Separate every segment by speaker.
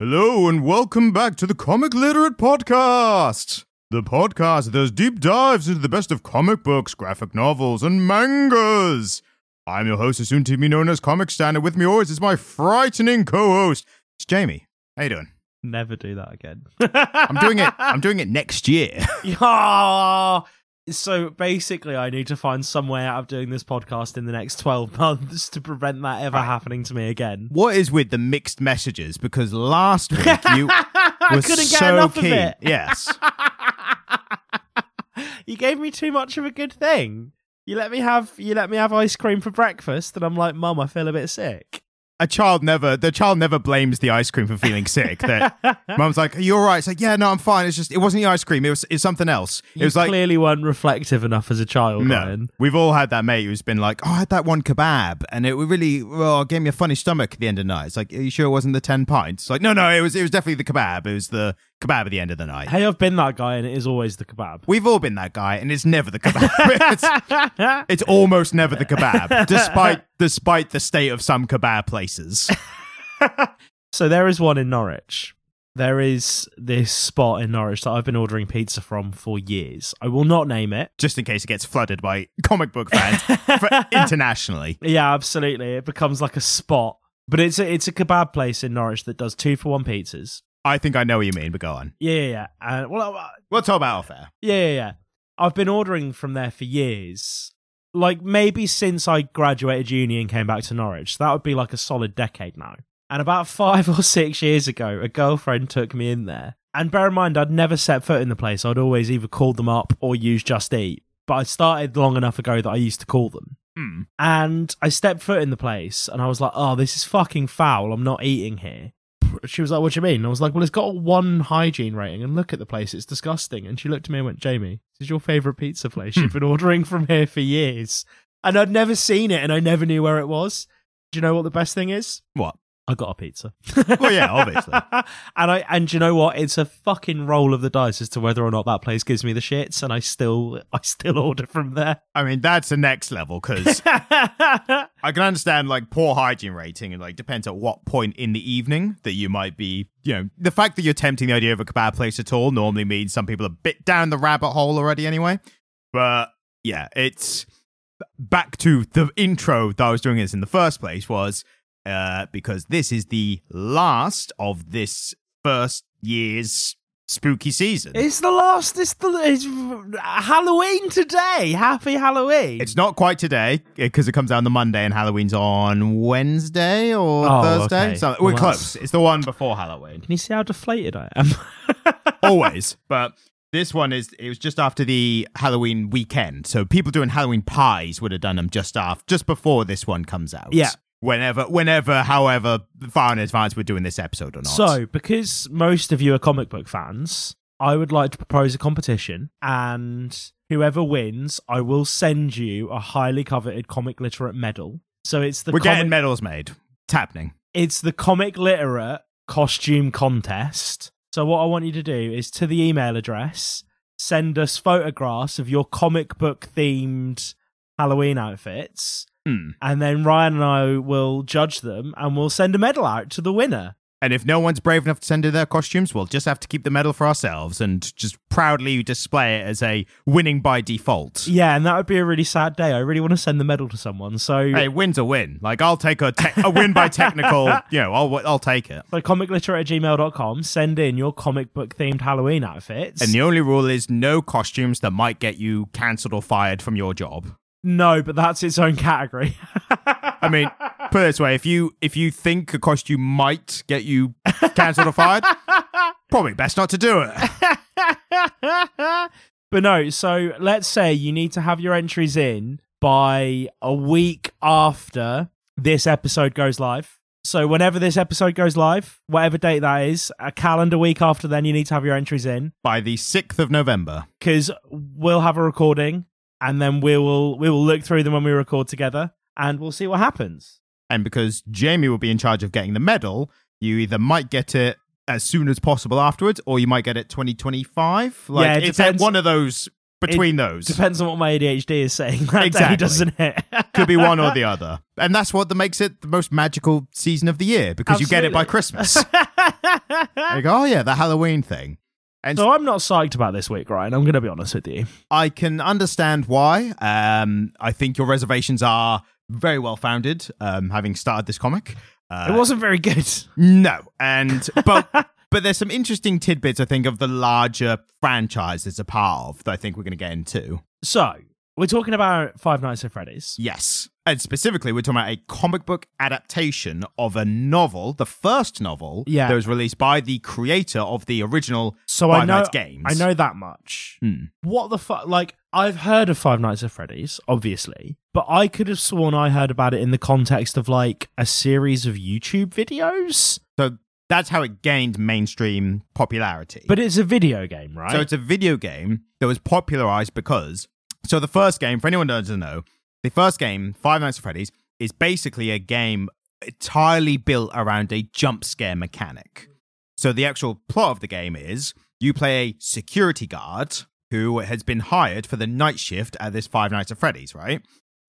Speaker 1: Hello, and welcome back to the Comic Literate Podcast. The podcast that does deep dives into the best of comic books, graphic novels, and mangas. I'm your host, soon to be known as Comic Stand, and with me always is my frightening co-host, it's Jamie. How you doing?
Speaker 2: Never do that again.
Speaker 1: I'm doing it. I'm doing it next year.
Speaker 2: Yeah. So basically, I need to find some way out of doing this podcast in the next 12 months to prevent that ever happening to me again.
Speaker 1: What is with the mixed messages? Because last week you
Speaker 2: I
Speaker 1: were
Speaker 2: couldn't
Speaker 1: so
Speaker 2: get enough
Speaker 1: keen.
Speaker 2: of it.
Speaker 1: Yes.
Speaker 2: you gave me too much of a good thing. You let me have you let me have ice cream for breakfast, and I'm like, Mum, I feel a bit sick.
Speaker 1: a child never the child never blames the ice cream for feeling sick. That mom's like, Are you alright? It's like, yeah, no, I'm fine. It's just it wasn't the ice cream, it was it's something else. It
Speaker 2: You
Speaker 1: was like
Speaker 2: clearly weren't reflective enough as a child,
Speaker 1: no.
Speaker 2: Ryan.
Speaker 1: We've all had that mate who's been like, Oh, I had that one kebab and it really well gave me a funny stomach at the end of the night. It's like, Are you sure it wasn't the ten pints? It's like, no, no, it was it was definitely the kebab. It was the kebab at the end of the night.
Speaker 2: Hey, I've been that guy, and it is always the kebab.
Speaker 1: We've all been that guy, and it's never the kebab. it's, it's almost never the kebab, despite despite the state of some kebab places.
Speaker 2: So there is one in Norwich. There is this spot in Norwich that I've been ordering pizza from for years. I will not name it.
Speaker 1: Just in case it gets flooded by comic book fans for internationally.
Speaker 2: Yeah, absolutely. It becomes like a spot. But it's a, it's a kebab place in Norwich that does two for one pizzas.
Speaker 1: I think I know what you mean, but go on.
Speaker 2: Yeah, yeah, yeah. And, well, I-
Speaker 1: We'll talk about off air.
Speaker 2: Yeah, yeah, yeah. I've been ordering from there for years. Like maybe since I graduated uni and came back to Norwich. That would be like a solid decade now. And about five or six years ago, a girlfriend took me in there. And bear in mind, I'd never set foot in the place. I'd always either called them up or used Just Eat. But I started long enough ago that I used to call them.
Speaker 1: Hmm.
Speaker 2: And I stepped foot in the place and I was like, oh, this is fucking foul. I'm not eating here. She was like, what do you mean? And I was like, well, it's got a one hygiene rating and look at the place. It's disgusting. And she looked at me and went, Jamie, this is your favorite pizza place.
Speaker 1: Hmm.
Speaker 2: You've been ordering from here for years. And I'd never seen it and I never knew where it was. Do you know what the best thing is?
Speaker 1: What?
Speaker 2: I got a pizza.
Speaker 1: Well, yeah, obviously.
Speaker 2: and I and do you know what? It's a fucking roll of the dice as to whether or not that place gives me the shits, and I still I still order from there.
Speaker 1: I mean, that's the next level because I can understand like poor hygiene rating and like depends at what point in the evening that you might be, you know, the fact that you're tempting the idea of a kebab place at all normally means some people are a bit down the rabbit hole already anyway. But yeah, it's back to the intro that I was doing this in the first place was uh, because this is the last of this first year's spooky season.
Speaker 2: It's the last. It's the it's Halloween today. Happy Halloween.
Speaker 1: It's not quite today because it comes out on the Monday and Halloween's on Wednesday or
Speaker 2: Oh,
Speaker 1: Thursday.
Speaker 2: okay.
Speaker 1: So we're
Speaker 2: Well,
Speaker 1: close. It's the one before Halloween.
Speaker 2: Can you see how deflated I am?
Speaker 1: Always. But this one is it was just after the Halloween weekend. So people doing Halloween pies would have done them just after just before this one comes out.
Speaker 2: Yeah.
Speaker 1: Whenever whenever, however far in advance we're doing this episode or not.
Speaker 2: so, because most of you are comic book fans, I would like to propose a competition, and whoever wins, I will send you a highly coveted comic literate medal. So it's the
Speaker 1: we're
Speaker 2: comic,
Speaker 1: getting medals made. It's happening.
Speaker 2: it's the comic literate costume contest. So what I want you to do is to the email address send us photographs of your comic book themed Halloween outfits.
Speaker 1: Hmm.
Speaker 2: And then Ryan and I will judge them and we'll send a medal out to the winner.
Speaker 1: And if no one's brave enough to send in their costumes, we'll just have to keep the medal for ourselves and just proudly display it as a winning by default.
Speaker 2: Yeah, and that would be a really sad day. I really want to send the medal to someone. So,
Speaker 1: Hey, win's a win. Like I'll take a te- a win by technical. You know, I'll I'll take it.
Speaker 2: so comicliterate at gmail.com, send in your comic book themed Halloween outfits.
Speaker 1: And the only rule is no costumes that might get you cancelled or fired from your job.
Speaker 2: no, but that's its own category.
Speaker 1: I mean, put it this way: if you if you think a costume might get you cancelled or fired, probably best not to do it.
Speaker 2: but no, so let's say you need to have your entries in by a week after this episode goes live. So whenever this episode goes live, whatever date that is, a calendar week after then you need to have your entries in
Speaker 1: By the sixth of November,
Speaker 2: cuz we'll have a recording and then we will we will look through them when we record together and we'll see what happens.
Speaker 1: and because Jamie will be in charge of getting the medal, you either might get it as soon as possible afterwards, or you might get it twenty twenty five. Like
Speaker 2: Yeah, it
Speaker 1: it's at
Speaker 2: depends-
Speaker 1: one of those between those.
Speaker 2: Depends on what my ADHD is saying that
Speaker 1: Exactly.
Speaker 2: day, doesn't it?
Speaker 1: could be one or the other and that's what that makes it the most magical season of the year because you get it by
Speaker 2: Absolutely.
Speaker 1: christmas I go, oh yeah, the Halloween thing. And
Speaker 2: So I'm not psyched about this week, Ryan. I'm going to be honest with you.
Speaker 1: I can understand why. Um, I think your reservations are very well founded. Um, having started this comic, uh,
Speaker 2: it wasn't very good.
Speaker 1: no, and but but there's some interesting tidbits I think of the larger franchise it's a part of that I think we're going to get into.
Speaker 2: So we're talking about Five Nights at Freddy's.
Speaker 1: Yes. And specifically, we're talking about a comic book adaptation of a novel, the first novel
Speaker 2: Yeah.
Speaker 1: that was released by the creator of the original
Speaker 2: So
Speaker 1: Five
Speaker 2: I know
Speaker 1: Nights games.
Speaker 2: I know that much.
Speaker 1: Hmm.
Speaker 2: What the fuck? Like I've heard of Five Nights at Freddy's, obviously, but I could have sworn I heard about it in the context of like a series of YouTube videos.
Speaker 1: So that's how it gained mainstream popularity.
Speaker 2: But it's a video game, right?
Speaker 1: So it's a video game that was popularized because. So the first game, for anyone who doesn't know, the first game, Five Nights at Freddy's, is basically a game entirely built around a jump scare mechanic. So the actual plot of the game is you play a security guard who has been hired for the night shift at this Five Nights at Freddy's, right?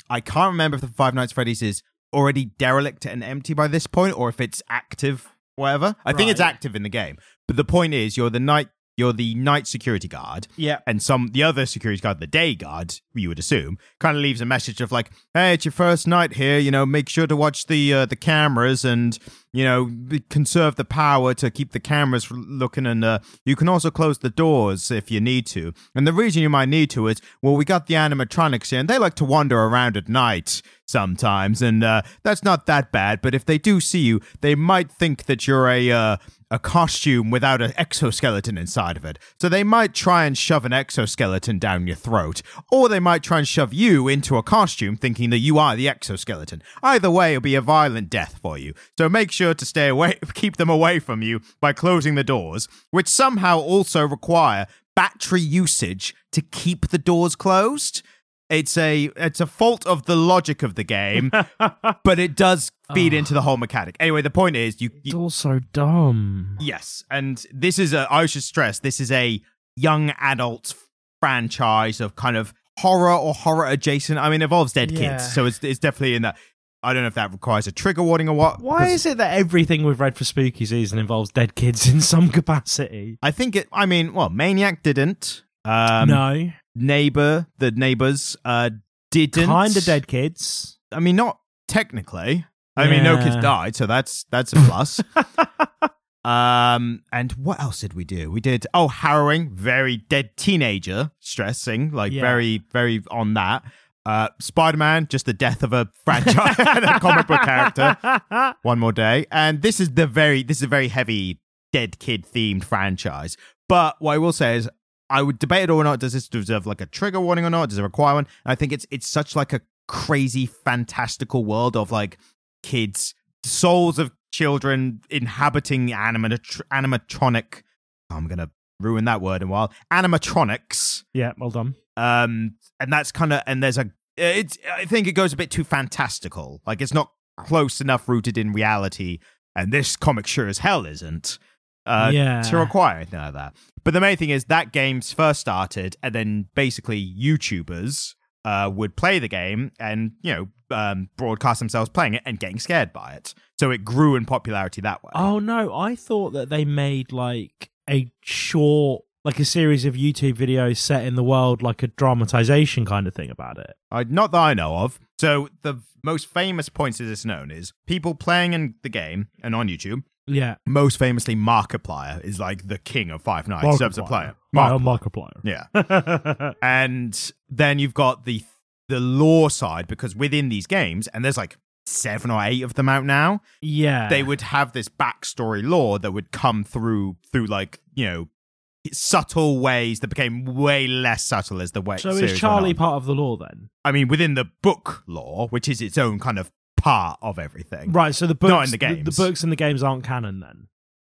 Speaker 1: I can't remember if the Five Nights at Freddy's is already derelict and empty by this point or if it's active, whatever. I think it's
Speaker 2: Right.
Speaker 1: active in the game. But the point is you're the night you're the night security guard
Speaker 2: yeah.
Speaker 1: and some the other security guard, the day guard, you would assume, kind of leaves a message of like, "Hey, it's your first night here. You know, make sure to watch the uh, the cameras and you know b- conserve the power to keep the cameras r- looking. And uh, you can also close the doors if you need to. And the reason you might need to is, well, we got the animatronics here, and they like to wander around at night sometimes, and uh, that's not that bad. But if they do see you, they might think that you're a uh, a costume without an exoskeleton inside of it. So they might try and shove an exoskeleton down your throat, or they might try and shove you into a costume thinking that you are the exoskeleton. Either way, it'll be a violent death for you. So make sure to stay away, keep them away from you by closing the doors, which somehow also require battery usage to keep the doors closed. It's a it's a fault of the logic of the game, but it does feed into the whole mechanic. Anyway, the point is you, you
Speaker 2: It's all so dumb.
Speaker 1: Yes, and this is a. I should stress this is a young adult franchise of kind of horror or horror adjacent. I mean, it involves dead
Speaker 2: Yeah.
Speaker 1: kids, so it's it's definitely in that. I don't know if that requires a trigger warning or what.
Speaker 2: Why
Speaker 1: 'cause
Speaker 2: is it that everything we've read for spooky season involves dead kids in some capacity?
Speaker 1: I think it? I mean, well, Maniac didn't. Um,
Speaker 2: no,
Speaker 1: neighbor, the neighbors uh, didn't.
Speaker 2: kind of dead kids.
Speaker 1: I mean, not technically. I mean, no kids
Speaker 2: Yeah.
Speaker 1: died, so that's that's a plus. um, and what else did we do? We did oh, harrowing, very dead teenager, stressing, like
Speaker 2: Yeah.
Speaker 1: very very on that. Uh, Spider Man, just the death of a franchise, a comic book character. One more day, and this is the very this is a very heavy dead kid themed franchise. But what I will say is, I would debate it or not. Does this deserve like a trigger warning or not? Does it require one? And I think it's it's such like a crazy fantastical world of like kids, souls of children inhabiting animat- animatronic. I'm gonna ruin that word in a while. Animatronics
Speaker 2: yeah, well done.
Speaker 1: um and that's kind of and there's a it's i think it goes a bit too fantastical like it's not close enough rooted in reality and this comic sure as hell isn't uh
Speaker 2: Yeah.
Speaker 1: to require anything like that but the main thing is that game's first started and then basically youtubers uh would play the game and you know um broadcast themselves playing it and getting scared by it so it grew in popularity that way
Speaker 2: Oh no, I thought that they made like a short, like a series of YouTube videos set in the world, like a dramatization kind of thing about it.
Speaker 1: Uh, not that I know of. So the most famous points as it's known is people playing in the game and on YouTube.
Speaker 2: Yeah,
Speaker 1: Most famously, Markiplier is like the king of Five Nights in terms of player.
Speaker 2: Mark,
Speaker 1: Markiplier. Yeah,
Speaker 2: Markiplier.
Speaker 1: and then you've got the the lore side because within these games, and there's like seven or eight of them out now.
Speaker 2: yeah,
Speaker 1: They would have this backstory lore that would come through through like you know subtle ways that became way less subtle as the way.
Speaker 2: So
Speaker 1: series
Speaker 2: is
Speaker 1: went
Speaker 2: Charlie
Speaker 1: on.
Speaker 2: part of the law then?
Speaker 1: I mean, within the book lore, which is its own kind of part of everything.
Speaker 2: Right. So the books,
Speaker 1: Not in the
Speaker 2: The,
Speaker 1: games.
Speaker 2: books and the games aren't canon then.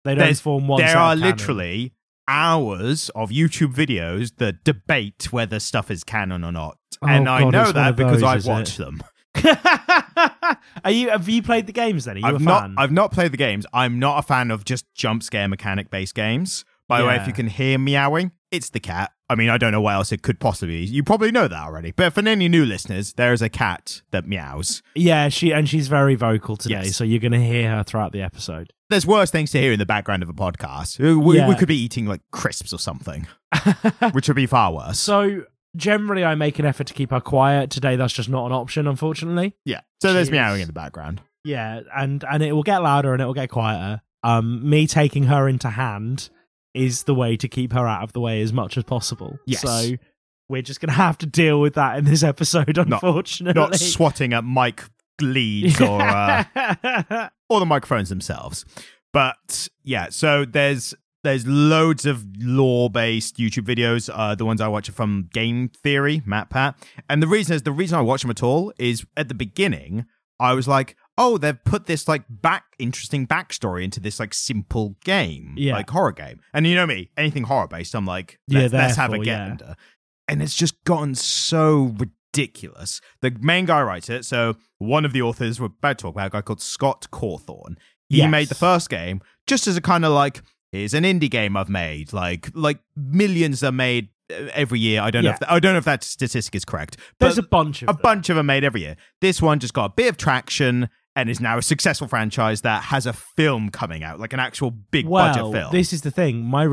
Speaker 2: They don't
Speaker 1: There's-
Speaker 2: form one. set
Speaker 1: there
Speaker 2: of
Speaker 1: are
Speaker 2: canon.
Speaker 1: literally hours of YouTube videos that debate whether stuff is canon or not.
Speaker 2: Oh,
Speaker 1: and I
Speaker 2: God, it's
Speaker 1: know
Speaker 2: one
Speaker 1: that
Speaker 2: of those,
Speaker 1: because I've
Speaker 2: is it?
Speaker 1: watched them.
Speaker 2: are you? Have you played the games then? Are you a
Speaker 1: I've
Speaker 2: fan?
Speaker 1: not I've not played the games. I'm not a fan of just jump scare mechanic based games. By the way, if
Speaker 2: Yeah.
Speaker 1: you can hear meowing, it's the cat. I mean, I don't know what else it could possibly. You probably know that already. But for any new listeners, there is a cat that meows.
Speaker 2: Yeah, she and she's very vocal today,
Speaker 1: Yes.
Speaker 2: so you're going to hear her throughout the episode.
Speaker 1: There's worse things to hear in the background of a podcast. We- We,
Speaker 2: Yeah.
Speaker 1: we could be eating like crisps or something, which would be far worse.
Speaker 2: So generally, I make an effort to keep her quiet. Today, that's just not an option, unfortunately.
Speaker 1: yeah. So there's
Speaker 2: Jeez.
Speaker 1: meowing in the background.
Speaker 2: Yeah, and and it will get louder and it will get quieter. Um, me taking her into hand is the way to keep her out of the way as much as possible.
Speaker 1: Yes.
Speaker 2: So we're just gonna have to deal with that in this episode,
Speaker 1: Not-
Speaker 2: unfortunately.
Speaker 1: Not swatting at mic leads or uh, or the microphones themselves. But yeah, so there's there's loads of lore-based YouTube videos. Uh, the ones I watch are from Game Theory, Matt Pat, and the reason is the reason I watch them at all is at the beginning I was like, oh, they've put this like back interesting backstory into this like simple game,
Speaker 2: Yeah.
Speaker 1: like horror game. And you know me, anything horror-based, I'm like,
Speaker 2: Yeah,
Speaker 1: let's, let's have a
Speaker 2: therefore,
Speaker 1: get
Speaker 2: yeah.
Speaker 1: under. And it's just gotten so ridiculous. The main guy writes it, so one of the authors we're about to talk about, a guy called Scott Cawthorne. He
Speaker 2: Yes.
Speaker 1: made the first game just as a kind of like, here's an indie game I've made. Like like millions are made uh, every year. I don't know
Speaker 2: Yeah.
Speaker 1: if that, I don't know if that statistic is correct. But
Speaker 2: There's a bunch of
Speaker 1: a
Speaker 2: them.
Speaker 1: bunch of them made every year. This one just got a bit of traction and is now a successful franchise that has a film coming out, like an actual big budget film.
Speaker 2: This is the thing. My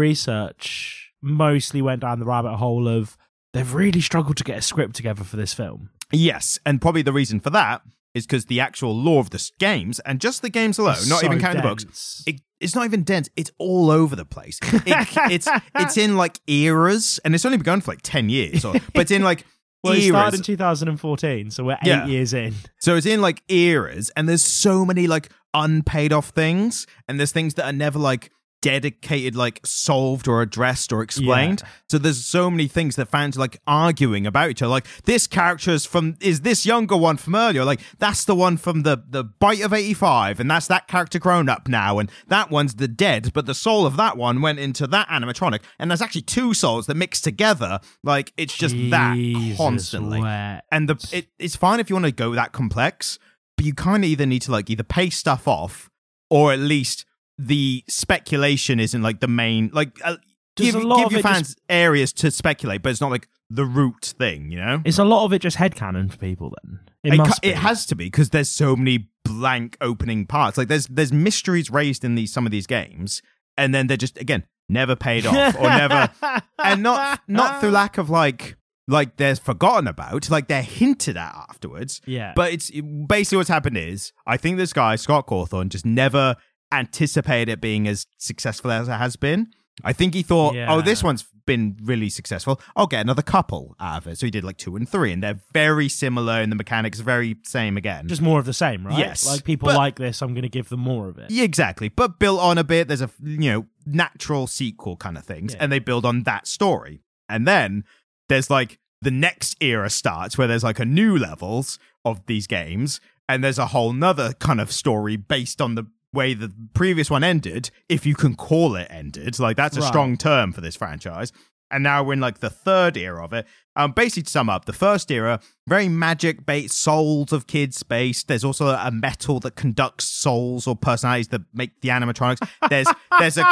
Speaker 2: research mostly went down the rabbit hole of they've really struggled to get a script together for this film.
Speaker 1: Yes, and probably the reason for that is because the actual lore of the s- games and just the games alone, not even counting the books, it, it's not even dense. It's all over the place. It, it's it's in like eras, and it's only begun for like ten years, or, but it's in like
Speaker 2: Well, it started
Speaker 1: eras.
Speaker 2: in 2014, so we're eight
Speaker 1: Yeah.
Speaker 2: years in.
Speaker 1: so it's in like eras, and there's so many like unpaid off things, and there's things that are never like dedicated, like solved or addressed or explained. So there's so many things that fans are, like arguing about each other. Like this character is from is this younger one from earlier? Like that's the one from the the bite of eighty five, and that's that character grown up now, and that one's the dead, but the soul of that one went into that animatronic, and there's actually two souls that mix together. Like it's just that
Speaker 2: Jesus
Speaker 1: constantly.
Speaker 2: wet.
Speaker 1: And the it, it's fine if you want to go that complex, but you kind of either need to like either pay stuff off, or at least the speculation isn't like the main like uh,
Speaker 2: Does
Speaker 1: give,
Speaker 2: a lot
Speaker 1: give
Speaker 2: of
Speaker 1: your
Speaker 2: it just-
Speaker 1: fans areas to speculate, but it's not like the root thing, you know.
Speaker 2: It's a lot of it just headcanon for people then. It,
Speaker 1: ca-
Speaker 2: must be.
Speaker 1: it has to be because there's so many blank opening parts. Like there's there's mysteries raised in these some of these games, and then they're just again never paid off or never and not not through lack of like like they're forgotten about like they're hinted at afterwards
Speaker 2: Yeah.
Speaker 1: but it's basically what's happened is i think this guy scott cawthorne just never anticipated it being as successful as it has been i think he thought oh
Speaker 2: Yeah.
Speaker 1: this one's been really successful i'll get another couple out of it so he did like two and three and they're very similar in the mechanics very same again
Speaker 2: just more of the same, right?
Speaker 1: Yes,
Speaker 2: Like people
Speaker 1: but-
Speaker 2: like this, I'm going to give them more of it.
Speaker 1: Yeah, exactly. But built on a bit, there's a you know natural sequel kind of things,
Speaker 2: Yeah.
Speaker 1: and they build on that story. And then there's like the next era starts where there's like a new levels of these games, and there's a whole nother kind of story based on the way the previous one ended, if you can call it ended. Like that's a
Speaker 2: Right.
Speaker 1: strong term for this franchise. And now we're in like the third era of it. Um, basically, to sum up, the first era, very magic based, souls of kids based. There's also a metal that conducts souls or personalities that make the animatronics. There's there's a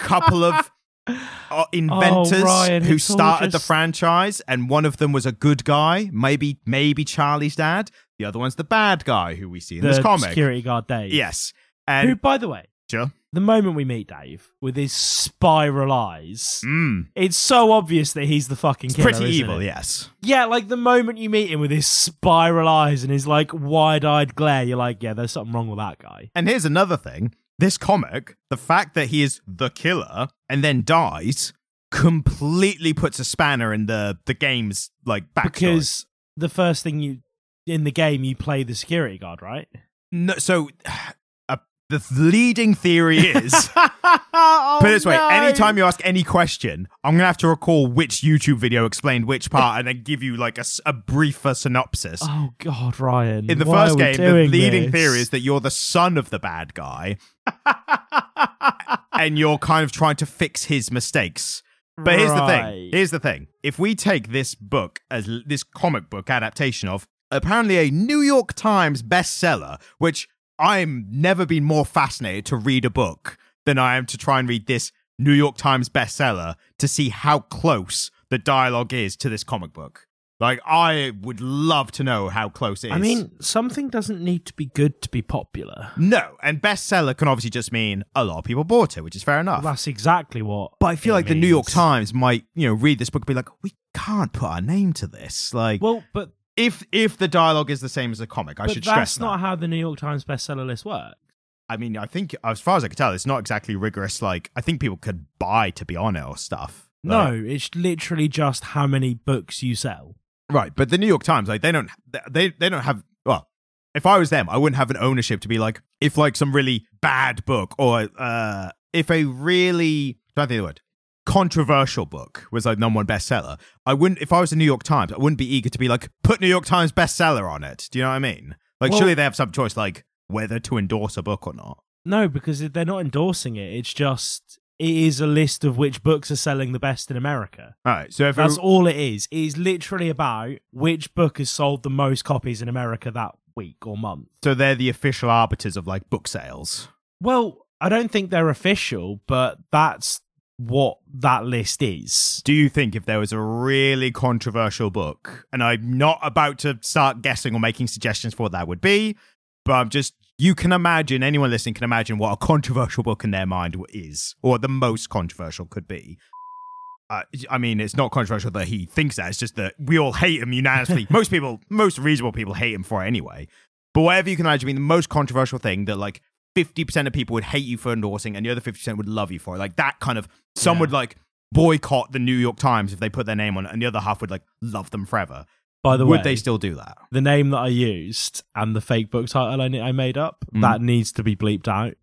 Speaker 1: couple of uh, inventors
Speaker 2: Oh, Ryan,
Speaker 1: who
Speaker 2: it's all
Speaker 1: started the
Speaker 2: just-
Speaker 1: franchise, and one of them was a good guy, maybe maybe Charlie's dad. The other one's the bad guy who we see in
Speaker 2: the
Speaker 1: this comic.
Speaker 2: security guard Dave.
Speaker 1: Yes,
Speaker 2: Who,
Speaker 1: and
Speaker 2: by the way,
Speaker 1: Sure.
Speaker 2: the moment we meet Dave with his spiral eyes,
Speaker 1: Mm,
Speaker 2: it's so obvious that he's the fucking
Speaker 1: it's
Speaker 2: killer.
Speaker 1: pretty
Speaker 2: isn't
Speaker 1: evil.
Speaker 2: it?
Speaker 1: Yes.
Speaker 2: Yeah, like the moment you meet him with his spiral eyes and his like wide eyed glare, you're like, yeah, there's something wrong with that guy.
Speaker 1: And here's another thing this comic, the fact that he is the killer and then dies completely puts a spanner in the, the game's like backstory.
Speaker 2: Because the first thing you in the game, you play the security guard, right?
Speaker 1: no, so uh, the leading theory is Put
Speaker 2: Oh,
Speaker 1: it this way: anytime you ask any question, I'm gonna have to recall which YouTube video explained which part, and then give you like a, s- a briefer synopsis.
Speaker 2: Oh God, Ryan!
Speaker 1: In the
Speaker 2: why
Speaker 1: first
Speaker 2: are we
Speaker 1: game, the
Speaker 2: doing
Speaker 1: leading
Speaker 2: this?
Speaker 1: theory is that you're the son of the bad guy, and you're kind of trying to fix his mistakes. But here's the thing.
Speaker 2: Right.
Speaker 1: Here's the thing. If we take this book as l- this comic book adaptation of apparently a New York Times bestseller, which I'm never been more fascinated to read a book than I am to try and read this New York Times bestseller to see how close the dialogue is to this comic book. Like, I would love to know how close it is.
Speaker 2: I mean, something doesn't need to be good to be popular.
Speaker 1: no. And bestseller can obviously just mean a lot of people bought it, which is fair enough.
Speaker 2: That's exactly what.
Speaker 1: But I feel
Speaker 2: it
Speaker 1: like the New York
Speaker 2: means.
Speaker 1: Times might, you know, read this book and be like, we can't put our name to this. Like,
Speaker 2: Well, but
Speaker 1: if if the dialogue is the same as the comic, I
Speaker 2: but
Speaker 1: should stress
Speaker 2: that's
Speaker 1: that.
Speaker 2: not how the New York Times bestseller list works.
Speaker 1: I mean, I think as far as I can tell, it's not exactly rigorous. Like, I think people could buy to be on it or stuff. Like-
Speaker 2: no, it's literally just how many books you sell.
Speaker 1: right? But the New York Times, like, they don't, they they don't have. Well, if I was them, I wouldn't have an ownership to be like, if like some really bad book or uh, if a really, don't think of the word, controversial book was like number one bestseller. I wouldn't, if I was the New York Times, I wouldn't be eager to be like, put New York Times bestseller on it. Do you know what I mean? Like,
Speaker 2: Well-
Speaker 1: surely they have some choice, like whether to endorse a book or not.
Speaker 2: No, because they're not endorsing it. It's just it is a list of which books are selling the best in America.
Speaker 1: All right. So if a-
Speaker 2: That's all it is. It is literally about which book has sold the most copies in America that week or month.
Speaker 1: So they're the official arbiters of like book sales.
Speaker 2: Well, I don't think they're official, but that's what that list is.
Speaker 1: Do you think if there was a really controversial book, and I'm not about to start guessing or making suggestions for what that would be, but I'm just you can imagine anyone listening can imagine what a controversial book in their mind is, or the most controversial could be. Uh, I mean, it's not controversial that he thinks that. It's just that we all hate him unanimously. most people, most reasonable people, hate him for it anyway. But whatever you can imagine being the most controversial thing that like 50% of people would hate you for endorsing and the other 50% would love you for it. Like that kind of, some
Speaker 2: Yeah.
Speaker 1: would like boycott the New York Times if they put their name on it and the other half would like love them forever.
Speaker 2: By the
Speaker 1: would
Speaker 2: way,
Speaker 1: they still do that?
Speaker 2: the name that I used and the fake book title I, I made up
Speaker 1: Mm.
Speaker 2: that needs to be bleeped out.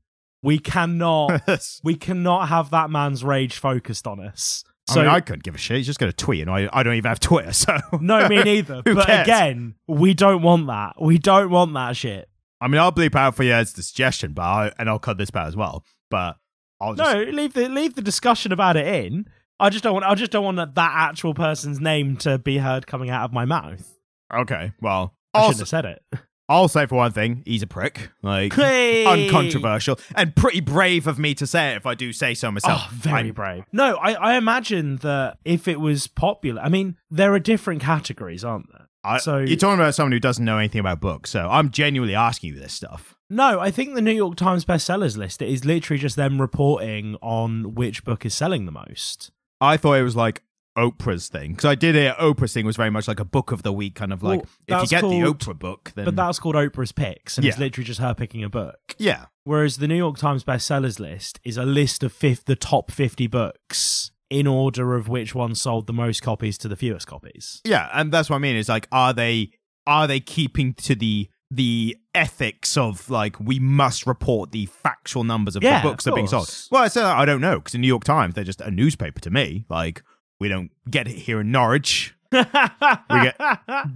Speaker 2: We cannot, we cannot have that man's rage focused on us.
Speaker 1: So
Speaker 2: So
Speaker 1: I, mean, I couldn't give a shit. He's just going to tweet and I, I don't even have Twitter. So,
Speaker 2: no, me neither.
Speaker 1: Who
Speaker 2: but
Speaker 1: cares?
Speaker 2: again, we don't want that. We don't want that shit.
Speaker 1: I mean, I'll bleep out for you as the suggestion, but I, and I'll cut this part as well. But I'll just.
Speaker 2: No, leave the leave the discussion about it in. I just don't want. I just don't want that, that actual person's name to be heard coming out of my mouth.
Speaker 1: Okay. Well,
Speaker 2: I
Speaker 1: I'll,
Speaker 2: shouldn't have said it.
Speaker 1: I'll say for one thing, he's a prick. Like,
Speaker 2: Hey!
Speaker 1: uncontroversial and pretty brave of me to say it if I do say so myself.
Speaker 2: Oh, very
Speaker 1: I'm-
Speaker 2: brave. No, I, I imagine that if it was popular, I mean, there are different categories, aren't there?
Speaker 1: I-
Speaker 2: so-
Speaker 1: you're talking about someone who doesn't know anything about books, so I'm genuinely asking you this stuff.
Speaker 2: No, I think the New York Times bestsellers list is literally just them reporting on which book is selling the most.
Speaker 1: I thought it was like Oprah's thing because I did hear Oprah's thing was very much like a book of the week, kind of like
Speaker 2: Well,
Speaker 1: if you
Speaker 2: that's
Speaker 1: get
Speaker 2: called-
Speaker 1: the Oprah book, then
Speaker 2: But that's called Oprah's picks, and it's
Speaker 1: Um, Yeah.
Speaker 2: literally just her picking a book.
Speaker 1: yeah,
Speaker 2: Whereas the New York Times bestsellers list is a list of fifth, the top 50 books in order of which one sold the most copies to the fewest copies.
Speaker 1: yeah, and that's what I mean. Is like, are they are they keeping to the the ethics of like we must report the factual numbers of
Speaker 2: Yeah,
Speaker 1: the books
Speaker 2: of
Speaker 1: that are being sold?
Speaker 2: course.
Speaker 1: Well, I say that I don't know because the New York Times they're just a newspaper to me. Like we don't get it here in Norwich. the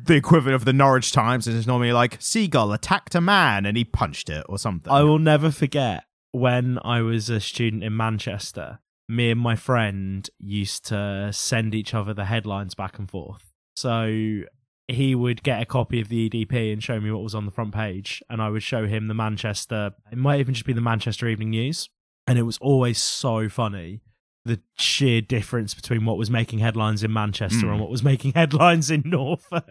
Speaker 1: equivalent of the Norwich Times is normally like seagull attacked a man and he punched it or something.
Speaker 2: I will never forget when I was a student in Manchester, me and my friend used to send each other the headlines back and forth. So he would get a copy of the EDP and show me what was on the front page, and I would show him the Manchester, it might even just be the Manchester Evening News. And it was always so funny the sheer difference between what was making headlines in Manchester
Speaker 1: Mm.
Speaker 2: and what was making headlines in Norfolk.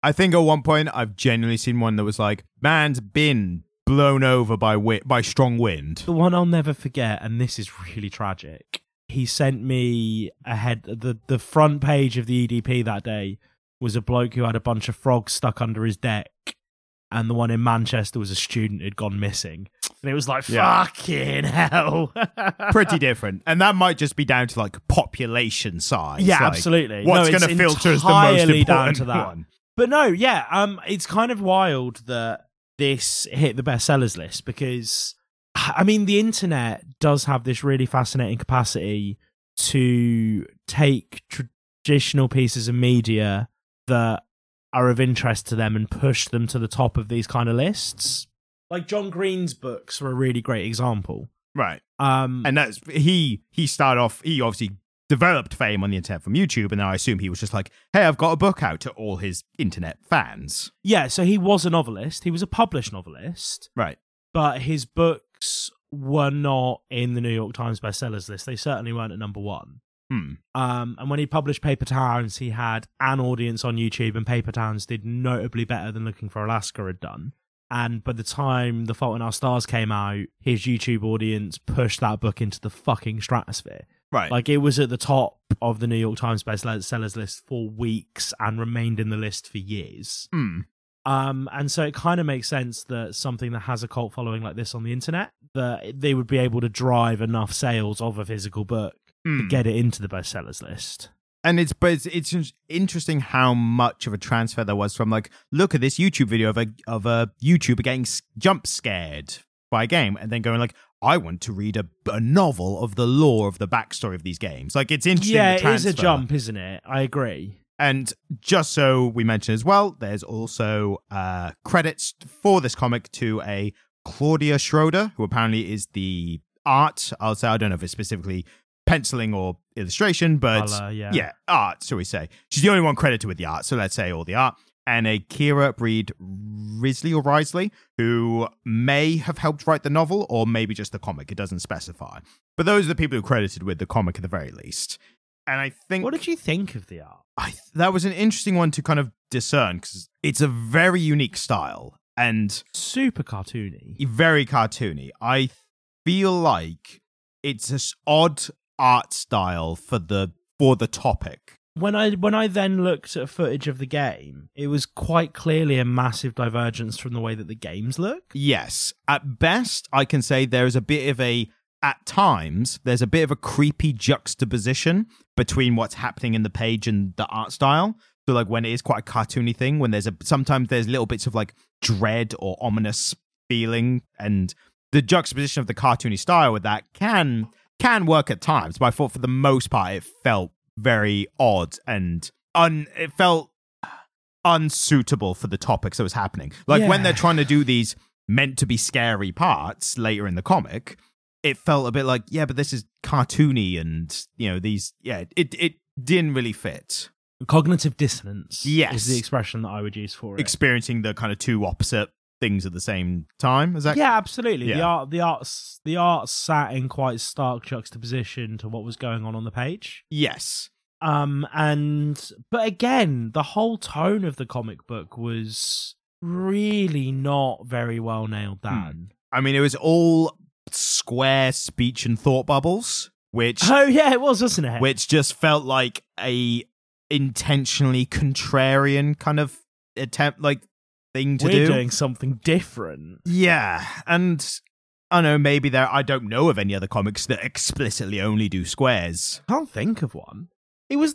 Speaker 1: I think at one point I've genuinely seen one that was like, "Man's been blown over by wi- by strong wind."
Speaker 2: The one I'll never forget, and this is really tragic. He sent me a head the the front page of the EDP that day was a bloke who had a bunch of frogs stuck under his deck, and the one in Manchester was a student who'd gone missing, and it was like
Speaker 1: Yeah.
Speaker 2: fucking hell.
Speaker 1: Pretty different, and that might just be down to like population size.
Speaker 2: yeah,
Speaker 1: like,
Speaker 2: absolutely.
Speaker 1: What's
Speaker 2: No, it's
Speaker 1: going to filter as the most
Speaker 2: entirely
Speaker 1: important
Speaker 2: down to that.
Speaker 1: one?
Speaker 2: But no, yeah, um, it's kind of wild that this hit the bestsellers list because, I mean, the internet does have this really fascinating capacity to take traditional pieces of media that are of interest to them and push them to the top of these kind of lists. Like John Green's books are a really great example.
Speaker 1: Right,
Speaker 2: Um,
Speaker 1: and that's he. He started off. He obviously developed fame on the internet from YouTube, and then I assume he was just like, "Hey, I've got a book out" to all his internet fans.
Speaker 2: yeah, so he was a novelist. He was a published novelist.
Speaker 1: Right.
Speaker 2: but his books were not in the New York Times bestsellers list. They certainly weren't at number one.
Speaker 1: Hmm.
Speaker 2: Um, and when he published Paper Towns, he had an audience on YouTube, and Paper Towns did notably better than Looking for Alaska had done. And by the time The Fault in Our Stars came out, his YouTube audience pushed that book into the fucking stratosphere.
Speaker 1: Right.
Speaker 2: Like it was at the top of the New York Times bestsellers list for weeks and remained in the list for years.
Speaker 1: Hmm.
Speaker 2: Um, and so it kind of makes sense that something that has a cult following like this on the internet, that they would be able to drive enough sales of a physical book
Speaker 1: Hmm.
Speaker 2: get it into the bestsellers list.
Speaker 1: and it's but it's, it's in- interesting how much of a transfer there was from like look at this YouTube video of a of a YouTuber getting s- jump scared by a game and then going like I want to read a, a novel of the lore of the backstory of these games. Like it's interesting.
Speaker 2: Yeah,
Speaker 1: the
Speaker 2: it is a
Speaker 1: transfer.
Speaker 2: jump, isn't it? I agree.
Speaker 1: And just so we mention as well, there's also uh, credits for this comic to a Claudia Schroeder, who apparently is the art. I'll say I don't know if it's specifically penciling or illustration, but
Speaker 2: I'll, uh, yeah.
Speaker 1: yeah. art, shall we say. She's the only one credited with the art, so let's say all the art. And a Kira Breed Risley or Risley, who may have helped write the novel or maybe just the comic. It doesn't specify. But those are the people who are credited with the comic at the very least. And I think
Speaker 2: What did you think of the art?
Speaker 1: I th- that was an interesting one to kind of discern because it's a very unique style and
Speaker 2: Super cartoony.
Speaker 1: very cartoony. I feel like it's an odd art style for the for the topic.
Speaker 2: When I when I then looked at footage of the game, it was quite clearly a massive divergence from the way that the games look.
Speaker 1: Yes, at best, I can say there is a bit of a at times there's a bit of a creepy juxtaposition between what's happening in the page and the art style. So like when it is quite a cartoony thing, when there's a sometimes there's little bits of like dread or ominous feeling, and the juxtaposition of the cartoony style with that can can work at times. But I thought for the most part, it felt very odd and un. It felt unsuitable for the topics that was happening. Like when
Speaker 2: Yeah.
Speaker 1: they're trying to do these meant to be scary parts later in the comic, it felt a bit like, yeah, but this is cartoony and you know, these yeah, it it didn't really fit.
Speaker 2: Cognitive dissonance
Speaker 1: Yes.
Speaker 2: is the expression that I would use for it.
Speaker 1: Experiencing the kind of two opposite things at the same time. Is that
Speaker 2: yeah, absolutely. The
Speaker 1: Yeah.
Speaker 2: art the arts the art sat in quite stark juxtaposition to what was going on on the page.
Speaker 1: Yes.
Speaker 2: um and but again the whole tone of the comic book was really not very well nailed down
Speaker 1: I mean it was all square speech and thought bubbles, which
Speaker 2: oh yeah it was wasn't it
Speaker 1: which just felt like a intentionally contrarian kind of attempt like thing to
Speaker 2: we're
Speaker 1: do
Speaker 2: doing something different
Speaker 1: yeah and i don't know maybe there i don't know of any other comics that explicitly only do squares
Speaker 2: can't think of one it was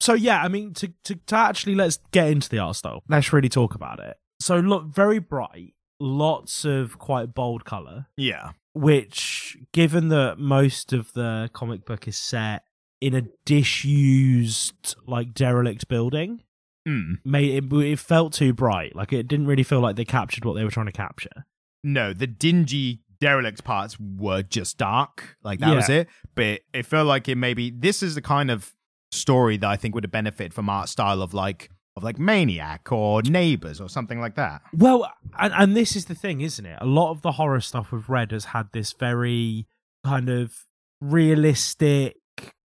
Speaker 2: so yeah i mean to, to to actually let's get into the art style let's really talk about it so look very bright lots of quite bold color
Speaker 1: yeah
Speaker 2: which given that most of the comic book is set in a disused like derelict building
Speaker 1: Hmm.
Speaker 2: made it, it felt too bright. Like it didn't really feel like they captured what they were trying to capture.
Speaker 1: no the dingy derelict parts were just dark like that
Speaker 2: Yeah.
Speaker 1: was it but it felt like it maybe this is the kind of story that i think would have benefited from art style of like of like maniac or neighbors or something like that
Speaker 2: Well, and, and this is the thing, isn't it? A lot of the horror stuff we've read has had this very kind of realistic,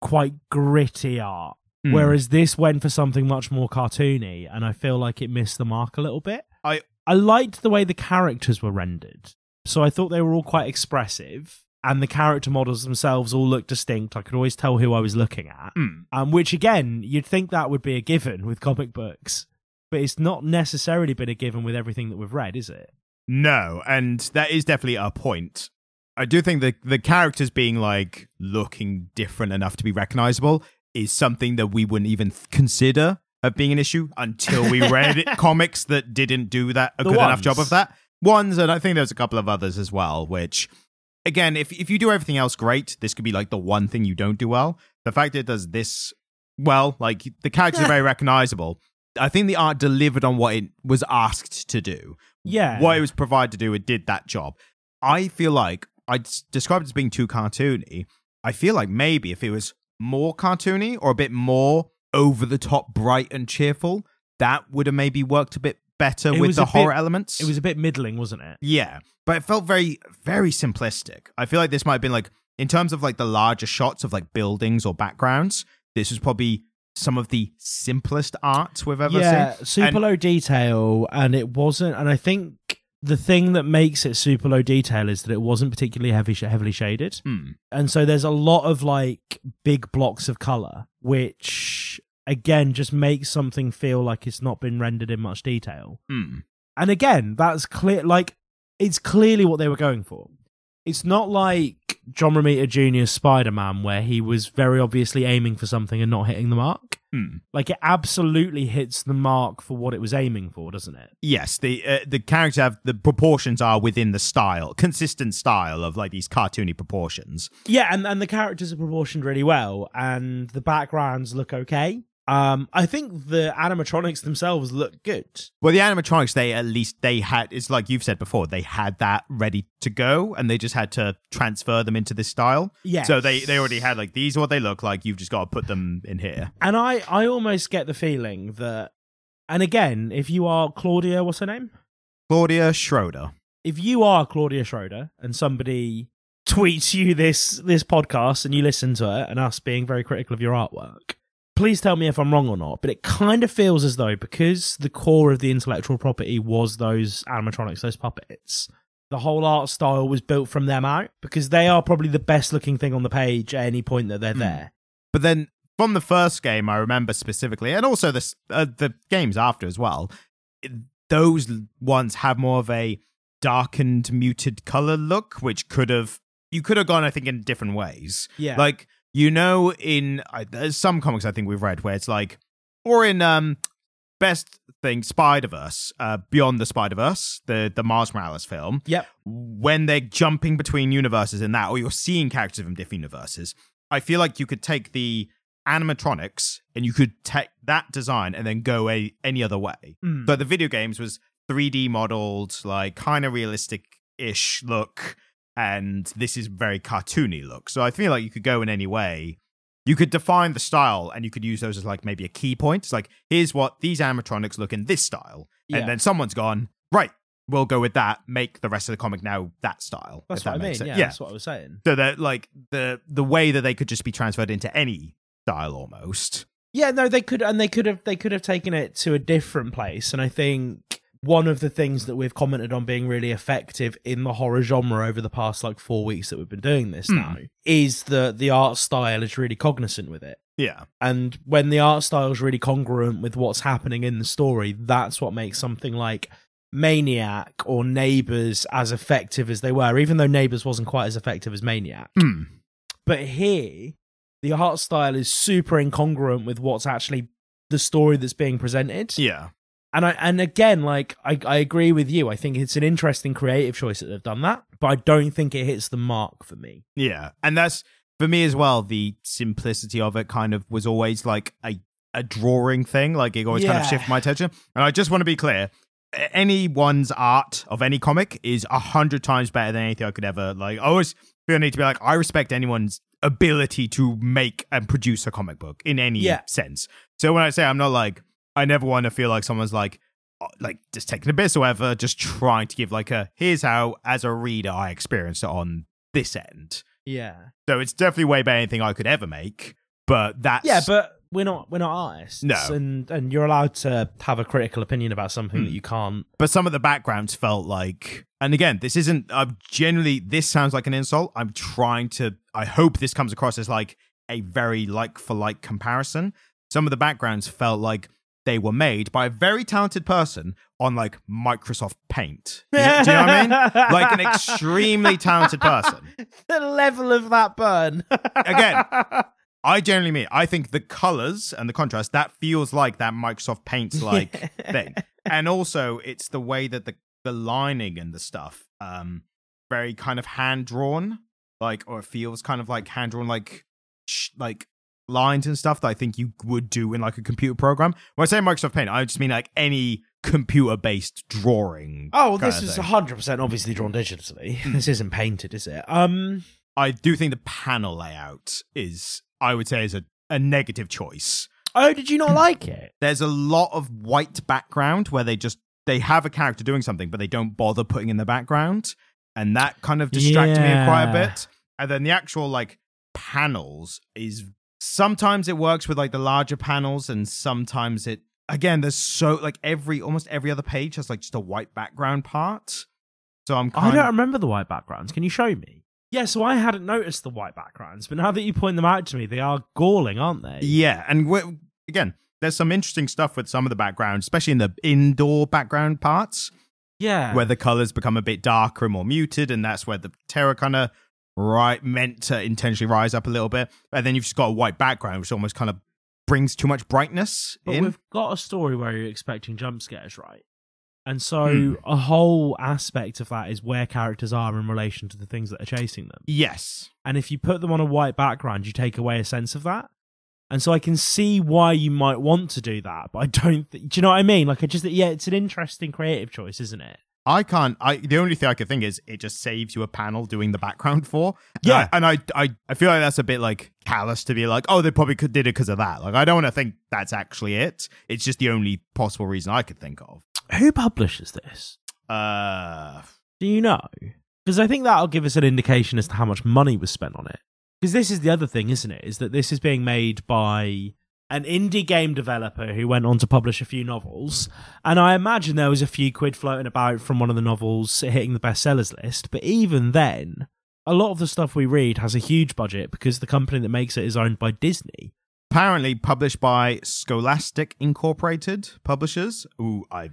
Speaker 2: quite gritty art.
Speaker 1: Hmm.
Speaker 2: Whereas this went for something much more cartoony, and I feel like it missed the mark a little bit.
Speaker 1: I-
Speaker 2: I liked the way the characters were rendered, so I thought they were all quite expressive, and the character models themselves all looked distinct. I could always tell who I was looking at.
Speaker 1: Hmm.
Speaker 2: um, which again you'd think that would be a given with comic books but it's not necessarily been a given with everything that we've read is it
Speaker 1: No, and that is definitely a point. I do think the the characters being like looking different enough to be recognizable is something that we wouldn't even th- consider of being an issue until we read it, comics that didn't do that a
Speaker 2: The
Speaker 1: good enough
Speaker 2: ones.
Speaker 1: job of that. Ones, and I think there's a couple of others as well. Which, again, if if you do everything else great, this could be like the one thing you don't do well. The fact that it does this well, like the characters are very recognizable. I think the art delivered on what it was asked to do
Speaker 2: yeah
Speaker 1: what it was provided to do, it did that job. I feel like I s- described it as being too cartoony. I feel like maybe if it was more cartoony or a bit more over the top, bright and cheerful, that would have maybe worked a bit better
Speaker 2: It
Speaker 1: with
Speaker 2: was
Speaker 1: the
Speaker 2: a bit-
Speaker 1: horror elements.
Speaker 2: it was a bit middling wasn't it
Speaker 1: yeah, but it felt very, very simplistic. I feel like this might have been like in terms of like the larger shots of like buildings or backgrounds, this is probably some of the simplest art we've ever
Speaker 2: yeah,
Speaker 1: seen.
Speaker 2: super
Speaker 1: And-
Speaker 2: low detail, and it wasn't. And I think the thing that makes it super low detail is that it wasn't particularly heavy, heavily shaded,
Speaker 1: Hmm.
Speaker 2: and so there's a lot of like big blocks of color, which again just makes something feel like it's not been rendered in much detail.
Speaker 1: Hmm.
Speaker 2: And again, that's clear. Like, it's clearly what they were going for. It's not like John Romita Jr.'s Spider Man, where he was very obviously aiming for something and not hitting the mark.
Speaker 1: Hmm.
Speaker 2: Like, it absolutely hits the mark for what it was aiming for, doesn't it?
Speaker 1: Yes, the uh, the characters have the proportions are within the style, consistent style of like these cartoony proportions.
Speaker 2: Yeah, and, and the characters are proportioned really well, and the backgrounds look okay. Um, I think the animatronics themselves look good.
Speaker 1: Well, the animatronics, they at least they had. It's like you've said before, they had that ready to go, and they just had to transfer them into this style.
Speaker 2: Yeah.
Speaker 1: So they they already had like these are what they look like. You've just got to put them in here.
Speaker 2: And I, I almost get the feeling that, and again, if you are Claudia, what's her name?
Speaker 1: Claudia Schroeder.
Speaker 2: if you are Claudia Schroeder and somebody tweets you this this podcast and you listen to it and us being very critical of your artwork, please tell me if I'm wrong or not. But it kind of feels as though because the core of the intellectual property was those animatronics, those puppets, the whole art style was built from them out because they are probably the best looking thing on the page at any point that they're
Speaker 1: Hmm.
Speaker 2: there.
Speaker 1: But then from the first game, I remember specifically, and also this uh, the games after as well. it- Those l- ones have more of a darkened, muted color look, which could have you could have gone, I think, in different ways.
Speaker 2: Yeah.
Speaker 1: Like you know, in I there's some comics I think we've read where it's like, or in um, best thing Spider Verse, uh, Beyond the Spider Verse, the the Mars Morales film.
Speaker 2: Yep.
Speaker 1: When they're jumping between universes in that, or you're seeing characters from different universes, I feel like you could take the animatronics and you could take that design and then go a, any other way.
Speaker 2: Mm.
Speaker 1: But the video games was 3D modeled, like kind of realistic ish look, and this is very cartoony look. So I feel like you could go in any way. You could define the style and you could use those as like maybe a key point. It's like, here's what these animatronics look in this style.
Speaker 2: Yeah.
Speaker 1: And then someone's gone, right, we'll go with that, make the rest of the comic now that style.
Speaker 2: that's
Speaker 1: if that
Speaker 2: what I mean.
Speaker 1: makes
Speaker 2: Yeah,
Speaker 1: sense.
Speaker 2: that's what I was saying.
Speaker 1: So that like the the way that they could just be transferred into any style almost.
Speaker 2: Yeah, no, they could, and they could have, they could have taken it to a different place. And I think one of the things that we've commented on being really effective in the horror genre over the past like four weeks that we've been doing this
Speaker 1: Hmm.
Speaker 2: now is that the art style is really cognizant with it.
Speaker 1: Yeah.
Speaker 2: And when the art style is really congruent with what's happening in the story, that's what makes something like Maniac or Neighbours as effective as they were, even though Neighbours wasn't quite as effective as Maniac.
Speaker 1: Hmm.
Speaker 2: But here, the art style is super incongruent with what's actually the story that's being presented.
Speaker 1: Yeah.
Speaker 2: And I and again, like I, I agree with you. I think it's an interesting creative choice that they've done that, but I don't think it hits the mark for me.
Speaker 1: Yeah. And that's for me as well, the simplicity of it kind of was always like a, a drawing thing. Like it always kind of
Speaker 2: Yeah.
Speaker 1: shifted my attention. And I just want to be clear. a- Anyone's art of any comic is a hundred times better than anything I could ever like. I always feel the need to be like, I respect anyone's ability to make and produce a comic book in any
Speaker 2: Yeah.
Speaker 1: sense. So when I say I'm not like, I never want to feel like someone's like, uh, like just taking a piss or whatever, just trying to give like a here's how as a reader I experienced it on this end.
Speaker 2: Yeah.
Speaker 1: So it's definitely way better than anything I could ever make. But that's
Speaker 2: Yeah, but we're not we're not artists.
Speaker 1: No.
Speaker 2: And and you're allowed to have a critical opinion about something
Speaker 1: Hmm.
Speaker 2: that you can't
Speaker 1: but some of the backgrounds felt like and again, this isn't I'm generally this sounds like an insult. I'm trying to I hope this comes across as like a very like for like comparison. Some of the backgrounds felt like they were made by a very talented person on like Microsoft Paint. Do you, do you know what I mean? Like an extremely talented person.
Speaker 2: the level of that burn.
Speaker 1: Again, I generally mean I think the colors and the contrast that feels like that Microsoft Paint's like thing. And also, it's the way that the the lining and the stuff, um, very kind of hand drawn, like or it feels kind of like hand drawn, like sh- like lines and stuff that I think you would do in like a computer program. When I say Microsoft Paint, I just mean like any computer based drawing.
Speaker 2: Oh, well,
Speaker 1: kinda
Speaker 2: this is
Speaker 1: thing. Hmm.
Speaker 2: hundred percent obviously drawn digitally. this isn't painted, is it? Um,
Speaker 1: I do think the panel layout is, I would say, is a a negative choice.
Speaker 2: oh, did you
Speaker 1: Hmm.
Speaker 2: not like it?
Speaker 1: there's a lot of white background where they just they have a character doing something but they don't bother putting in the background and that kind of distracted me quite a
Speaker 2: Yeah.
Speaker 1: bit and then the actual like panels is sometimes it works with like the larger panels and sometimes it again there's so like every almost every other page has like just a white background part so i'm
Speaker 2: I
Speaker 1: kind
Speaker 2: don't
Speaker 1: of
Speaker 2: remember the white backgrounds. Can you show me? Yeah, so I hadn't noticed the white backgrounds, but now that you point them out to me, they are galling, aren't they?
Speaker 1: yeah and we again there's some interesting stuff with some of the background especially in the indoor background parts
Speaker 2: Yeah.
Speaker 1: where the colors become a bit darker and more muted, and that's where the terror kind of right meant to intentionally rise up a little bit. And then you've just got a white background, which almost kind of brings too much brightness
Speaker 2: But
Speaker 1: in.
Speaker 2: we've got a story where you're expecting jump scares, right? And so
Speaker 1: Hmm.
Speaker 2: a whole aspect of that is where characters are in relation to the things that are chasing them.
Speaker 1: yes,
Speaker 2: And if you put them on a white background, you take away a sense of that. And so I can see why you might want to do that, but I don't. Th- do you know what I mean? Like, I just yeah, it's an interesting creative choice, isn't it?
Speaker 1: I can't. I the only thing I could think is it just saves you a panel doing the background for.
Speaker 2: Yeah.
Speaker 1: and I, I, I feel like that's a bit like callous to be like, oh, they probably could did it because of that. Like, I don't want to think that's actually it. It's just the only possible reason I could think of.
Speaker 2: Who publishes this?
Speaker 1: Uh,
Speaker 2: Do you know? Because I think that'll give us an indication as to how much money was spent on it. Because this is the other thing, isn't it? Is that this is being made by an indie game developer who went on to publish a few novels. And I imagine there was a few quid floating about from one of the novels hitting the bestsellers list. But even then, a lot of the stuff we read has a huge budget because the company that makes it is owned by Disney.
Speaker 1: apparently published by Scholastic Incorporated Publishers. Ooh, I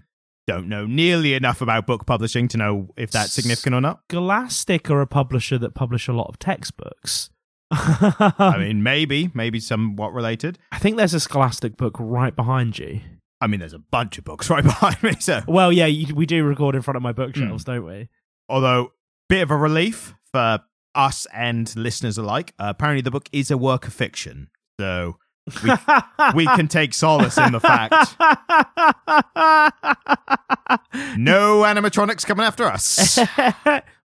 Speaker 1: don't know nearly enough about book publishing to know if that's significant or not.
Speaker 2: Scholastic are a publisher that publish a lot of textbooks.
Speaker 1: I mean, maybe, maybe somewhat related.
Speaker 2: I think there's a Scholastic book right behind you.
Speaker 1: I mean, there's a bunch of books right behind me. So,
Speaker 2: Well, yeah, you, we do record in front of my bookshelves,
Speaker 1: Hmm.
Speaker 2: don't we?
Speaker 1: although, bit of a relief for us and listeners alike. Uh, apparently, the book is a work of fiction. So, We- we can take solace in the fact no animatronics coming after us.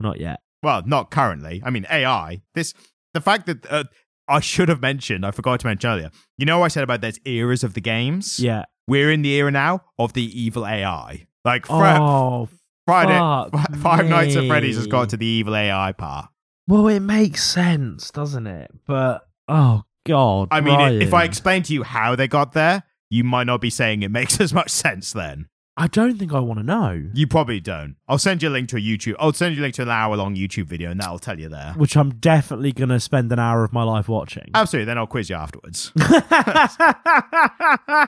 Speaker 2: Not yet.
Speaker 1: Well, not currently. I mean, AI. This the fact that uh, I should have mentioned. I forgot to mention earlier. You know, I said about there's eras of the games.
Speaker 2: Yeah.
Speaker 1: we're in the era now of the evil AI. Like Fre-
Speaker 2: Oh,
Speaker 1: Friday,
Speaker 2: fuck
Speaker 1: F- Five Nights at
Speaker 2: me.
Speaker 1: Freddy's has got to the evil AI part.
Speaker 2: well, it makes sense, doesn't it? But oh god,
Speaker 1: I mean, i- if I
Speaker 2: Ryan.
Speaker 1: explain to you how they got there, you might not be saying it makes as much sense. Then
Speaker 2: I don't think I want to know,
Speaker 1: you probably don't. I'll send you a link to a YouTube. I'll send you a link to an hour long YouTube video, and that'll tell you there.
Speaker 2: which I'm definitely gonna spend an hour of my life watching.
Speaker 1: Absolutely. Then I'll quiz you afterwards. Did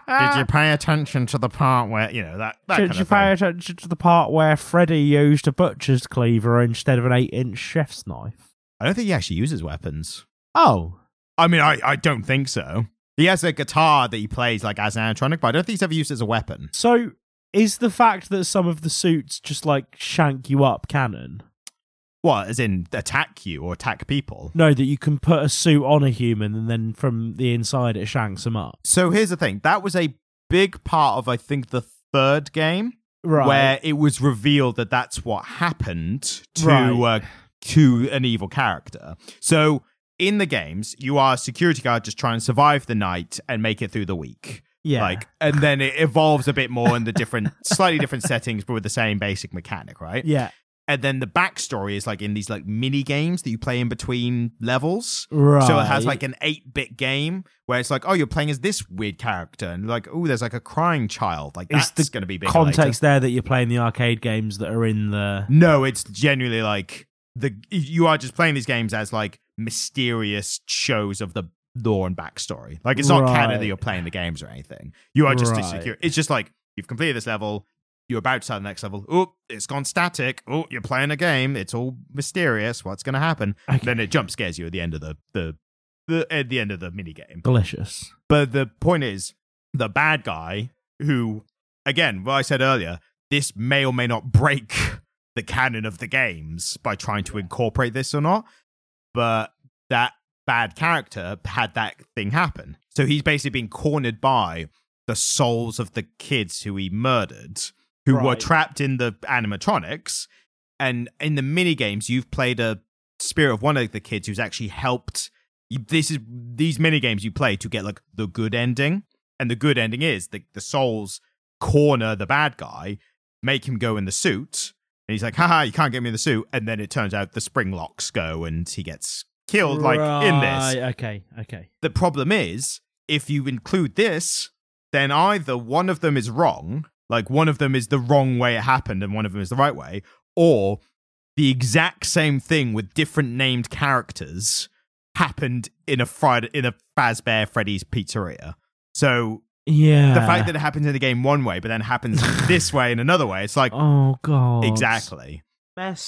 Speaker 2: Did
Speaker 1: you pay attention to the part where you know that? that
Speaker 2: Did
Speaker 1: kind
Speaker 2: you
Speaker 1: of thing.
Speaker 2: pay attention to the part where Freddy used a butcher's cleaver instead of an eight-inch chef's knife?
Speaker 1: I don't think he actually uses weapons.
Speaker 2: Oh,
Speaker 1: I mean, I, I don't think so. He has a guitar that he plays like as an animatronic, but I don't think he's ever used it as a weapon.
Speaker 2: So is the fact that some of the suits just like shank you up canon?
Speaker 1: What, as in attack you or attack people?
Speaker 2: No, that you can put a suit on a human and then from the inside it shanks them up.
Speaker 1: So here's the thing that was a big part of, I think, the third game
Speaker 2: Right.
Speaker 1: where it was revealed that that's what happened to
Speaker 2: Right.
Speaker 1: uh, to an evil character. So in the games, you are a security guard just trying to survive the night and make it through the week.
Speaker 2: yeah.
Speaker 1: Like, and then it evolves a bit more in the different, slightly different settings, but with the same basic mechanic, right?
Speaker 2: yeah.
Speaker 1: And then the backstory is like in these like mini games that you play in between levels.
Speaker 2: Right.
Speaker 1: So it has like an eight bit game where it's like, oh, you're playing as this weird character, and like, oh, there's like a crying child. Like
Speaker 2: Is
Speaker 1: that's
Speaker 2: the
Speaker 1: going to be big
Speaker 2: context there that you're playing the arcade games that are in the
Speaker 1: No, it's genuinely like the you are just playing these games as like mysterious shows of the lore and backstory. Like it's not canon
Speaker 2: Right.
Speaker 1: that you're playing the games or anything. You are just a
Speaker 2: Right.
Speaker 1: secure. It's just like you've completed this level. You're about to start the next level. Oh, it's gone static. Oh, you're playing a game. It's all mysterious. What's going to happen?
Speaker 2: Okay.
Speaker 1: Then it jump scares you at the end of the the, the at the end of the mini game.
Speaker 2: delicious.
Speaker 1: But the point is, the bad guy, who, again, what I said earlier, this may or may not break the canon of the games by trying to incorporate this or not. But that bad character had that thing happen. So he's basically been cornered by the souls of the kids who he murdered, who were
Speaker 2: Right.
Speaker 1: trapped in the animatronics. And in the mini games, you've played a spirit of one of the kids who's actually helped you, this is these mini games you play to get like the good ending and the good ending is the, the souls corner the bad guy make him go in the suit and he's like haha you can't get me in the suit and then it turns out the spring locks go and he gets killed like in this.
Speaker 2: Right, Okay, okay.
Speaker 1: The problem is, if you include this, then either one of them is wrong, like one of them is the wrong way it happened and one of them is the right way, or the exact same thing with different named characters happened in a Friday in a Fazbear Freddy's pizzeria. So
Speaker 2: Yeah.
Speaker 1: the fact that it happens in the game one way, but then happens this way in another way, it's like
Speaker 2: Oh god.
Speaker 1: exactly.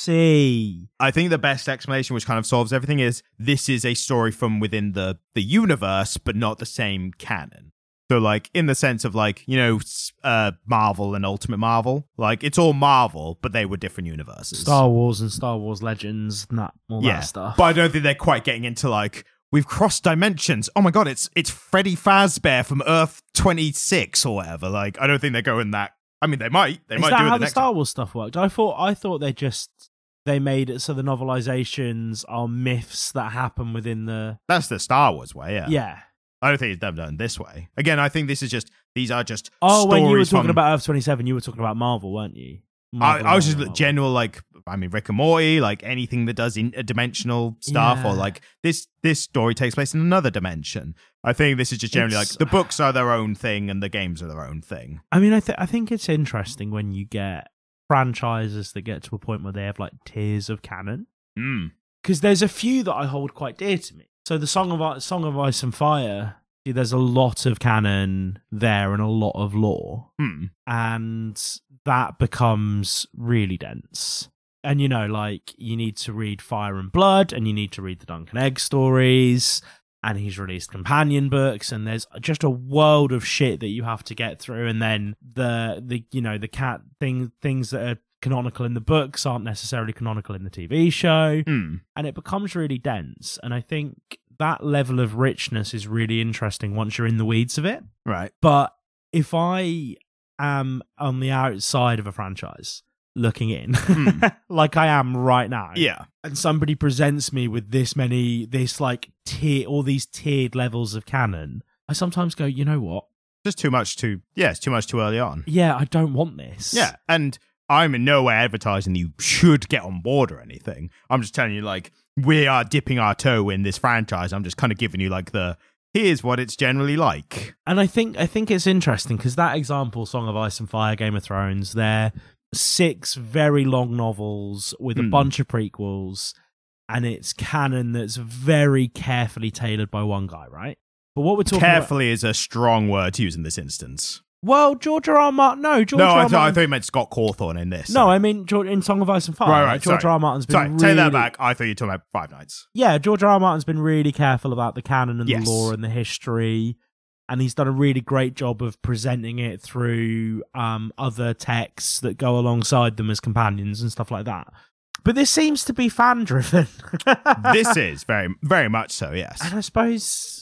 Speaker 2: Messy.
Speaker 1: I think the best explanation, which kind of solves everything, is this is a story from within the the universe, but not the same canon. So, like in the sense of like you know, s- uh, Marvel and Ultimate Marvel, like it's all Marvel, but they were different universes.
Speaker 2: Star Wars and Star Wars Legends and that all
Speaker 1: yeah,
Speaker 2: that stuff.
Speaker 1: but I don't think they're quite getting into like we've crossed dimensions. Oh my god, it's it's Freddy Fazbear from Earth twenty six or whatever. Like I don't think they're going that. I mean, they might. They
Speaker 2: Is
Speaker 1: might
Speaker 2: that
Speaker 1: do it
Speaker 2: how
Speaker 1: the
Speaker 2: the,
Speaker 1: next.
Speaker 2: Star Wars stuff worked? I thought I thought they just they made it so the novelizations are myths that happen within the
Speaker 1: That's the Star Wars way.
Speaker 2: yeah.
Speaker 1: I don't think it's done done this way. Again, I think this is just these are just
Speaker 2: Oh,
Speaker 1: stories
Speaker 2: when you were talking
Speaker 1: from-
Speaker 2: about Earth twenty seven, you were talking about Marvel, weren't you?
Speaker 1: I,
Speaker 2: Marvel,
Speaker 1: I was just
Speaker 2: Marvel, Marvel.
Speaker 1: general like I mean Rick and Morty, like anything that does interdimensional stuff, or
Speaker 2: Yeah.
Speaker 1: like this this story takes place in another dimension. I think this is just generally
Speaker 2: It's-
Speaker 1: like the books are their own thing and the games are their own thing.
Speaker 2: I mean, I th- I think it's interesting when you get franchises that get to a point where they have like tiers of canon
Speaker 1: Mm.
Speaker 2: because there's a few that I hold quite dear to me. So the Song of I- Song of Ice and Fire, see, there's a lot of canon there and a lot of lore.
Speaker 1: Hmm.
Speaker 2: and that becomes really dense. And you know, like you need to read Fire and Blood, and you need to read the Duncan Egg stories, and he's released companion books, and there's just a world of shit that you have to get through. And then the the you know the cat thing things that are canonical in the books aren't necessarily canonical in the TV show
Speaker 1: Hmm.
Speaker 2: and it becomes really dense and i think that level of richness is really interesting once you're in the weeds of it
Speaker 1: Right.
Speaker 2: but if I am on the outside of a franchise looking in,
Speaker 1: Hmm.
Speaker 2: like I am right now,
Speaker 1: Yeah.
Speaker 2: and somebody presents me with this many, this like tier, all these tiered levels of canon, I sometimes go, you know what?
Speaker 1: Just too much too yeah, it's too much too early on.
Speaker 2: Yeah, I don't want this.
Speaker 1: Yeah. And I'm in no way advertising you should get on board or anything. I'm just telling you, like, we are dipping our toe in this franchise. I'm just kind of giving you, like, the here's what it's generally like.
Speaker 2: and I think I think it's interesting because that example, Song of Ice and Fire, Game of Thrones, they're six very long novels with a
Speaker 1: Hmm.
Speaker 2: bunch of prequels, and it's canon that's very carefully tailored by one guy, right? But what we're talking about,
Speaker 1: Carefully is a strong word to use in this instance.
Speaker 2: well, George R. R. Martin, no, George
Speaker 1: no,
Speaker 2: R.
Speaker 1: I,
Speaker 2: R.
Speaker 1: th- I
Speaker 2: Martin,
Speaker 1: thought you meant Scott Cawthorne in this.
Speaker 2: no, I mean George, in Song of Ice and Fire,
Speaker 1: Right, right,
Speaker 2: George
Speaker 1: sorry.
Speaker 2: R. R. Martin's been
Speaker 1: sorry,
Speaker 2: really,
Speaker 1: take that back. I thought you were talking about Five Nights.
Speaker 2: yeah, George R. R. Martin's been really careful about the canon and
Speaker 1: Yes.
Speaker 2: the lore and the history, and he's done a really great job of presenting it through um, other texts that go alongside them as companions and stuff like that. But this seems to be fan driven.
Speaker 1: this is very, very much so. Yes.
Speaker 2: and I suppose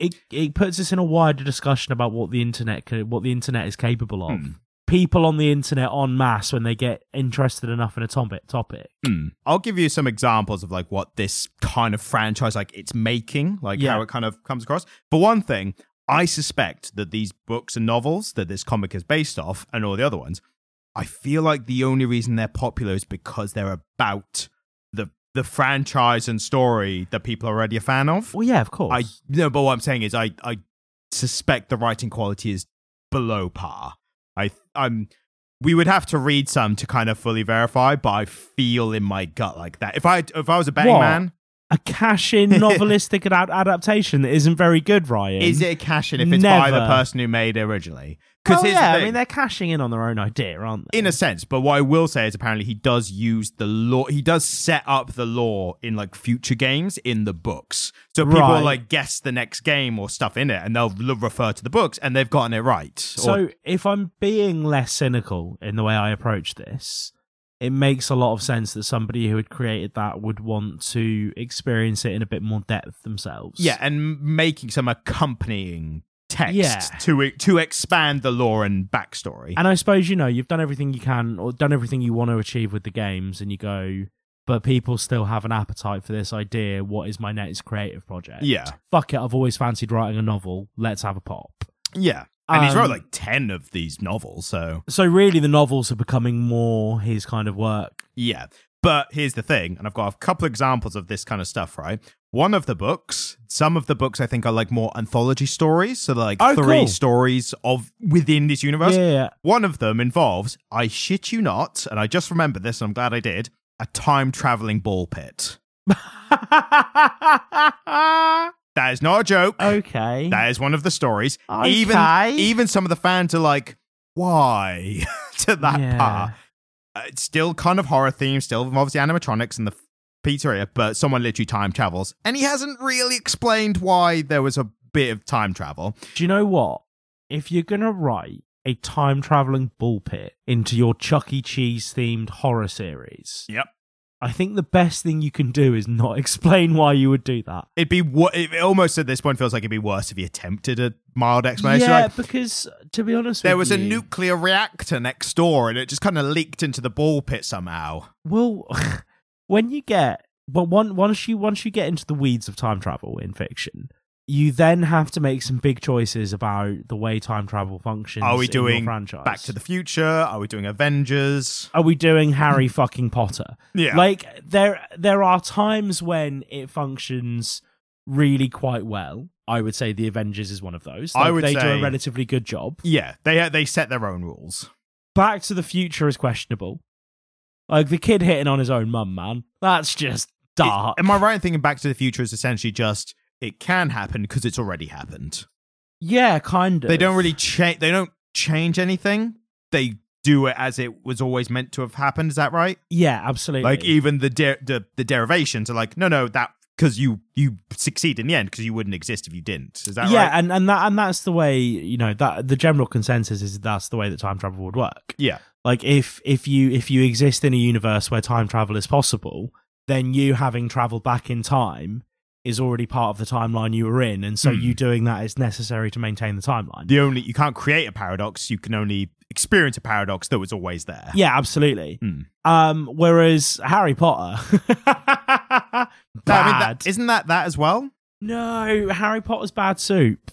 Speaker 2: it it puts us in a wider discussion about what the internet ca- what the internet is capable of.
Speaker 1: Hmm.
Speaker 2: People on the internet en masse when they get interested enough in a topic topic.
Speaker 1: Hmm. I'll give you some examples of like what this kind of franchise, like it's making, like
Speaker 2: Yeah.
Speaker 1: how it kind of comes across. For one thing, I suspect that these books and novels that this comic is based off, and all the other ones, I feel like the only reason they're popular is because they're about the the franchise and story that people are already a fan of.
Speaker 2: Well, yeah, of course.
Speaker 1: I no, but what I'm saying is, I I suspect the writing quality is below par. I I'm we would have to read some to kind of fully verify, but I feel in my gut like that. If I if I was a betting
Speaker 2: What?
Speaker 1: man,
Speaker 2: a cash-in novelistic ad- adaptation that isn't very good, Ryan.
Speaker 1: is it a cash in if it's by the
Speaker 2: Never.
Speaker 1: person who made it originally?
Speaker 2: Because
Speaker 1: here's the
Speaker 2: yeah, I
Speaker 1: thing.
Speaker 2: mean they're cashing in on their own idea, aren't they?
Speaker 1: in a sense. But what I will say is apparently he does use the law. He does set up the law in like future games in the books. So people
Speaker 2: Right.
Speaker 1: like guess the next game or stuff in it, and they'll l- refer to the books, and they've gotten it right.
Speaker 2: so
Speaker 1: or,
Speaker 2: if I'm being less cynical in the way I approach this, it makes a lot of sense that somebody who had created that would want to experience it in a bit more depth themselves.
Speaker 1: yeah, and making some accompanying text
Speaker 2: Yeah.
Speaker 1: to e, to expand the lore and backstory.
Speaker 2: And I suppose you know you've done everything you can or done everything you want to achieve with the games, and you go, but people still have an appetite for this idea. What is my next creative project?
Speaker 1: Yeah.
Speaker 2: fuck it. I've always fancied writing a novel. Let's have a pop.
Speaker 1: yeah, and he's wrote
Speaker 2: Um,
Speaker 1: like ten of these novels, so
Speaker 2: So really, the novels are becoming more his kind of work.
Speaker 1: Yeah. But here's the thing, and I've got a couple examples of this kind of stuff, right? One of the books, some of the books I think are like more anthology stories, so they're like
Speaker 2: Oh,
Speaker 1: three
Speaker 2: cool.
Speaker 1: stories of within this universe.
Speaker 2: yeah.
Speaker 1: One of them involves, I shit you not, and I just remembered this and I'm glad I did, a time traveling ball pit. That is not a joke.
Speaker 2: Oh, okay.
Speaker 1: That is one of the stories.
Speaker 2: Okay.
Speaker 1: Even even some of the fans are like, why to that
Speaker 2: Yeah.
Speaker 1: part? Uh, It's still kind of horror themed, still involves the animatronics and the f- pizzeria, but someone literally time travels, and he hasn't really explained why there was a bit of time travel.
Speaker 2: Do you know what? If you're going to write a time traveling bullpit into your Chuck E. Cheese themed horror series,
Speaker 1: Yep.
Speaker 2: I think the best thing you can do is not explain why you would do that.
Speaker 1: It'd be wo- it it almost at this point feels like it'd be worse if he attempted a mild explanation.
Speaker 2: yeah,
Speaker 1: Like,
Speaker 2: because to be honest,
Speaker 1: there
Speaker 2: with
Speaker 1: was a
Speaker 2: you-
Speaker 1: nuclear reactor next door, and it just kind of leaked into the ball pit somehow.
Speaker 2: Well, when you get but one, once you once you get into the weeds of time travel in fiction, you then have to make some big choices about the way time travel functions.
Speaker 1: Are we
Speaker 2: in your
Speaker 1: doing
Speaker 2: franchise?
Speaker 1: Back to the Future. Are we doing Avengers?
Speaker 2: Are we doing Harry fucking Potter?
Speaker 1: Yeah.
Speaker 2: Like there there are times when it functions really quite well. I would say the Avengers is one of those.
Speaker 1: I
Speaker 2: Like,
Speaker 1: would
Speaker 2: they do a
Speaker 1: say-
Speaker 2: relatively good job.
Speaker 1: Yeah, they uh, they set their own rules.
Speaker 2: Back to the Future is questionable. Like the kid hitting on his own mum, man. That's just dark.
Speaker 1: Am I right in thinking Back to the Future is essentially just it can happen because it's already happened.
Speaker 2: yeah, kind of.
Speaker 1: They don't really change. They don't change anything. They do it as it was always meant to have happened. Is that right?
Speaker 2: Yeah, absolutely.
Speaker 1: Like even the de- the, the derivations are like no no that because you you succeed in the end because you wouldn't exist if you didn't. Is that
Speaker 2: yeah,
Speaker 1: right?
Speaker 2: and and that and that's the way you know that the general consensus is that's the way that time travel would work.
Speaker 1: Yeah.
Speaker 2: like if if you if you exist in a universe where time travel is possible, then you having traveled back in time is already part of the timeline you were in, and so
Speaker 1: Hmm.
Speaker 2: you doing that is necessary to maintain the timeline.
Speaker 1: The only you can't create a paradox. You can only experience a paradox that was always there.
Speaker 2: Yeah, absolutely.
Speaker 1: Hmm.
Speaker 2: Um, whereas Harry Potter, bad.
Speaker 1: I mean, that, isn't that that as well?
Speaker 2: no, Harry Potter's bad soup.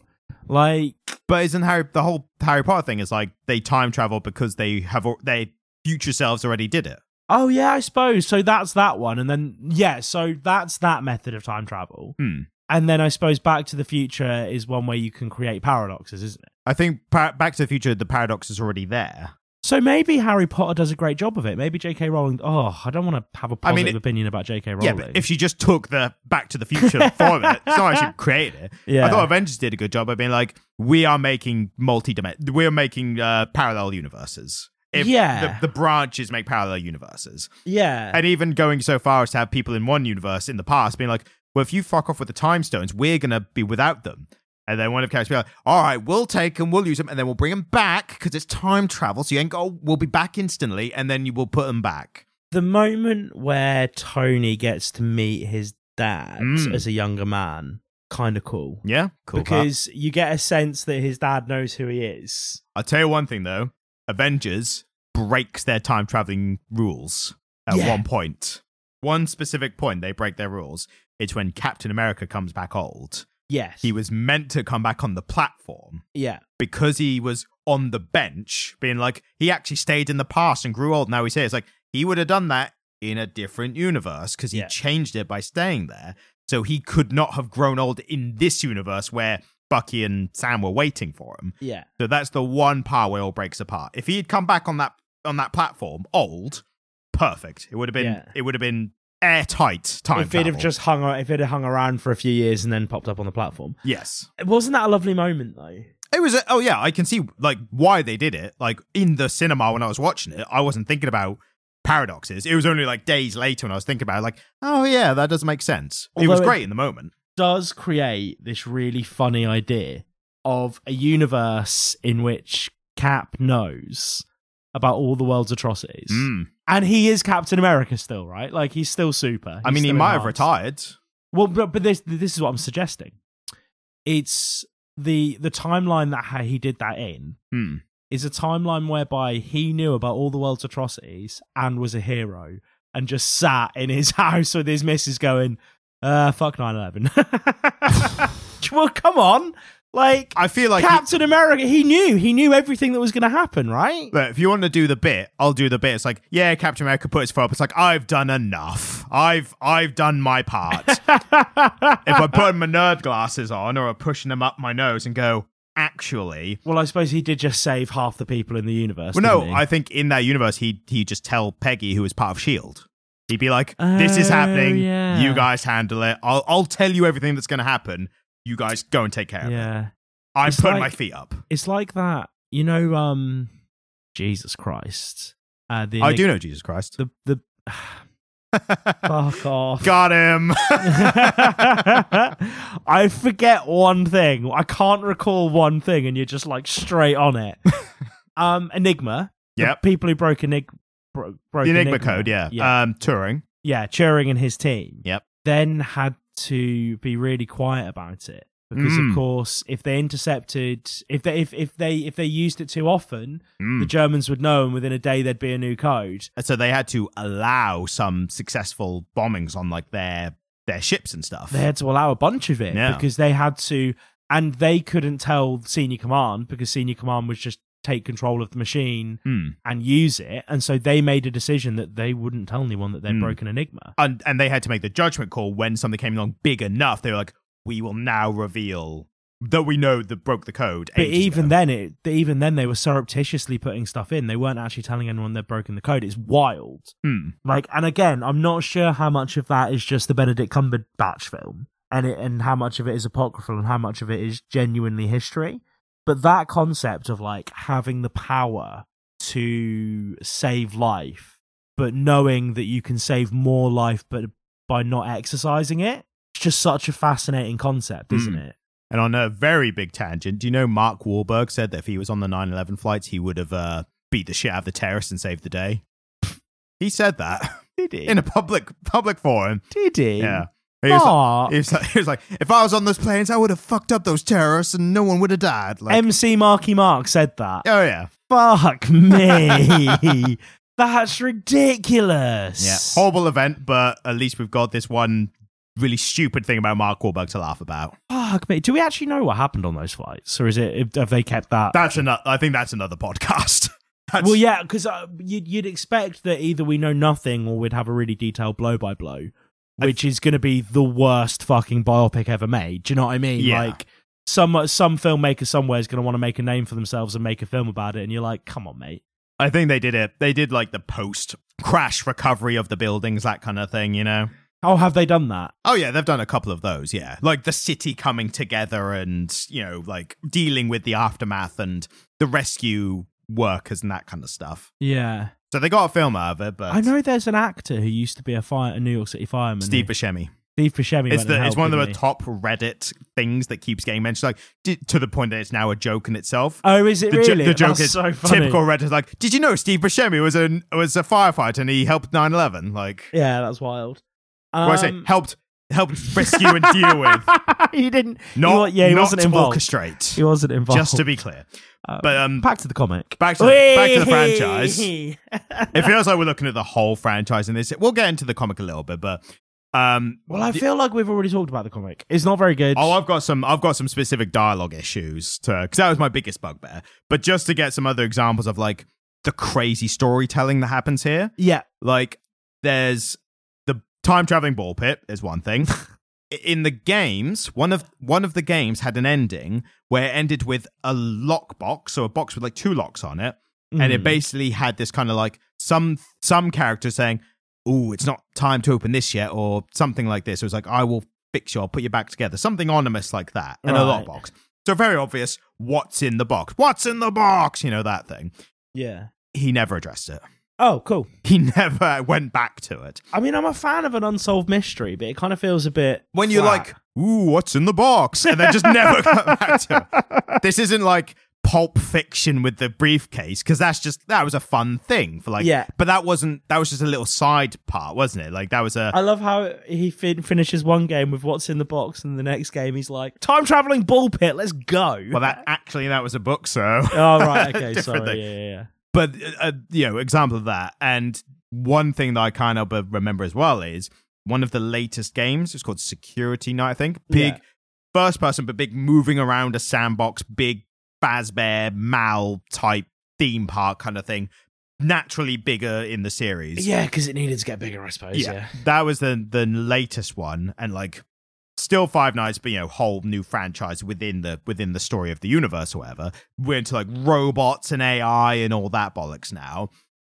Speaker 2: Like,
Speaker 1: But isn't Harry the whole Harry Potter thing is like they time travel because they have al- their future selves already did it.
Speaker 2: Oh yeah, I suppose. So that's that one, and then yeah, so that's that method of time travel.
Speaker 1: Hmm.
Speaker 2: And then I suppose Back to the Future is one where you can create paradoxes, isn't it?
Speaker 1: I think par- Back to the Future, the paradox is already there.
Speaker 2: So maybe Harry Potter does a great job of it. Maybe J.K. Rowling. Oh, I don't want to have a
Speaker 1: I mean,
Speaker 2: positive
Speaker 1: it-
Speaker 2: opinion about J.K. Rowling.
Speaker 1: Yeah, but if she just took the Back to the Future for it, it's not actually created it.
Speaker 2: yeah,
Speaker 1: I thought Avengers did a good job of being like, we are making multi we're making uh, parallel universes.
Speaker 2: Yeah.
Speaker 1: the, the branches make parallel universes,
Speaker 2: yeah,
Speaker 1: and even going so far as to have people in one universe in the past being like, well, if you fuck off with the time stones, we're gonna be without them. And then one of the characters be like, all right, we'll take them, we'll use them, and then we'll bring them back because it's time travel. So you ain't got, we'll be back instantly, and then you will put them back.
Speaker 2: the moment where Tony gets to meet his dad
Speaker 1: Mm.
Speaker 2: as a younger man, kind of cool.
Speaker 1: Yeah, cool. pal.
Speaker 2: because you get a sense that his dad knows who he is.
Speaker 1: I'll tell you one thing though: Avengers breaks their time traveling rules at
Speaker 2: Yeah.
Speaker 1: one point. One specific point they break their rules. It's when Captain America comes back old.
Speaker 2: Yes.
Speaker 1: He was meant to come back on the platform
Speaker 2: Yeah.
Speaker 1: because he was on the bench, being like he actually stayed in the past and grew old. Now he's here. It's like he would have done that in a different universe because he
Speaker 2: Yeah.
Speaker 1: changed it by staying there. So he could not have grown old in this universe where Bucky and Sam were waiting for him.
Speaker 2: Yeah.
Speaker 1: So that's the one part where it all breaks apart. If he had come back on that on that platform old, perfect. It would have been
Speaker 2: Yeah.
Speaker 1: it would have been airtight time
Speaker 2: if it
Speaker 1: travel.
Speaker 2: have just hung ar- if it had hung around for a few years and then popped up on the platform.
Speaker 1: yes.
Speaker 2: Wasn't that a lovely moment though?
Speaker 1: It was a, oh yeah, I can see like why they did it. Like in the cinema when I was watching it, I wasn't thinking about paradoxes. It was only like days later when I was thinking about it, like, oh yeah, that does make sense. it was
Speaker 2: Although it-
Speaker 1: great in the moment.
Speaker 2: Does create this really funny idea of a universe in which Cap knows about all the world's atrocities.
Speaker 1: Mm.
Speaker 2: And he is Captain America still, right? Like he's still super.
Speaker 1: I
Speaker 2: He's
Speaker 1: mean, he
Speaker 2: still
Speaker 1: might have
Speaker 2: enhanced.
Speaker 1: retired.
Speaker 2: Well, but, but this this is what I'm suggesting. It's the the timeline that how he did that in
Speaker 1: Hmm.
Speaker 2: is a timeline whereby he knew about all the world's atrocities and was a hero and just sat in his house with his missus going, uh, fuck 9 11. well, come on. Like,
Speaker 1: I feel like
Speaker 2: Captain America, he knew. He knew everything that was going to happen, right?
Speaker 1: Look, if you want to do the bit, I'll do the bit. It's like, yeah, Captain America put his foot up. It's like, I've done enough. I've I've done my part. if I'm putting my nerd glasses on or I'm pushing them up my nose and go, actually.
Speaker 2: Well, I suppose he did just save half the people in the universe.
Speaker 1: Well, no,
Speaker 2: didn't he?
Speaker 1: I think in that universe, he he just tell Peggy, who was part of Shield. E He'd be like, this is
Speaker 2: Oh,
Speaker 1: happening.
Speaker 2: yeah.
Speaker 1: You guys handle it. I'll I'll tell you everything that's going to happen. You guys go and take care of it.
Speaker 2: Yeah.
Speaker 1: I'm
Speaker 2: It's
Speaker 1: putting my
Speaker 2: like-
Speaker 1: feet up.
Speaker 2: It's like that. You know, um, Jesus Christ. Uh, the
Speaker 1: I do know Jesus Christ.
Speaker 2: The, the, fuck off.
Speaker 1: Got him.
Speaker 2: I forget one thing. I can't recall one thing, and you're just like straight on it. um, Enigma. The
Speaker 1: Yep.
Speaker 2: people who broke Enigma. Bro- broke
Speaker 1: the Enigma, code, yeah.
Speaker 2: Yeah.
Speaker 1: Um, Turing.
Speaker 2: yeah. Turing and his team.
Speaker 1: Yep.
Speaker 2: Then had to be really quiet about it because,
Speaker 1: Mm.
Speaker 2: of course, if they intercepted, if they if if they if they used it too often,
Speaker 1: Mm.
Speaker 2: the Germans would know, and within a day there'd be a new code.
Speaker 1: so they had to allow some successful bombings on like their their ships and stuff.
Speaker 2: They had to allow a bunch of it
Speaker 1: Yeah.
Speaker 2: because they had to, and they couldn't tell senior command because senior command was just take control of the machine
Speaker 1: Hmm.
Speaker 2: and use it, and so they made a decision that they wouldn't tell anyone that they'd
Speaker 1: Hmm.
Speaker 2: broken Enigma.
Speaker 1: And and they had to make the judgment call when something came along big enough. They were like, "We will now reveal that we know that broke the code."
Speaker 2: But
Speaker 1: ages
Speaker 2: even
Speaker 1: ago."
Speaker 2: then, it even then they were surreptitiously putting stuff in. They weren't actually telling anyone they'd broken the code. It's wild.
Speaker 1: Hmm.
Speaker 2: Like, and again, I'm not sure how much of that is just the Benedict Cumberbatch film, and it, and how much of it is apocryphal, and how much of it is genuinely history. But that concept of like having the power to save life, but knowing that you can save more life, but by not exercising it, it's just such a fascinating concept, isn't
Speaker 1: Mm.
Speaker 2: it?
Speaker 1: And on a very big tangent, do you know Mark Wahlberg said that if he was on the 9/11 flights, he would have uh, beat the shit out of the terrorists and saved the day. He said that
Speaker 2: Did he?
Speaker 1: in a public public forum.
Speaker 2: Did he?
Speaker 1: Yeah. He was, like,
Speaker 2: Aw,
Speaker 1: he, was like, he was like, if I was on those planes, I would have fucked up those terrorists and no one would have died. Like,
Speaker 2: MC Marky Mark said that.
Speaker 1: oh yeah.
Speaker 2: Fuck me. That's ridiculous.
Speaker 1: Yeah, Oh. horrible event, but at least we've got this one really stupid thing about Mark Wahlberg to laugh about.
Speaker 2: Fuck me. Do we actually know what happened on those flights, or is it have they kept that?
Speaker 1: That's another. I think that's another podcast. That's,
Speaker 2: well, yeah, because uh, you'd, you'd expect that either we know nothing or we'd have a really detailed blow by blow, which is going to be the worst fucking biopic ever made. Do you know what I mean?
Speaker 1: Yeah.
Speaker 2: Like some some filmmaker somewhere is going to want to make a name for themselves and make a film about it, and you're like, come on, mate.
Speaker 1: I think they did it. They did like the post crash recovery of the buildings, that kind of thing. You know.
Speaker 2: How have they done that?
Speaker 1: Oh yeah, they've done a couple of those. Yeah, like the city coming together and you know, like dealing with the aftermath and the rescue workers and that kind of stuff.
Speaker 2: Yeah,
Speaker 1: So they got a film out of it, but
Speaker 2: I know there's an actor who used to be a fire, a New York City fireman.
Speaker 1: Steve
Speaker 2: who-
Speaker 1: Buscemi.
Speaker 2: Steve Buscemi.
Speaker 1: it's
Speaker 2: went and
Speaker 1: the, it's
Speaker 2: helped,
Speaker 1: one of
Speaker 2: didn't
Speaker 1: the
Speaker 2: he?
Speaker 1: top Reddit things that keeps getting mentioned, like di- to the point that it's now a joke in itself.
Speaker 2: Oh, is it
Speaker 1: the, jo-
Speaker 2: really?
Speaker 1: the joke
Speaker 2: That's
Speaker 1: is
Speaker 2: so funny.
Speaker 1: typical Reddit. Like, did you know Steve Buscemi was a was a firefighter and he helped 9-11? Like,
Speaker 2: Yeah, that's wild.
Speaker 1: well, I say
Speaker 2: Um,
Speaker 1: helped helped rescue and deal with,
Speaker 2: he didn't.
Speaker 1: not
Speaker 2: wa- yeah, he
Speaker 1: not
Speaker 2: wasn't involved.
Speaker 1: orchestrate.
Speaker 2: He wasn't involved.
Speaker 1: Just to be clear,
Speaker 2: Um,
Speaker 1: but um,
Speaker 2: back to the comic.
Speaker 1: back to the, back to the franchise. It feels like we're looking at the whole franchise in this. We'll get into the comic a little bit, but um,
Speaker 2: well, I feel like we've already talked about the comic. It's not very good.
Speaker 1: Oh, I've got some. I've got some specific dialogue issues to because that was my biggest bugbear. But just to get some other examples of like the crazy storytelling that happens here,
Speaker 2: yeah,
Speaker 1: like there's the time traveling ball pit is one thing. In the games, one of one of the games had an ending where it ended with a lockbox, so a box with like two locks on it, and it
Speaker 2: Mm.
Speaker 1: basically had this kind of like some some character saying, "Oh, it's not time to open this yet," or something like this. It was like, "I will fix you. I'll put you back together." Something ominous like that, and a
Speaker 2: Right.
Speaker 1: lockbox. So very obvious. What's in the box? What's in the box? You know that thing.
Speaker 2: yeah.
Speaker 1: He never addressed it.
Speaker 2: Oh, cool.
Speaker 1: He never went back to it.
Speaker 2: I mean, I'm a fan of an unsolved mystery, but it kind of feels a bit
Speaker 1: When you're
Speaker 2: flat.
Speaker 1: like, "Ooh, what's in the box?" and then just never come back to it. This isn't like pulp fiction with the briefcase because that's just that was a fun thing for like
Speaker 2: Yeah.
Speaker 1: but that wasn't that was just a little side part wasn't it like that was a
Speaker 2: I love how he fin- finishes one game with what's in the box, and the next game he's like, "Time traveling ball pit, let's go."
Speaker 1: Well, that actually that was a book, so.
Speaker 2: oh right, okay,
Speaker 1: Different
Speaker 2: sorry,
Speaker 1: thing.
Speaker 2: yeah, yeah, yeah.
Speaker 1: But uh, you know, example of that, and one thing that I uh, can't help but remember as well is one of the latest games. It's called Security Night, I think. Big,
Speaker 2: Yeah.
Speaker 1: first person, but big moving around a sandbox, big Fazbear Mal type theme park kind of thing. Naturally bigger in the series.
Speaker 2: Yeah, because it needed to get bigger, I suppose. Yeah.
Speaker 1: That was the the latest one, and like still Five Nights, but you know, whole new franchise within the within the story of the universe or whatever. We're into like robots and AI and all that bollocks now.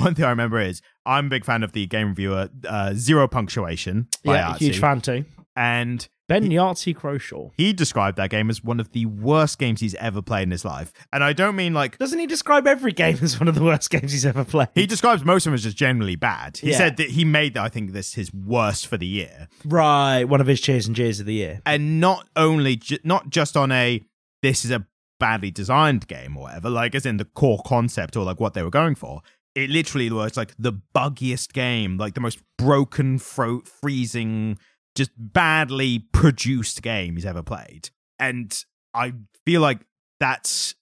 Speaker 1: One thing I remember is I'm a big fan of the game reviewer uh, Zero Punctuation by
Speaker 2: Yeah, huge
Speaker 1: Artsy,
Speaker 2: fan too.
Speaker 1: and
Speaker 2: Ben Yahtzee Croshaw.
Speaker 1: he described that game as one of the worst games he's ever played in his life. And I don't mean like
Speaker 2: Doesn't he describe every game as one of the worst games he's ever played?
Speaker 1: he describes most of them as just generally bad. He
Speaker 2: Yeah.
Speaker 1: said that he made I think this his worst for the year.
Speaker 2: right, one of his cheers and jeers of the year.
Speaker 1: and not only ju- not just on a this is a badly designed game or whatever like as in the core concept or like what they were going for it literally was like the buggiest game like the most broken fro- freezing just badly produced game he's ever played and i feel like that's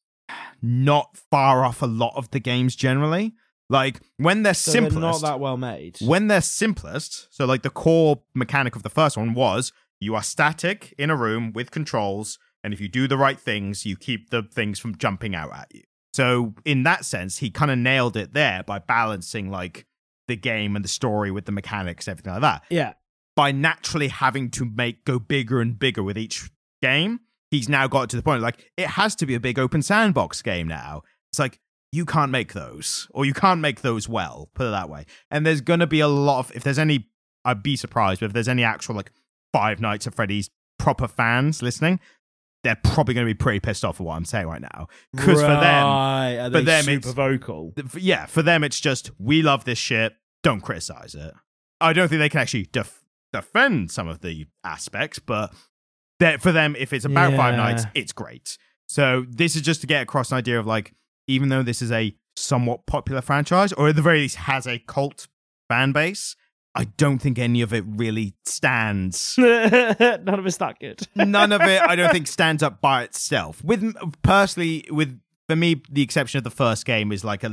Speaker 1: not far off a lot of the games generally like when they're
Speaker 2: So they're
Speaker 1: simplest
Speaker 2: not that well made.
Speaker 1: when they're simplest, so like the core mechanic of the first one was you are static in a room with controls, and if you do the right things, you keep the things from jumping out at you. So in that sense, he kind of nailed it there by balancing like the game and the story with the mechanics, everything like that.
Speaker 2: yeah,
Speaker 1: By naturally having to make go bigger and bigger with each game, he's now got to the point like it has to be a big open sandbox game now. It's like you can't make those, or you can't make those well, put it that way. And there's going to be a lot of, if there's any, I'd be surprised, but if there's any actual, like, Five Nights at Freddy's proper fans listening, they're probably going to be pretty pissed off at what I'm saying right now. Because for them,
Speaker 2: Right, are
Speaker 1: for
Speaker 2: they
Speaker 1: them
Speaker 2: super
Speaker 1: it's-
Speaker 2: vocal.
Speaker 1: th- f- yeah, for them, it's just, we love this shit, don't criticize it. I don't think they can actually def- defend some of the aspects, but that for them, if it's about Five
Speaker 2: Yeah.
Speaker 1: Nights, it's great. So this is just to get across an idea of like, even though this is a somewhat popular franchise, or at the very least has a cult fan base, I don't think any of it really stands.
Speaker 2: None of it's that good.
Speaker 1: None of it, I don't think, stands up by itself. With personally, with for me, the exception of the first game is like a,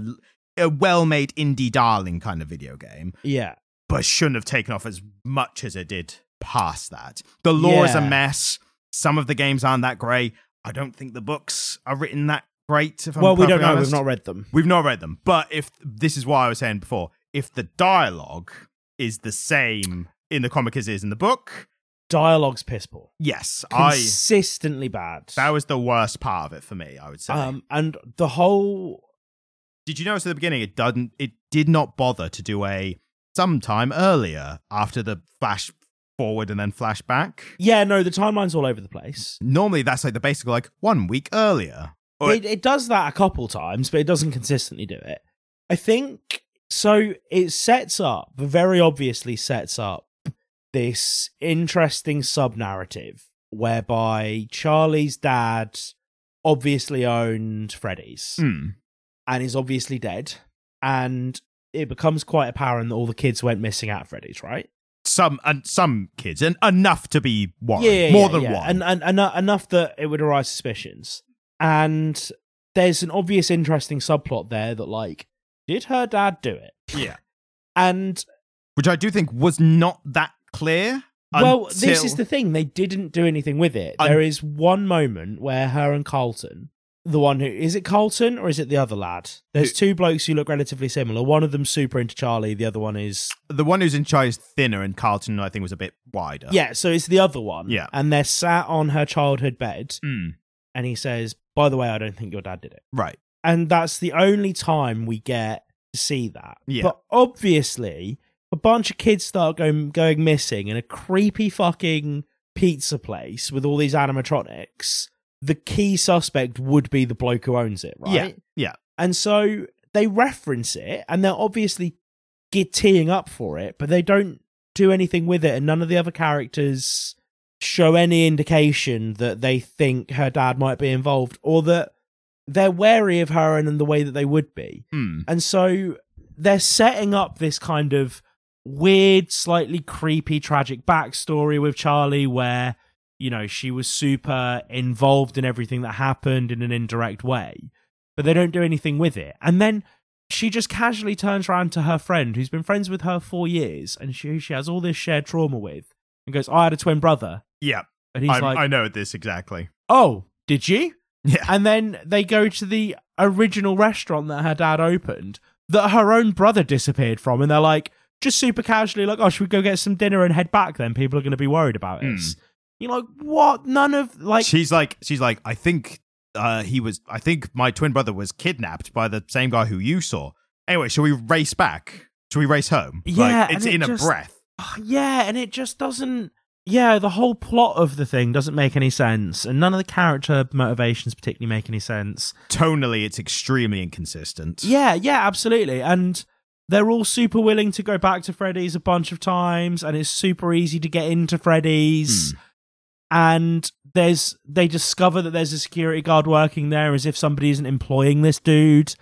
Speaker 1: a well-made indie darling kind of video game
Speaker 2: Yeah,
Speaker 1: but shouldn't have taken off as much as it did past that. The lore is a
Speaker 2: Yeah.
Speaker 1: mess. Some of the games aren't that great. I don't think the books are written that great. If I'm
Speaker 2: well, we don't
Speaker 1: perfectly
Speaker 2: know.
Speaker 1: honest.
Speaker 2: We've not read them.
Speaker 1: We've not read them. But if this is why I was saying before, if the dialogue is the same in the comic as it is in the book,
Speaker 2: Dialogue's piss poor.
Speaker 1: yes, I.
Speaker 2: Consistently bad.
Speaker 1: That was the worst part of it for me. I would say.
Speaker 2: um, and the whole
Speaker 1: Did you notice at the beginning it doesn't it did not bother to do a sometime earlier after the flash forward and then flash back?
Speaker 2: yeah, no, the timeline's all over the place.
Speaker 1: normally that's like the basic like one week earlier Or-
Speaker 2: It, it does that a couple times, but it doesn't consistently do it. I think so. It sets up very obviously sets up this interesting sub narrative whereby Charlie's dad obviously owned Freddy's
Speaker 1: Hmm.
Speaker 2: and is obviously dead, and it becomes quite apparent that all the kids went missing at Freddy's, right?
Speaker 1: some and some kids and enough to be worried more than one
Speaker 2: and, and, and enough that it would arise suspicions. And there's an obvious, interesting subplot there that, like, did her dad do it?
Speaker 1: yeah
Speaker 2: And
Speaker 1: which i do think was not that clear
Speaker 2: well, this
Speaker 1: until-
Speaker 2: is the thing; they didn't do anything with it.
Speaker 1: Un-
Speaker 2: there is one moment where her and Carlton, the one who is it Carlton or is it the other lad? There's two blokes who look relatively similar. One of them super into Charlie, the other one is
Speaker 1: the one who's in charge is thinner and carlton i think was a bit wider
Speaker 2: yeah. So it's the other one.
Speaker 1: Oh. Yeah.
Speaker 2: and they're sat on her childhood bed,
Speaker 1: Hmm.
Speaker 2: and he says, "By the way, I don't think your dad did it."
Speaker 1: right
Speaker 2: and that's the only time we get to see that.
Speaker 1: Yeah.
Speaker 2: But obviously, a bunch of kids start going going missing in a creepy fucking pizza place with all these animatronics. The key suspect would be the bloke who owns it, right?
Speaker 1: yeah yeah
Speaker 2: And so they reference it, and they're obviously get teeing up for it, but they don't do anything with it, and none of the other characters show any indication that they think her dad might be involved or that they're wary of her and in the way that they would be.
Speaker 1: Hmm.
Speaker 2: And so they're setting up this kind of weird, slightly creepy, tragic backstory with Charlie where, you know, she was super involved in everything that happened in an indirect way, but they don't do anything with it. And then she just casually turns around to her friend who's been friends with her for years and she, who she has all this shared trauma with and goes, I had a twin brother.
Speaker 1: yeah
Speaker 2: And he's
Speaker 1: I'm-
Speaker 2: like,
Speaker 1: I know this exactly.
Speaker 2: oh, did you?
Speaker 1: Yeah.
Speaker 2: And then they go to the original restaurant that her dad opened that her own brother disappeared from. And they're like, just super casually, like, oh, should we go get some dinner and head back then? People are going to be worried about us. You're like, what? None of, like,
Speaker 1: she's like, she's like, I think uh, he was, I think my twin brother was kidnapped by the same guy who you saw. Anyway, shall we race back? Shall we race home?
Speaker 2: Yeah,
Speaker 1: like, it's
Speaker 2: and it
Speaker 1: in
Speaker 2: just-
Speaker 1: a breath.
Speaker 2: Ah, yeah. And it just doesn't, yeah, the whole plot of the thing doesn't make any sense. And none of the character motivations particularly make any sense.
Speaker 1: Tonally, it's extremely inconsistent.
Speaker 2: Yeah, yeah, absolutely. And they're all super willing to go back to Freddy's a bunch of times, and it's super easy to get into Freddy's.
Speaker 1: Hmm.
Speaker 2: And there's they discover that there's a security guard working there as if somebody isn't employing this dude.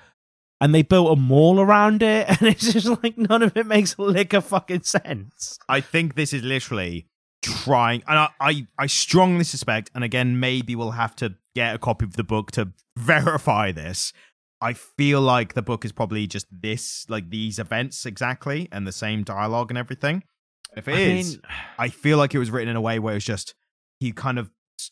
Speaker 2: And they built a mall around it, and it's just like none of it makes a lick of fucking sense.
Speaker 1: I think this is literally trying, and I, I, I strongly suspect, and again, maybe we'll have to get a copy of the book to verify this. I feel like the book is probably just this, like these events exactly, and the same dialogue and everything. If it
Speaker 2: I
Speaker 1: is, I
Speaker 2: mean,
Speaker 1: feel like it was written in a way where it's just he kind of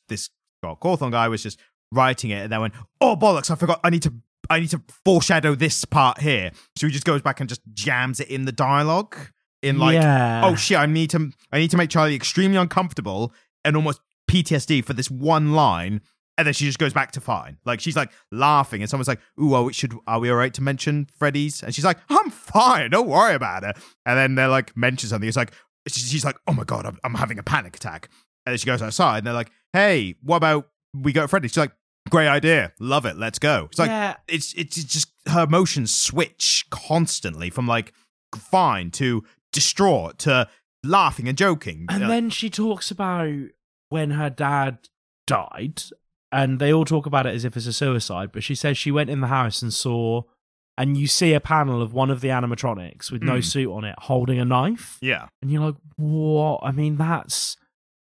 Speaker 1: this Scott Cawthon guy was just writing it, and then went, "Oh bollocks! I forgot. I need to." I need to foreshadow this part here. So he just goes back and just jams it in the dialogue in like
Speaker 2: yeah.
Speaker 1: oh shit, I need to I need to make Charlie extremely uncomfortable and almost PTSD for this one line. And then she just goes back to fine. Like she's like laughing, and someone's like, "Ooh, are we, should are we all right to mention Freddy's?" And she's like, "I'm fine, don't worry about it." And then they're like mention something. It's like she- she's like, "Oh my god, I'm, I'm having a panic attack." And then she goes outside, and they're like, "Hey, what about we go to Freddy's?" She's like, "Great idea, love it, let's go." It's like
Speaker 2: yeah,
Speaker 1: it's it's it's just her emotions switch constantly from like fine to distraught to laughing and joking.
Speaker 2: And
Speaker 1: Uh,
Speaker 2: then she talks about when her dad died, and they all talk about it as if it's a suicide, but she says she went in the house and saw, and you see a panel of one of the animatronics with no
Speaker 1: Mm.
Speaker 2: suit on it holding a knife.
Speaker 1: yeah,
Speaker 2: And you're like, what? I mean, that's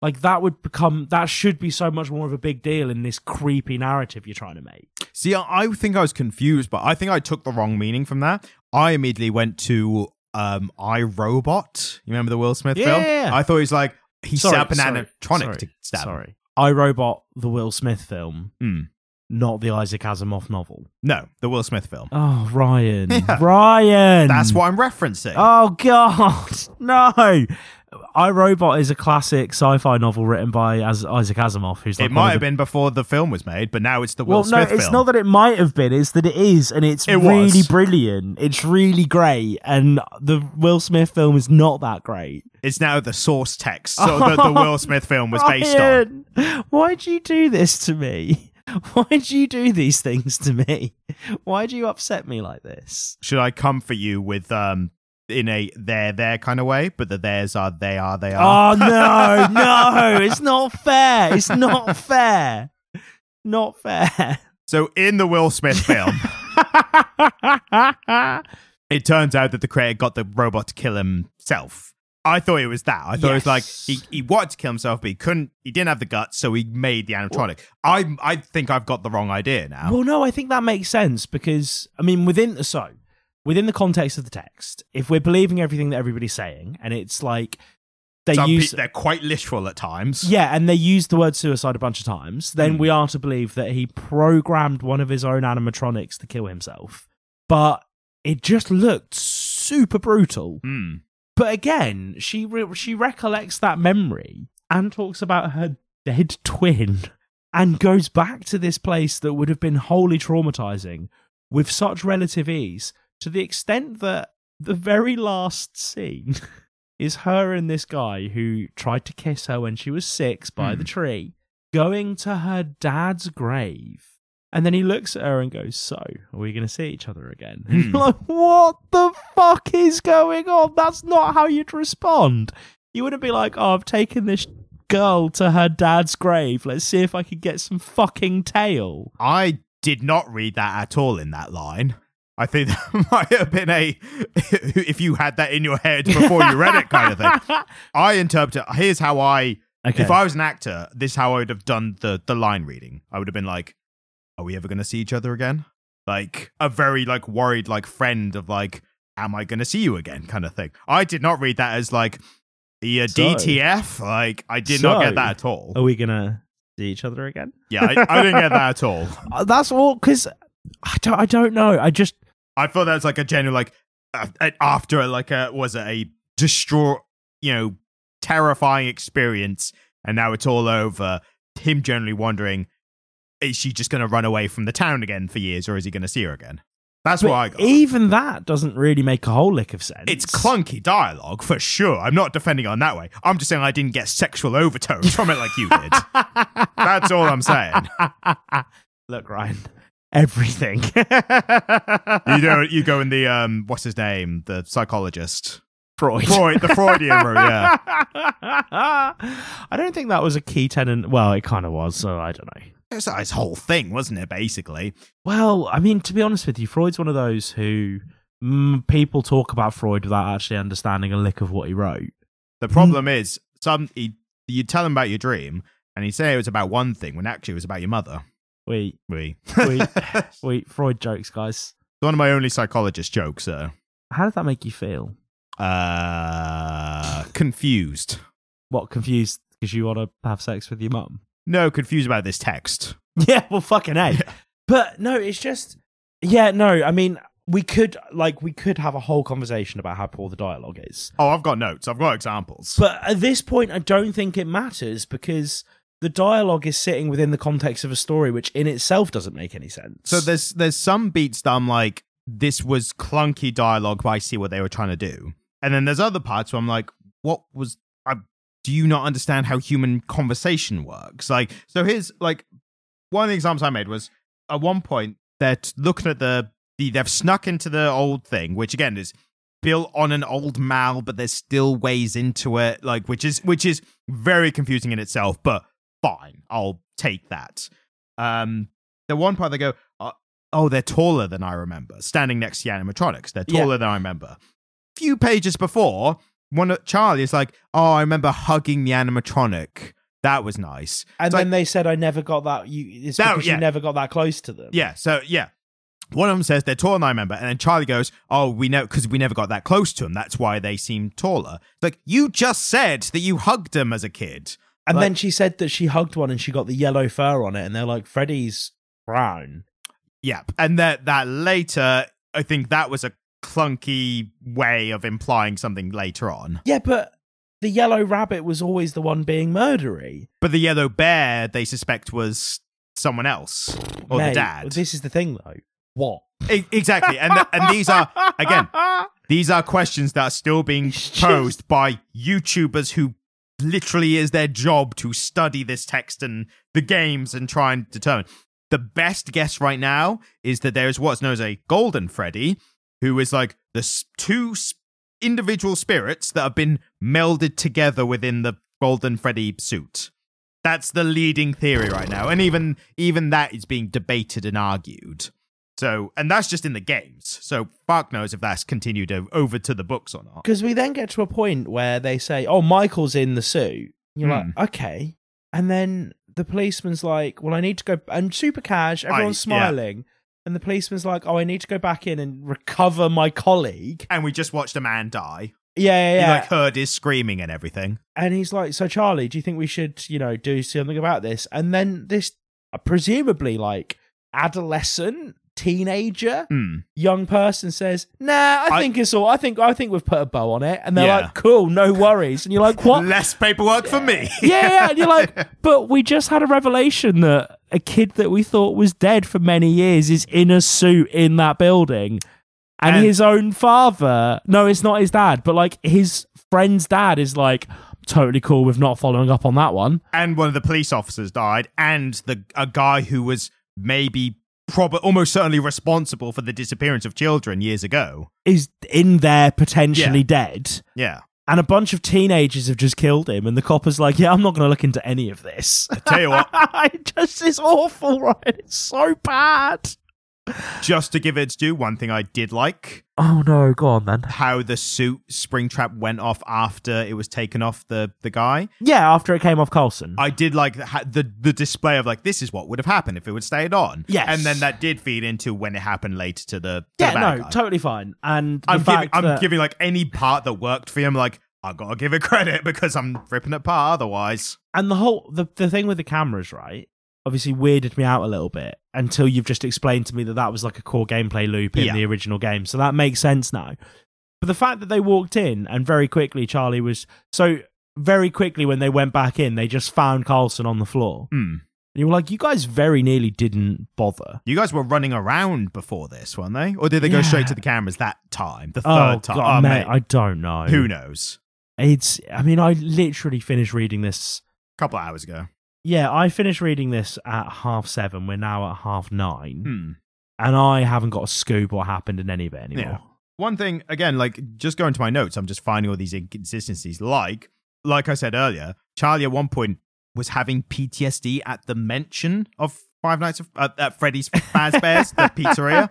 Speaker 2: like, that would become, that should be so much more of a big deal in this creepy narrative you're trying to make.
Speaker 1: see, I, I think I was confused, but I think I took the wrong meaning from that. I immediately went to um, I Robot. You remember the Will Smith film?
Speaker 2: Yeah.
Speaker 1: I thought he's like he
Speaker 2: Sorry,
Speaker 1: set up an
Speaker 2: sorry,
Speaker 1: animatronic
Speaker 2: sorry,
Speaker 1: to stab. him.
Speaker 2: Sorry. I Robot, the Will Smith film,
Speaker 1: Mm.
Speaker 2: not the Isaac Asimov novel.
Speaker 1: No, the Will Smith film.
Speaker 2: Oh, Ryan.
Speaker 1: Yeah.
Speaker 2: Ryan.
Speaker 1: That's what I'm referencing.
Speaker 2: Oh God, no! I Robot is a classic sci-fi novel written by as Isaac Asimov, who's like
Speaker 1: it might have been before the film was made, but now it's the Will
Speaker 2: Well, no,
Speaker 1: Smith
Speaker 2: it's
Speaker 1: film.
Speaker 2: not that it might have been. It's that it is, and it's
Speaker 1: It
Speaker 2: really
Speaker 1: was.
Speaker 2: brilliant. It's really great, and the Will Smith film is not that great.
Speaker 1: it's now the source text. So that the Will Smith film
Speaker 2: Oh,
Speaker 1: was based on.
Speaker 2: on. Why'd you do this to me? Why'd you do these things to me? Why'd you upset me like this?
Speaker 1: should I comfort you with um in a they're there kind of way, but the theirs are they are they are.
Speaker 2: Oh no, no, it's not fair. It's not fair. Not fair.
Speaker 1: So in the Will Smith film, it turns out that the creator got the robot to kill himself. I thought it was that. I thought it was like he,
Speaker 2: Yes.
Speaker 1: he wanted to kill himself, but he couldn't. He didn't have the guts, so he made the animatronic. I I think I've got the wrong idea now.
Speaker 2: well, no, I think that makes sense because I mean, within so within the context of the text, if we're believing everything that everybody's saying, and it's like they
Speaker 1: Some
Speaker 2: use
Speaker 1: pe- they're quite literal at times.
Speaker 2: yeah, and they use the word suicide a bunch of times, then
Speaker 1: Hmm.
Speaker 2: we are to believe that he programmed one of his own animatronics to kill himself. But it just looked super brutal.
Speaker 1: Hmm.
Speaker 2: But again, she re- she recollects that memory and talks about her dead twin and goes back to this place that would have been wholly traumatizing with such relative ease to the extent that the very last scene is her and this guy who tried to kiss her when she was 6 by
Speaker 1: Hmm.
Speaker 2: the tree going to her dad's grave. And then he looks at her and goes, So, are we going to see each other again?
Speaker 1: Hmm.
Speaker 2: like, what the fuck is going on? That's not how you'd respond. You wouldn't be like, Oh, I've taken this girl to her dad's grave. Let's see if I can get some fucking tail.
Speaker 1: I did not read that at all in that line. I think that might have been a if you had that in your head before you read it kind of thing. I interpret it. Here's how I,
Speaker 2: Okay.
Speaker 1: if I was an actor, this is how I would have done the the line reading. I would have been like, "Are we ever going to see each other again?" Like a very like worried like friend of like, "Am I going to see you again?" kind of thing. I did not read that as like, The uh,
Speaker 2: So-
Speaker 1: DTF, like, I did not
Speaker 2: So- Oh.
Speaker 1: get that at all.
Speaker 2: Are we gonna see each other again?
Speaker 1: Yeah, I, I didn't get that at all.
Speaker 2: Uh, that's all because I don't. I don't know. I just
Speaker 1: I thought that's like a general, like, uh, uh, after, like, a, was it a distraught, you know, terrifying experience, and now it's all over. Him generally wondering, is she just going to run away from the town again for years, or is he going to see her again? That's
Speaker 2: but
Speaker 1: what I got.
Speaker 2: even that doesn't really make a whole lick of sense.
Speaker 1: It's clunky dialogue for sure. I'm not defending on that way. I'm just saying I didn't get sexual overtones from it like you did. That's all I'm saying.
Speaker 2: Look, Ryan, everything.
Speaker 1: You know, you go in the um, what's his name, the psychologist,
Speaker 2: Freud.
Speaker 1: Freud, the Freudian route. Yeah,
Speaker 2: I don't think that was a key tenant. Well, it kind of was, so I don't know.
Speaker 1: it's like his whole thing, wasn't it? Basically,
Speaker 2: Well, I mean, to be honest with you, Freud's one of those who mm, people talk about Freud without actually understanding a lick of what he wrote.
Speaker 1: the problem is some he, you tell him about your dream, and he say it was about one thing when actually it was about your mother.
Speaker 2: Wait,
Speaker 1: We,
Speaker 2: wait,
Speaker 1: it's
Speaker 2: wait, Freud jokes, guys.
Speaker 1: one of my only psychologist jokes. So,
Speaker 2: How did that make you feel?
Speaker 1: uh, confused.
Speaker 2: What, confused because you want to have sex with your mum?
Speaker 1: No, confused about this text.
Speaker 2: Yeah, well, fucking A. But no, it's just, yeah, no, I mean, we could, like, we could have a whole conversation about how poor the dialogue is.
Speaker 1: Oh, I've got notes. I've got examples.
Speaker 2: But at this point, I don't think it matters because the dialogue is sitting within the context of a story, which in itself doesn't make any sense.
Speaker 1: so there's there's some beats that I'm like, this was clunky dialogue, but I see what they were trying to do. And then there's other parts where I'm like, what was I do you not understand how human conversation works? Like, so here's like one of the examples I made was at one point they're t- looking at the, the they've snuck into the old thing, which again is built on an old mal, but there's still ways into it, like which is which is very confusing in itself, but fine, I'll take that. Um, the one part they go, uh, oh, they're taller than I remember. Standing next to the animatronics, they're
Speaker 2: Yeah.
Speaker 1: taller than I remember. Few pages before, one of- Charlie is like, oh, I remember hugging the animatronic. That was nice.
Speaker 2: and
Speaker 1: it's
Speaker 2: then they said, I never got that, you, it's
Speaker 1: No,
Speaker 2: because
Speaker 1: yeah.
Speaker 2: you never got that close to them.
Speaker 1: Yeah. So yeah, one of them says they're taller than I remember, and then Charlie goes, "Oh, we know because we never got that close to him. That's why they seem taller." It's like you just said that you hugged him as a kid.
Speaker 2: And
Speaker 1: Like-
Speaker 2: then she said that she hugged one and she got the yellow fur on it, and they're like, Freddy's brown.
Speaker 1: Yep. And that that later, I think that was a clunky way of implying something later on.
Speaker 2: Yeah, but the yellow rabbit was always the one being murdery.
Speaker 1: But the yellow bear, they suspect was someone else or
Speaker 2: Mate,
Speaker 1: the dad.
Speaker 2: This is the thing, though. What?
Speaker 1: E- exactly. And th- and these are again These are questions that are still being
Speaker 2: It's just-
Speaker 1: posed by YouTubers who literally is their job to study this text and the games and try and determine. The best guess right now is that there is what's known as a golden Freddy, who is like the s- two s- individual spirits that have been melded together within the golden Freddy suit. That's the leading theory right now, and even even that is being debated and argued. So, and that's just in the games. So, fuck knows if that's continued o- over to the books or not.
Speaker 2: Because we then get to a point where they say, "Oh, Michael's in the suit." You're
Speaker 1: Hmm.
Speaker 2: like, "Okay," and then the policeman's like, "Well, I need to go." And super cash, everyone's
Speaker 1: yeah.
Speaker 2: smiling, and the policeman's like, "Oh, I need to go back in and recover my colleague."
Speaker 1: And we just watched a man die.
Speaker 2: Yeah, yeah,
Speaker 1: He
Speaker 2: yeah.
Speaker 1: like heard his screaming and everything.
Speaker 2: and he's like, "So, Charlie, do you think we should, you know, do something about this?" And then this, uh, presumably, like adolescent, teenager,
Speaker 1: Hmm.
Speaker 2: young person says, "Nah, I,
Speaker 1: I-
Speaker 2: think it's all. I think I think we've put a bow on it." And they're
Speaker 1: Yeah.
Speaker 2: like, "Cool, no worries." And you're like, "What?"
Speaker 1: Less paperwork for me.
Speaker 2: yeah, yeah. And you're like, but we just had a revelation that a kid that we thought was dead for many years is in a suit in that building. And,
Speaker 1: And-
Speaker 2: his own father, no, it's not his dad, but like his friend's dad is like, totally cool with not following up on that one.
Speaker 1: and one of the police officers died, and the a guy who was maybe prob- almost certainly responsible for the disappearance of children years ago.
Speaker 2: Is in there potentially dead.
Speaker 1: Yeah.
Speaker 2: And a bunch of teenagers have just killed him. And the copper's like, yeah, I'm not going to look into any of this.
Speaker 1: Tell you what,
Speaker 2: it just is awful, right? It's so bad.
Speaker 1: just to give its due, one thing I did like
Speaker 2: Oh no, go on then.
Speaker 1: how the suit Springtrap went off after it was taken off the the guy.
Speaker 2: Yeah, after it came off Colson.
Speaker 1: I did like the, ha- the the display of like this is what would have happened if it would stayed on.
Speaker 2: Yes.
Speaker 1: and then that did feed into when it happened later to the to the
Speaker 2: yeah,
Speaker 1: bad
Speaker 2: no,
Speaker 1: guy.
Speaker 2: totally fine. And the
Speaker 1: I'm giving
Speaker 2: fact
Speaker 1: I'm
Speaker 2: that-
Speaker 1: giving like any part that worked for him. Like I gotta give it credit because I'm ripping it apart otherwise.
Speaker 2: And the whole the, the thing with the cameras, right? Obviously weirded me out a little bit until you've just explained to me that that was like a core gameplay loop in
Speaker 1: Yeah.
Speaker 2: the original game. So that makes sense now. But the fact that they walked in and very quickly Charlie was so very quickly when they went back in, they just found Carlson on the floor.
Speaker 1: Hmm.
Speaker 2: And you were like, you guys very nearly didn't bother.
Speaker 1: You guys were running around before this, weren't they? Or did they go
Speaker 2: Yeah.
Speaker 1: straight to the cameras that time? The
Speaker 2: Oh,
Speaker 1: third time.
Speaker 2: God,
Speaker 1: oh,
Speaker 2: mate,
Speaker 1: mate.
Speaker 2: I don't know.
Speaker 1: Who knows?
Speaker 2: It's, I mean, I literally finished reading this.
Speaker 1: A couple of hours ago.
Speaker 2: Yeah, I finished reading this at half seven. We're now at half nine.
Speaker 1: Hmm.
Speaker 2: And I haven't got a scoop what happened in any of it anymore.
Speaker 1: Yeah. One thing, again, like just going to my notes, I'm just finding all these inconsistencies. Like, like I said earlier, Charlie at one point was having PTSD at the mention of Five Nights of, uh, at Freddy's Fazbear's, the pizzeria.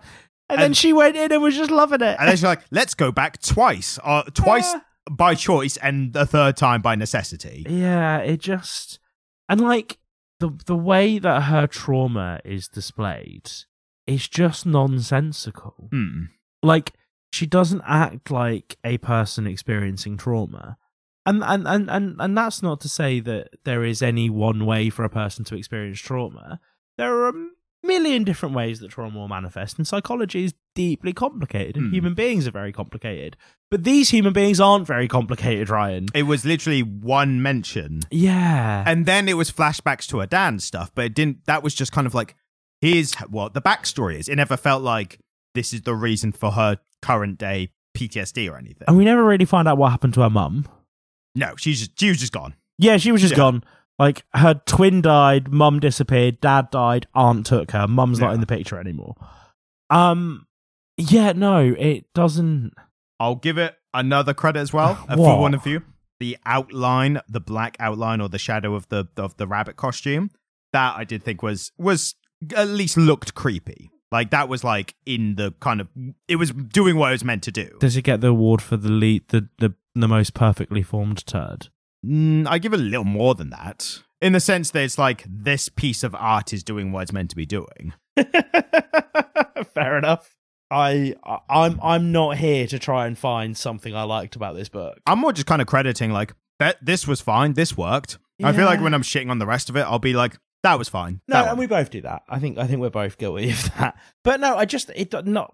Speaker 2: And, then
Speaker 1: And-
Speaker 2: she went in and was just loving it.
Speaker 1: And then she's like, let's go back twice, uh, twice by choice and the third time by necessity.
Speaker 2: yeah, it just and like the the way that her trauma is displayed is just nonsensical.
Speaker 1: Hmm.
Speaker 2: Like she doesn't act like a person experiencing trauma. And and, and, and and that's not to say that there is any one way for a person to experience trauma. There are a million different ways that trauma will manifest, and psychology is deeply complicated, and
Speaker 1: Hmm.
Speaker 2: human beings are very complicated. But these human beings aren't very complicated, Ryan.
Speaker 1: It was literally one mention.
Speaker 2: Yeah.
Speaker 1: And then it was flashbacks to her Dan stuff, but it didn't. That was just kind of like, here's what the backstory is. It never felt like this is the reason for her current day PTSD or anything.
Speaker 2: And we never really find out what happened to her mum.
Speaker 1: No, she's just, she was just gone.
Speaker 2: Yeah, she was just
Speaker 1: Yeah.
Speaker 2: gone. Like her twin died, mum disappeared, dad died, aunt took her, mum's not
Speaker 1: Yeah.
Speaker 2: in the picture anymore. Um yeah, no, it doesn't
Speaker 1: I'll give it another credit as well uh,
Speaker 2: What?
Speaker 1: for one of you. The outline, the black outline or the shadow of the of the rabbit costume, that I did think was was at least looked creepy. Like that was like in the kind of it was doing what it was meant to do.
Speaker 2: does it get the award for the lead the, the the most perfectly formed turd?
Speaker 1: Mm, I give it a little more than that. In the sense that it's like this piece of art is doing what it's meant to be doing.
Speaker 2: Fair enough. I I- I'm I'm not here to try and find something I liked about this book.
Speaker 1: I'm more just kind of crediting like that this was fine, this worked. I feel like
Speaker 2: Yeah.
Speaker 1: when I'm shitting on the rest of it, I'll be like, that was fine.
Speaker 2: No,
Speaker 1: that
Speaker 2: and
Speaker 1: one.
Speaker 2: we both do that. I think I think we're both guilty of that. But no, I just it do- not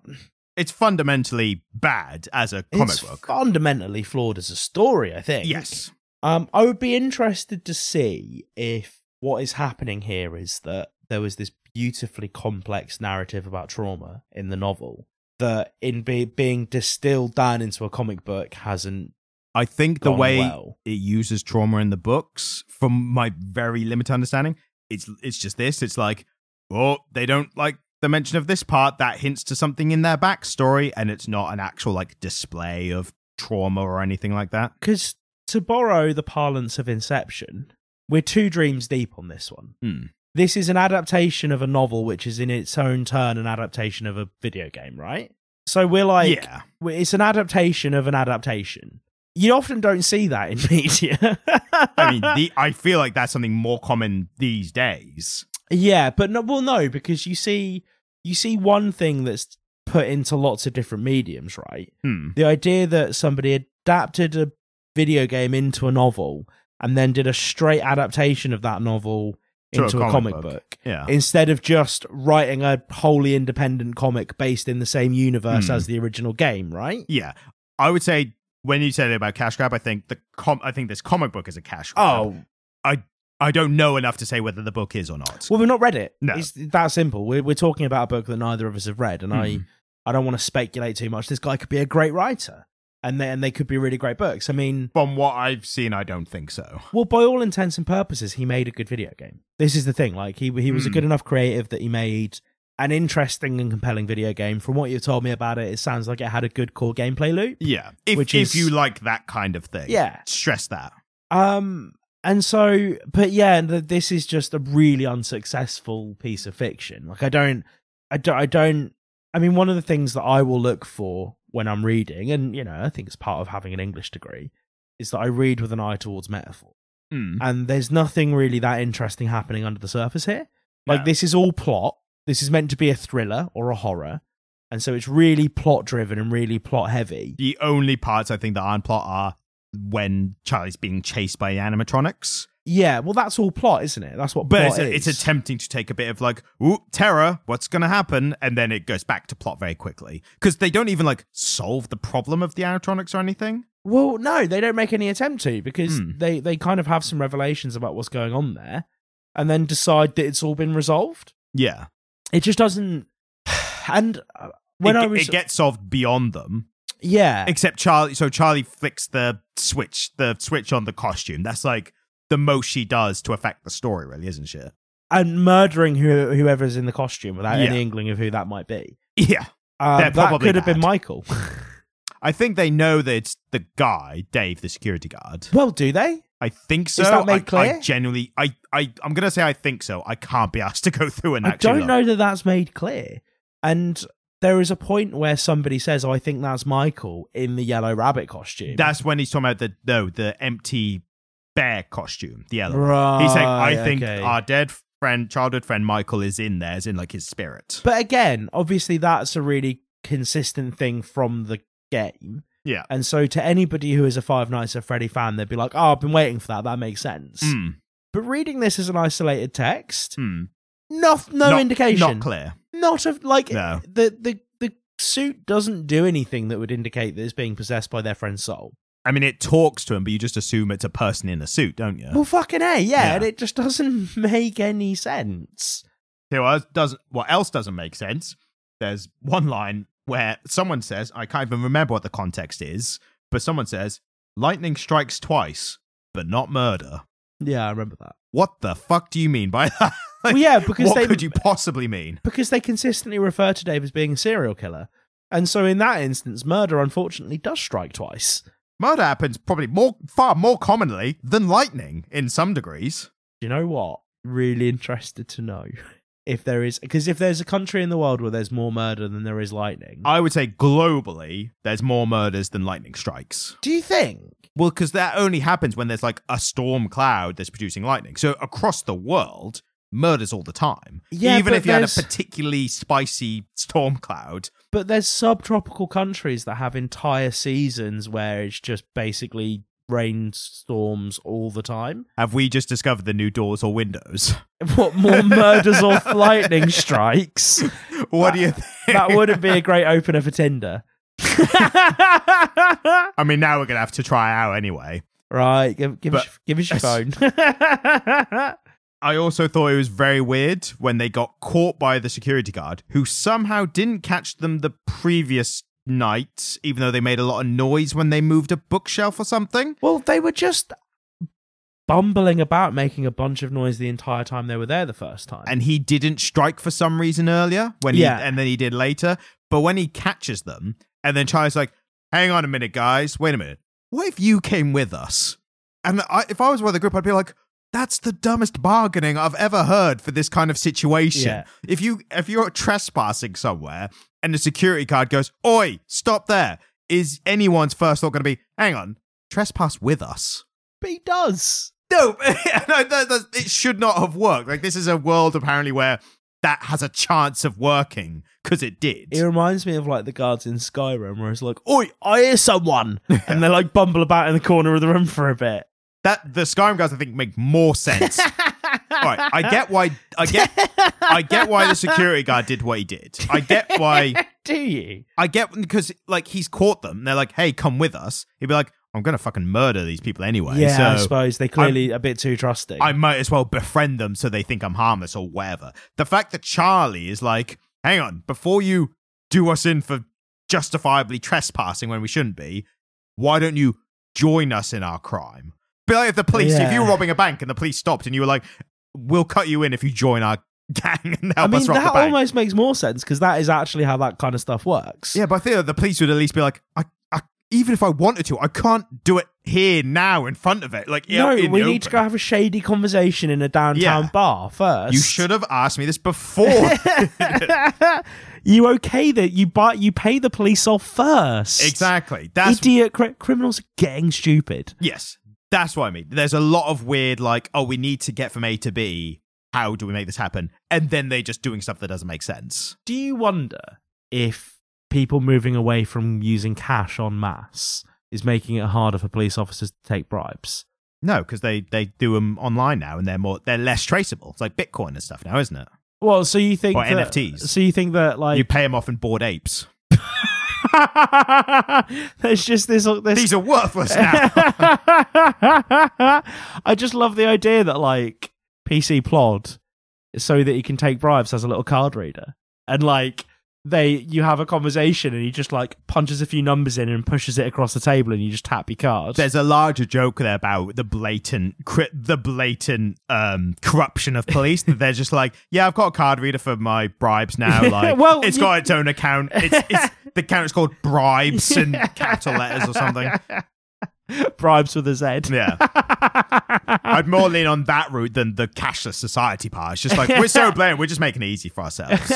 Speaker 1: it's fundamentally bad as a comic
Speaker 2: it's
Speaker 1: book.
Speaker 2: fundamentally flawed as a story, I think.
Speaker 1: yes.
Speaker 2: Um, I would be interested to see if what is happening here is that there was this beautifully complex narrative about trauma in the novel that, in be- being distilled down into a comic book, hasn't
Speaker 1: I think the
Speaker 2: gone
Speaker 1: way
Speaker 2: well.
Speaker 1: it uses trauma in the books, from my very limited understanding, it's it's just this. It's like, oh, they don't like the mention of this part that hints to something in their backstory, and it's not an actual like display of trauma or anything like that.
Speaker 2: Because to borrow the parlance of Inception, we're two dreams deep on this one.
Speaker 1: Hmm.
Speaker 2: This is an adaptation of a novel, which is in its own turn an adaptation of a video game, right? So we're like,
Speaker 1: yeah,
Speaker 2: Well, it's an adaptation of an adaptation. You often don't see that in media.
Speaker 1: I mean, the, I feel like that's something more common these days.
Speaker 2: yeah, but no, well, no, because you see, you see one thing that's put into lots of different mediums, right?
Speaker 1: Hmm.
Speaker 2: The idea that somebody adapted a video game into a novel and then did a straight adaptation of that novel
Speaker 1: To a
Speaker 2: into a
Speaker 1: comic
Speaker 2: comic, book.
Speaker 1: book. Yeah,
Speaker 2: Instead of just writing a wholly independent comic based in the same universe
Speaker 1: Hmm.
Speaker 2: as the original game, right?
Speaker 1: yeah. I would say when you said it about cash grab, I think the com- I think this comic book is a cash grab.
Speaker 2: Oh,
Speaker 1: I don't know enough to say whether the book is or not.
Speaker 2: Well, we've not read it.
Speaker 1: No.
Speaker 2: It's that simple. We're, we're talking about a book that neither of us have read, and
Speaker 1: Hmm.
Speaker 2: I, I don't want to speculate too much. This guy could be a great writer, and they, and they could be really great books. I mean,
Speaker 1: From what I've seen, I don't think so.
Speaker 2: well, by all intents and purposes, he made a good video game. This is the thing. Like he he was a
Speaker 1: Hmm.
Speaker 2: good enough creative that he made an interesting and compelling video game. From what you told me about it, it sounds like it had a good core gameplay loop.
Speaker 1: Yeah, if
Speaker 2: Which
Speaker 1: if
Speaker 2: is-
Speaker 1: you like that kind of thing,
Speaker 2: Yeah.
Speaker 1: stress that.
Speaker 2: Um, and so, but yeah, th- this is just a really unsuccessful piece of fiction. Like, I don't, I don't, I don't. I mean, one of the things that I will look for when I'm reading, and you know, I think it's part of having an English degree, is that I read with an eye towards metaphor.
Speaker 1: Hmm.
Speaker 2: And there's nothing really that interesting happening under the surface here. Like,
Speaker 1: No.
Speaker 2: this is all plot. This is meant to be a thriller or a horror. And so it's really plot driven and really plot heavy.
Speaker 1: The only parts I think that aren't plot are when Charlie's being chased by animatronics.
Speaker 2: Yeah, well, that's all plot, isn't it? That's what
Speaker 1: But
Speaker 2: plot
Speaker 1: it's,
Speaker 2: is.
Speaker 1: it's attempting to take a bit of like, ooh, terror, what's going to happen? And then it goes back to plot very quickly. Because they don't even like solve the problem of the animatronics or anything.
Speaker 2: well, no, they don't make any attempt to because
Speaker 1: Hmm.
Speaker 2: they they kind of have some revelations about what's going on there, and then decide that it's all been resolved.
Speaker 1: Yeah.
Speaker 2: It just doesn't. And uh, when
Speaker 1: it,
Speaker 2: I
Speaker 1: ge-
Speaker 2: was
Speaker 1: it gets solved beyond them.
Speaker 2: yeah,
Speaker 1: Except Charlie. So Charlie flicks the switch, the switch on the costume. That's like the most she does to affect the story, really, isn't she?
Speaker 2: and murdering who, whoever's in the costume without
Speaker 1: Yeah.
Speaker 2: any inkling of who that might be.
Speaker 1: Yeah.
Speaker 2: Uh,
Speaker 1: They're
Speaker 2: that
Speaker 1: probably
Speaker 2: could have been
Speaker 1: bad.
Speaker 2: Michael.
Speaker 1: I think they know that it's the guy, Dave, the security guard.
Speaker 2: well, do they?
Speaker 1: I think so.
Speaker 2: that made
Speaker 1: I, I
Speaker 2: clear?
Speaker 1: genuinely, I, I, I'm gonna say I think so. I can't be asked to go through and
Speaker 2: I
Speaker 1: actually.
Speaker 2: don't
Speaker 1: look.
Speaker 2: know that that's made clear. And there is a point where somebody says, "Oh, I think that's Michael in the yellow rabbit costume."
Speaker 1: That's when he's talking about the no, the empty bear costume, the yellow.
Speaker 2: right.
Speaker 1: he's saying, I think
Speaker 2: okay.
Speaker 1: our dead friend, childhood friend Michael is in there, is in like his spirit.
Speaker 2: But again, obviously, that's a really consistent thing from the game.
Speaker 1: Yeah.
Speaker 2: And so, to anybody who is a Five Nights at Freddy fan, they'd be like, "Oh, I've been waiting for that. That makes sense."
Speaker 1: Mm,
Speaker 2: But reading this as an isolated text,
Speaker 1: mm.
Speaker 2: no, no
Speaker 1: Not-
Speaker 2: indication,
Speaker 1: Not clear.
Speaker 2: not of like
Speaker 1: No.
Speaker 2: the the the suit doesn't do anything that would indicate that it's being possessed by their friend's soul.
Speaker 1: I mean, it talks to him, but you just assume it's a person in a suit, don't you?
Speaker 2: Well, fucking a, yeah,
Speaker 1: Yeah.
Speaker 2: and it just doesn't make any sense.
Speaker 1: So what doesn't what else doesn't make sense? There's one line where someone says, I can't even remember what the context is, but someone says, "Lightning strikes twice, but not murder."
Speaker 2: Yeah, I remember that.
Speaker 1: What the fuck do you mean by that? Like,
Speaker 2: well, yeah, because
Speaker 1: what
Speaker 2: they
Speaker 1: could you possibly mean?
Speaker 2: because they consistently refer to Dave as being a serial killer, and so in that instance, murder unfortunately does strike twice.
Speaker 1: Murder happens probably more far more commonly than lightning in some degrees.
Speaker 2: Do you know what? Really interested to know if there is because if there's a country in the world where there's more murder than there is lightning,
Speaker 1: I would say globally, there's more murders than lightning strikes.
Speaker 2: do you think?
Speaker 1: Well, because that only happens when there's like a storm cloud that's producing lightning. So across the world, murders all the time.
Speaker 2: Yeah,
Speaker 1: even
Speaker 2: but
Speaker 1: if you had a
Speaker 2: there's-
Speaker 1: particularly spicy storm cloud.
Speaker 2: But there's subtropical countries that have entire seasons where it's just basically rainstorms all the time.
Speaker 1: Have we just discovered the new doors or windows?
Speaker 2: What more murders or lightning strikes?
Speaker 1: What do you think?
Speaker 2: That wouldn't be a great opener for Tinder.
Speaker 1: I mean, now we're gonna have to try out anyway.
Speaker 2: right, give, give, us, give us your phone. yeah,
Speaker 1: I also thought it was very weird when they got caught by the security guard, who somehow didn't catch them the previous night, even though they made a lot of noise when they moved a bookshelf or something.
Speaker 2: well, they were just bumbling about making a bunch of noise the entire time they were there the first time.
Speaker 1: and he didn't strike for some reason earlier when
Speaker 2: Yeah.
Speaker 1: he and then he did later. But when he catches them, and then Charlie's like, "Hang on a minute, guys, wait a minute. What if you came with us?" And I, if I was one of the group, I'd be like, "That's the dumbest bargaining I've ever heard for this kind of situation.
Speaker 2: Yeah.
Speaker 1: If you if you're trespassing somewhere and the security guard goes, "Oi, stop there," is anyone's first thought going to be, "Hang on, trespass with us"?
Speaker 2: but he does.
Speaker 1: No, no, that, that, it should not have worked. Like this is a world apparently where that has a chance of working because it did.
Speaker 2: It reminds me of like the guards in Skyrim where it's like, Oi, I hear someone. and they like bumble about in the corner of the room for a bit.
Speaker 1: that the Skyrim guys I think make more sense. All right, I get why I get I get why the security guard did what he did. I get why
Speaker 2: Do you?
Speaker 1: I get because like he's caught them. They're like, "Hey, come with us." He'd be like, "I'm gonna fucking murder these people anyway."
Speaker 2: Yeah, I
Speaker 1: so
Speaker 2: suppose they clearly a bit too trusting.
Speaker 1: I might as well befriend them so they think I'm harmless or whatever. The fact that Charlie is like, hang on, before you do us in for justifiably trespassing when we shouldn't be, why don't you join us in our crime? Be like if the police, if you were
Speaker 2: Yeah.
Speaker 1: robbing a bank and the police stopped and you were like, we'll cut you in if you join our gang and help
Speaker 2: I mean,
Speaker 1: us rob the
Speaker 2: that
Speaker 1: bank.
Speaker 2: almost makes more sense because that is actually how that kind of stuff works.
Speaker 1: Yeah, but I think that the police would at least be like, I, I, even if I wanted to, I can't do it here now in front of it. Like,
Speaker 2: No,
Speaker 1: out in
Speaker 2: we
Speaker 1: the
Speaker 2: need to
Speaker 1: open.
Speaker 2: go have a shady conversation in a downtown
Speaker 1: Yeah.
Speaker 2: bar first.
Speaker 1: You should have asked me this before.
Speaker 2: you okay that you buy you pay the police off first?
Speaker 1: Exactly. That's
Speaker 2: Idiot cri- criminals are getting stupid.
Speaker 1: yes. That's what I mean. There's a lot of weird like, oh, we need to get from A to B. How do we make this happen? And then they just doing stuff that doesn't make sense.
Speaker 2: Do you wonder if people moving away from using cash en masse is making it harder for police officers to take bribes.
Speaker 1: No, because they they do them online now, and they're more they're less traceable. It's like Bitcoin and stuff now, isn't it?
Speaker 2: Well, so you think
Speaker 1: Or
Speaker 2: that-
Speaker 1: NFTs.
Speaker 2: So you think that like
Speaker 1: you pay them off in bored apes.
Speaker 2: there's just this this
Speaker 1: These are worthless now.
Speaker 2: I just love the idea that like PC plod so that he can take bribes as a little card reader. And like they you have a conversation and he just like punches a few numbers in and pushes it across the table and you just tap your card.
Speaker 1: There's a larger joke there about the blatant, cri- the blatant um, corruption of police. that they're just like, yeah, I've got a card reader for my bribes now. Like,
Speaker 2: Well,
Speaker 1: it's
Speaker 2: you-
Speaker 1: got its own account. It's, it's the account's called bribes in capital letters or something.
Speaker 2: bribes with a Z.
Speaker 1: Yeah. I'd more lean on that route than the cashless society part. It's just like we're so blatant, we're just making it easy for ourselves.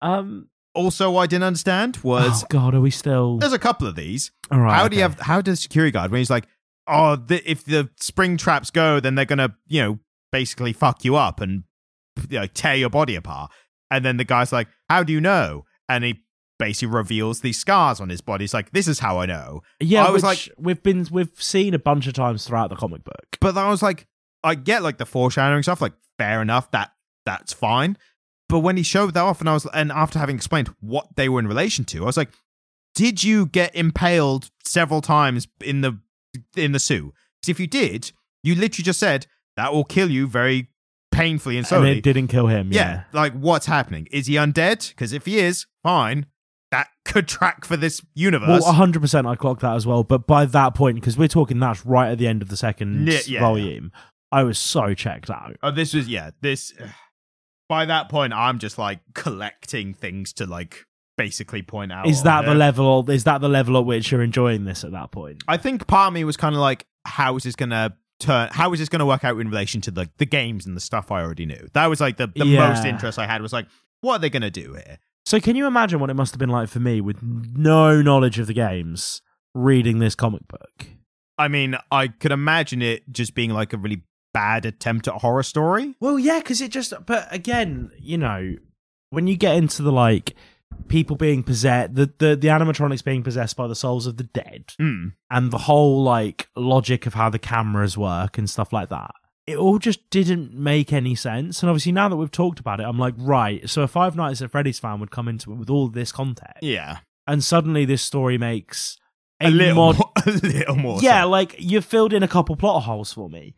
Speaker 2: um
Speaker 1: also, what I didn't understand was
Speaker 2: Oh god, are we still
Speaker 1: there's a couple of these.
Speaker 2: All right.
Speaker 1: how do you
Speaker 2: okay.
Speaker 1: have? How does security guard when he's like, oh, the, if the spring traps go, then they're gonna, you know, basically fuck you up and you know, tear your body apart. And then the guy's like, how do you know? And he basically reveals these scars on his body. He's like, this is how I know.
Speaker 2: Yeah,
Speaker 1: I was
Speaker 2: which we've been we've seen a bunch of times throughout the comic book.
Speaker 1: But I was like, I get like the foreshadowing stuff, like fair enough, that that's fine. But when he showed that off, and I was, and after having explained what they were in relation to, I was like, did you get impaled several times in the in the Sioux? Because if you did, you literally just said that will kill you very painfully and
Speaker 2: and
Speaker 1: slowly.
Speaker 2: it didn't kill him.
Speaker 1: yeah, like what's happening? Is he undead? Because if he is, fine. That could track for this universe.
Speaker 2: Well, 100% I clocked that as well. But by that point, because we're talking that's right at the end of the second
Speaker 1: Yeah, yeah,
Speaker 2: volume, I was so checked out.
Speaker 1: Oh, this was yeah. This by that point, I'm just like collecting things to like basically point out.
Speaker 2: is
Speaker 1: on
Speaker 2: that the
Speaker 1: there.
Speaker 2: level? Is that the level at which you're enjoying this at that point?
Speaker 1: I think part of me was kind of like, how is this gonna turn? How is this gonna work out in relation to the the games and the stuff I already knew? That was like the the
Speaker 2: Yeah.
Speaker 1: most interest I had was like, what are they gonna do here?
Speaker 2: So can you imagine what it must have been like for me with no knowledge of the games reading this comic book?
Speaker 1: I mean, I could imagine it just being like a really bad attempt at a horror story.
Speaker 2: Well, yeah, because it just. But again, you know, when you get into the like people being possessed, the, the the animatronics being possessed by the souls of the dead,
Speaker 1: Hmm.
Speaker 2: and the whole like logic of how the cameras work and stuff like that. It all just didn't make any sense. And obviously, now that we've talked about it, I'm like, right. So a Five Nights at Freddy's fan would come into it with all this context,
Speaker 1: Yeah,
Speaker 2: and suddenly this story makes
Speaker 1: a, little,
Speaker 2: mod-
Speaker 1: more, a little more.
Speaker 2: yeah,
Speaker 1: sense.
Speaker 2: like you've filled in a couple plot holes for me,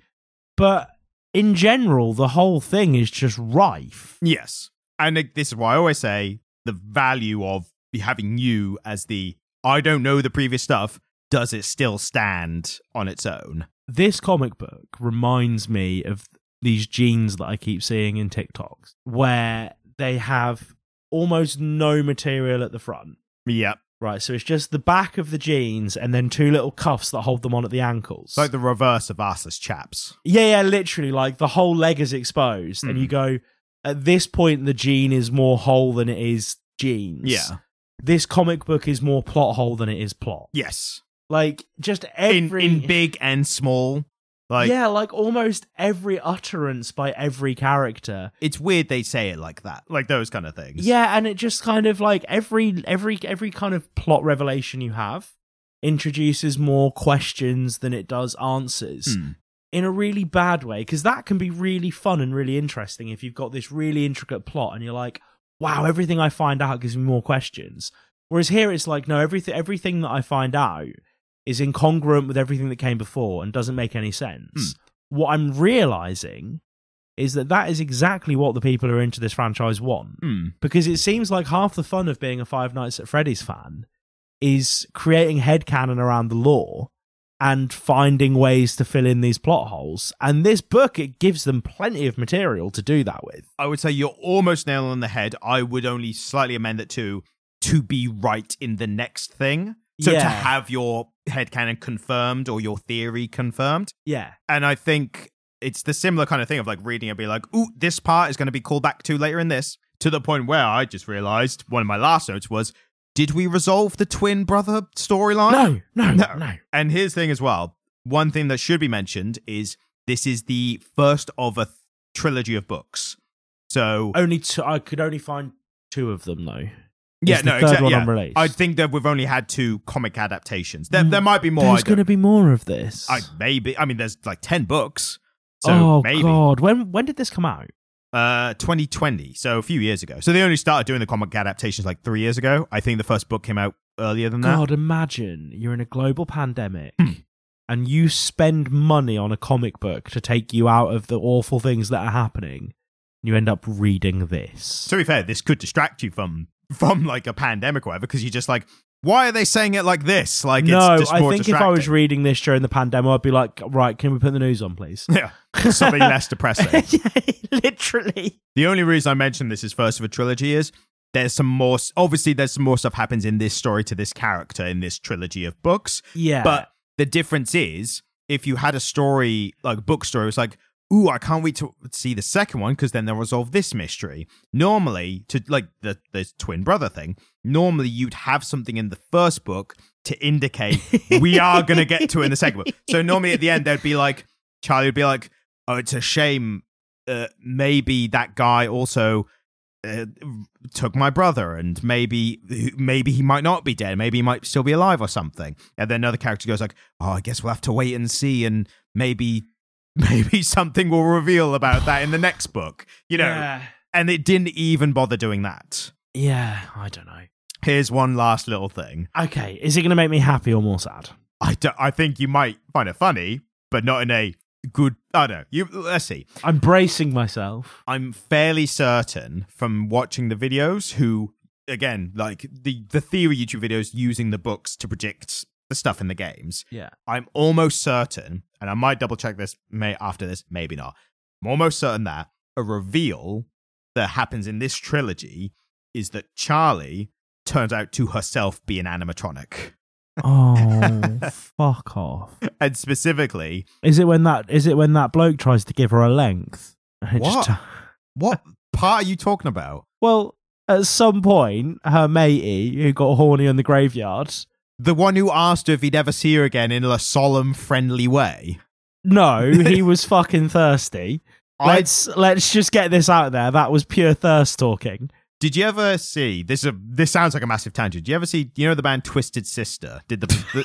Speaker 2: but in general, the whole thing is just rife.
Speaker 1: Yes. And it- this is why I always say the value of having you as the I don't know the previous stuff, does it still stand on its own?
Speaker 2: this comic book reminds me of these genes that I keep seeing in TikToks where they have almost no material at the front.
Speaker 1: Yep.
Speaker 2: Right, so it's just the back of the jeans and then two little cuffs that hold them on at the ankles.
Speaker 1: It's like the reverse of us as chaps.
Speaker 2: yeah, yeah, literally, like the whole leg is exposed, and
Speaker 1: Mhm.
Speaker 2: you go, at this point, the gene is more whole than it is jeans. This comic book is more plot hole than it is plot.
Speaker 1: Yes.
Speaker 2: Like, just
Speaker 1: In
Speaker 2: every.
Speaker 1: in big and small. Like
Speaker 2: yeah, like almost every utterance by every character.
Speaker 1: it's weird they say it like that. Like those kind of things.
Speaker 2: Yeah, and it just kind of like every every every kind of plot revelation you have introduces more questions than it does answers
Speaker 1: Hmm.
Speaker 2: in a really bad way because that can be really fun and really interesting if you've got this really intricate plot and you're like, wow, everything I find out gives me more questions. Whereas here it's like, no, everything everything that I find out is incongruent with everything that came before and doesn't make any sense. What I'm realizing is that that is exactly what the people who are into this franchise want
Speaker 1: Hmm.
Speaker 2: because it seems like half the fun of being a Five Nights at Freddy's fan is creating headcanon around the lore and finding ways to fill in these plot holes. And this book, it gives them plenty of material to do that with.
Speaker 1: I would say you're almost nail on the head. I would only slightly amend it to to be right in the next thing. So
Speaker 2: Yeah.
Speaker 1: to have your headcanon confirmed or your theory confirmed.
Speaker 2: Yeah.
Speaker 1: And I think it's the similar kind of thing of like reading and be like, ooh, this part is going to be called back to later in this. To the point where I just realized one of my last notes was, did we resolve the twin brother storyline?
Speaker 2: No, no, no,
Speaker 1: No.
Speaker 2: no.
Speaker 1: And here's the thing as well. One thing that should be mentioned is this is the first of a th- trilogy of books. So
Speaker 2: Only two, I could only find two of them though. Yeah,
Speaker 1: no,
Speaker 2: the third
Speaker 1: exactly.
Speaker 2: one
Speaker 1: yeah.
Speaker 2: on release.
Speaker 1: I think that we've only had two comic adaptations. There, there might be more. I
Speaker 2: Mm. There's
Speaker 1: don't-
Speaker 2: going to be more of this.
Speaker 1: I maybe. I mean, there's like ten books, so
Speaker 2: oh
Speaker 1: maybe
Speaker 2: god, when when did this come out?
Speaker 1: uh, 2020, so a few years ago. So they only started doing the comic adaptations like three years ago. I think the first book came out earlier than that.
Speaker 2: God, imagine you're in a global pandemic
Speaker 1: Hmm.
Speaker 2: and you spend money on a comic book to take you out of the awful things that are happening. and You end up reading this.
Speaker 1: To be fair, this could distract you from from like a pandemic or whatever, because you're just like, why are they saying it like this? Like,
Speaker 2: no,
Speaker 1: it's just
Speaker 2: I
Speaker 1: more
Speaker 2: think if I was
Speaker 1: distracting.
Speaker 2: reading this during the pandemic, I'd be like, right, can we put the news on, please?
Speaker 1: yeah, something less depressing.
Speaker 2: Literally.
Speaker 1: The only reason I mention this is first of a trilogy is there's some more. Obviously, there's some more stuff happens in this story to this character in this trilogy of books.
Speaker 2: Yeah.
Speaker 1: But the difference is if you had a story like a book story, it's like, ooh, I can't wait to see the second one because then they'll resolve this mystery. Normally, to like the the twin brother thing, normally you'd have something in the first book to indicate we are gonna get to it in the second book. So normally at the end there'd be like Charlie would be like, oh, it's a shame. Uh, maybe that guy also uh, took my brother and maybe maybe he might not be dead maybe he might still be alive or something and then another character goes like oh i guess we'll have to wait and see and maybe maybe something will reveal about that in the next book you know
Speaker 2: yeah.
Speaker 1: and it didn't even bother doing that
Speaker 2: Yeah, I don't know.
Speaker 1: here's one last little thing
Speaker 2: Okay, is it going to make me happy or more sad?
Speaker 1: i do- i think you might find it funny but not in a good i don't know you let's see
Speaker 2: I'm bracing myself.
Speaker 1: I'm fairly certain from watching the videos who again like the the theory YouTube videos using the books to predict the stuff in the games.
Speaker 2: Yeah.
Speaker 1: I'm almost certain and I might double check this may after this maybe not. I'm almost certain that a reveal that happens in this trilogy is that Charlie turns out to herself be an animatronic.
Speaker 2: Oh, fuck off.
Speaker 1: And specifically,
Speaker 2: Is it when that is it when that bloke tries to give her a length? And it
Speaker 1: What?
Speaker 2: t-
Speaker 1: what part are you talking about?
Speaker 2: well, at some point, her matey who got horny in the graveyard.
Speaker 1: The one who asked her if he'd ever see her again in a solemn, friendly way.
Speaker 2: No, he was fucking thirsty. Let's let's just get this out there. That was pure thirst talking.
Speaker 1: Did you ever see this? Is a, this sounds like a massive tangent. Did you ever see? You know the band Twisted Sister did the, the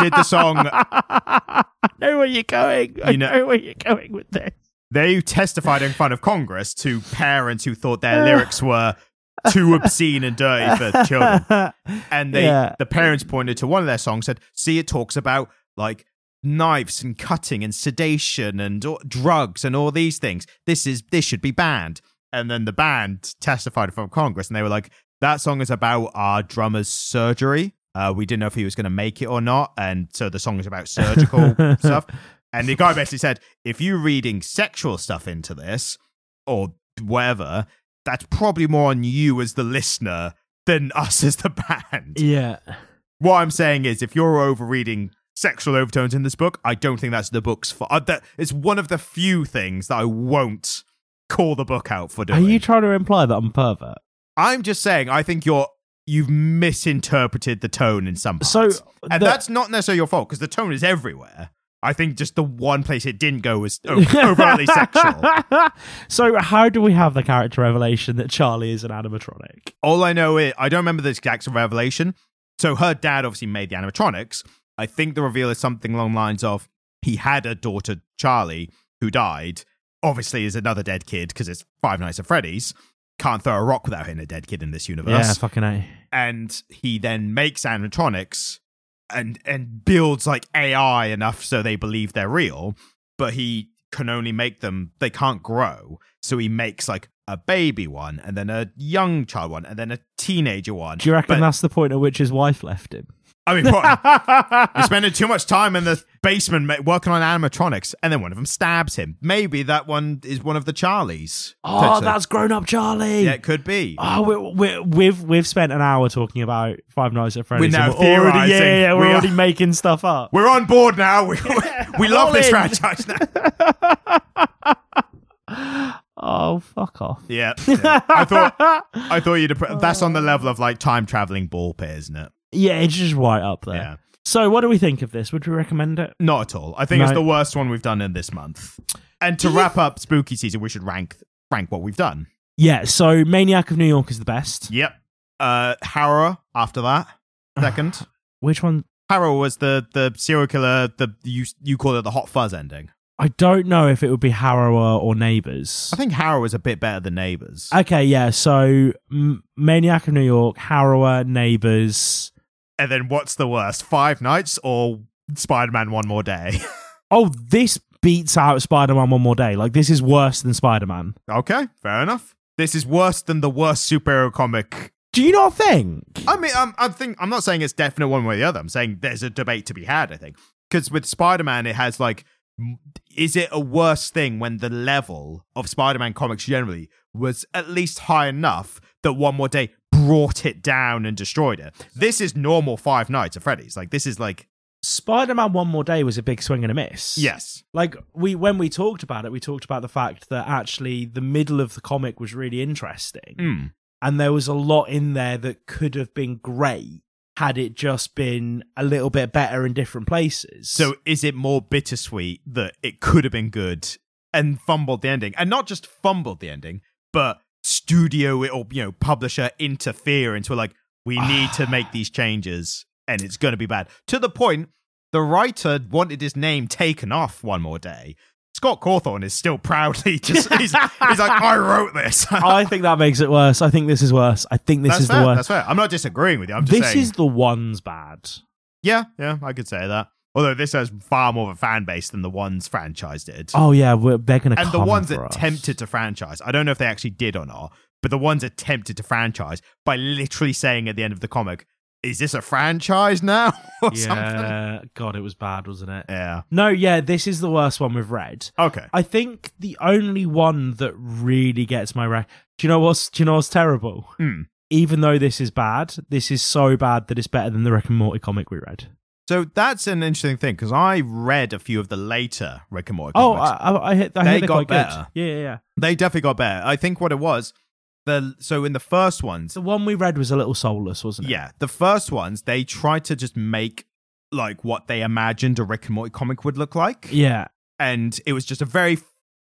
Speaker 1: did the song?
Speaker 2: I know where you're going. I
Speaker 1: You know-
Speaker 2: know where you're going with this.
Speaker 1: They testified in front of Congress to parents who thought their lyrics were too obscene and dirty for children, and they
Speaker 2: Yeah.
Speaker 1: the parents pointed to one of their songs said, "See, it talks about like." Knives and cutting and sedation and all, drugs and all these things. This is this should be banned. And then the band testified in front of Congress, and they were like, that song is about our drummer's surgery. Uh, we didn't know if he was going to make it or not, and so the song is about surgical stuff. And the guy basically said, if you're reading sexual stuff into this or whatever, that's probably more on you as the listener than us as the band.
Speaker 2: yeah.
Speaker 1: What I'm saying is, if you're overreading sexual overtones in this book, I don't think that's the book's fault. Uh, that it's one of the few things that I won't call the book out for
Speaker 2: Are
Speaker 1: doing.
Speaker 2: you trying to imply that I'm a pervert?
Speaker 1: I'm just saying, I think you're you've misinterpreted the tone in some parts.
Speaker 2: So
Speaker 1: and
Speaker 2: the-
Speaker 1: that's not necessarily your fault because the tone is everywhere. I think just the one place it didn't go was o- overtly sexual.
Speaker 2: so how do we have the character revelation that Charlie is an animatronic?
Speaker 1: All I know is I don't remember the exact revelation. So her dad obviously made the animatronics. I think the reveal is something along the lines of he had a daughter, Charlie, who died. Obviously, is another dead kid because it's Five Nights at Freddy's. Can't throw a rock without hitting a dead kid in this universe.
Speaker 2: Yeah, fucking a.
Speaker 1: and he then makes animatronics and and builds like AI enough so they believe they're real, but he can only make them they can't grow. So he makes like a baby one and then a young child one and then a teenager one.
Speaker 2: Do you reckon
Speaker 1: But-
Speaker 2: that's the point at which his wife left him?
Speaker 1: I mean what? You're spending too much time in the basement ma- working on animatronics, and then one of them stabs him. Maybe that one is one of the Charlies.
Speaker 2: oh,
Speaker 1: potentially.
Speaker 2: that's grown up Charlie.
Speaker 1: yeah, it could be.
Speaker 2: Oh, we, we, we've we've spent an hour talking about Five Nights at Freddy's.
Speaker 1: We're now
Speaker 2: and already, yeah, yeah, yeah,
Speaker 1: theorising.
Speaker 2: we're
Speaker 1: We are-
Speaker 2: already making stuff up.
Speaker 1: We're on board now. We, we, we love
Speaker 2: all
Speaker 1: this
Speaker 2: in.
Speaker 1: franchise now.
Speaker 2: Oh, fuck off.
Speaker 1: Yeah. yeah. I thought I thought you'd. appre- that's on the level of like time traveling ball pit, isn't it?
Speaker 2: Yeah, it's just right up there.
Speaker 1: Yeah.
Speaker 2: So, what do we think of this? Would we recommend it?
Speaker 1: Not at all. I think it's
Speaker 2: No.
Speaker 1: the worst one we've done in this month. And to wrap up spooky season, we should rank rank what we've done.
Speaker 2: Yeah. So, Maniac of New York is the best.
Speaker 1: Yep. uh, Harrow after that. Second.
Speaker 2: Which one?
Speaker 1: Harrow was the, the serial killer, the you, you call it the hot fuzz ending.
Speaker 2: I don't know if it would be Harrower or Neighbours.
Speaker 1: I think Harrow is a bit better than Neighbours.
Speaker 2: Okay, yeah. So M- Maniac of New York, Harrower, Neighbours.
Speaker 1: and then what's the worst? Five Nights or Spider Man One More Day?
Speaker 2: Oh, this beats out Spider-Man One More Day. Like this is worse than Spider-Man.
Speaker 1: okay, fair enough. This is worse than the worst superhero comic.
Speaker 2: Do you not think?
Speaker 1: I mean, I'm, I think I'm not saying it's definite one way or the other. I'm saying there's a debate to be had. I think because with Spider Man, it has like, m- is it a worse thing when the level of Spider Man comics generally was at least high enough that One More Day brought it down and destroyed it? This is normal Five Nights at Freddy's. Like this is like
Speaker 2: Spider-Man One More Day was a big swing and a miss.
Speaker 1: yes,
Speaker 2: Like we when we talked about it, we talked about the fact that actually the middle of the comic was really interesting.
Speaker 1: Mm.
Speaker 2: And there was a lot in there that could have been great had it just been a little bit better in different places.
Speaker 1: So is it more bittersweet that it could have been good and fumbled the ending? And not just fumbled the ending, but studio or you know, publisher interfere into like, we
Speaker 2: Ah.
Speaker 1: need to make these changes and it's gonna be bad. To the point the writer wanted his name taken off one more day. Scott Cawthorne is still proudly just he's, he's like, I wrote this.
Speaker 2: I think that makes it worse. I think this is worse. I think this
Speaker 1: that's
Speaker 2: Oh, is
Speaker 1: fair,
Speaker 2: the worst.
Speaker 1: that's fair. I'm not disagreeing with you. I'm just
Speaker 2: This
Speaker 1: saying
Speaker 2: is the one's bad.
Speaker 1: Yeah, yeah, I could say that. Although this has far more of a fan base than the ones franchise did.
Speaker 2: Oh yeah, we're, they're gonna
Speaker 1: and the
Speaker 2: come
Speaker 1: ones
Speaker 2: for
Speaker 1: that
Speaker 2: us.
Speaker 1: tempted to franchise i don't know if they actually did or not but the ones that tempted to franchise by literally saying at the end of the comic is this a franchise now or something
Speaker 2: Yeah, God, it was bad, wasn't it?
Speaker 1: yeah
Speaker 2: No, yeah, this is the worst one we've read.
Speaker 1: okay
Speaker 2: I think the only one that really gets my re- do you know what's do you know what's terrible?
Speaker 1: Hmm.
Speaker 2: Even though this is bad, this is so bad that it's better than the Rick and Morty comic we read.
Speaker 1: so that's an interesting thing because i read a few of the later rick and morty
Speaker 2: Oh,
Speaker 1: comics.
Speaker 2: I, I, I, hear- I
Speaker 1: They
Speaker 2: hear they're
Speaker 1: got
Speaker 2: quite
Speaker 1: better.
Speaker 2: good. Yeah, yeah, yeah.
Speaker 1: they definitely got better i think what it was the so in the first ones
Speaker 2: The one we read was a little soulless, wasn't it?
Speaker 1: Yeah, the first ones they tried to just make like what they imagined a Rick and Morty comic would look like.
Speaker 2: yeah.
Speaker 1: and it was just a very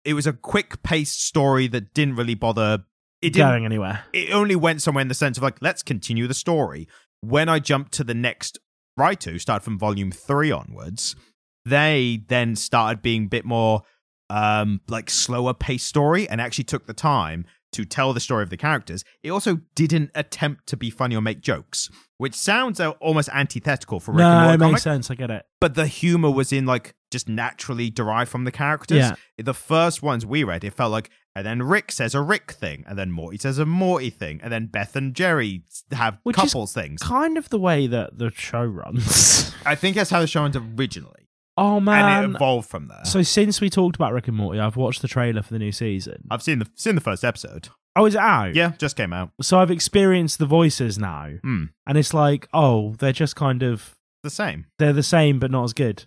Speaker 1: it was a quick paced story that didn't really bother it didn't
Speaker 2: Going anywhere?
Speaker 1: it only went somewhere in the sense of like let's continue the story when i jumped to the next writer who started from volume 3 onwards they then started being a bit more um like slower paced story and actually took the time to tell the story of the characters it also didn't attempt to be funny or make jokes which sounds uh, almost antithetical for Rick
Speaker 2: No,
Speaker 1: and Morty
Speaker 2: it
Speaker 1: comic
Speaker 2: makes sense. I get it.
Speaker 1: but the humor was in like just naturally derived from the characters.
Speaker 2: Yeah.
Speaker 1: The first ones we read, it felt like, and then Rick says a Rick thing, and then Morty says a Morty thing, and then Beth and Jerry have
Speaker 2: Which is-
Speaker 1: couples things.
Speaker 2: Kind of the way that the show runs.
Speaker 1: I think that's how the show ends originally,
Speaker 2: oh
Speaker 1: and
Speaker 2: man.
Speaker 1: it evolved from there.
Speaker 2: So since we talked about Rick and Morty, I've watched the trailer for the new season.
Speaker 1: I've seen the seen the first episode.
Speaker 2: Oh, is it out?
Speaker 1: Yeah, just came out.
Speaker 2: So I've experienced the voices now,
Speaker 1: Hmm.
Speaker 2: and it's like, oh, they're just kind of
Speaker 1: The same.
Speaker 2: they're the same, but not as good.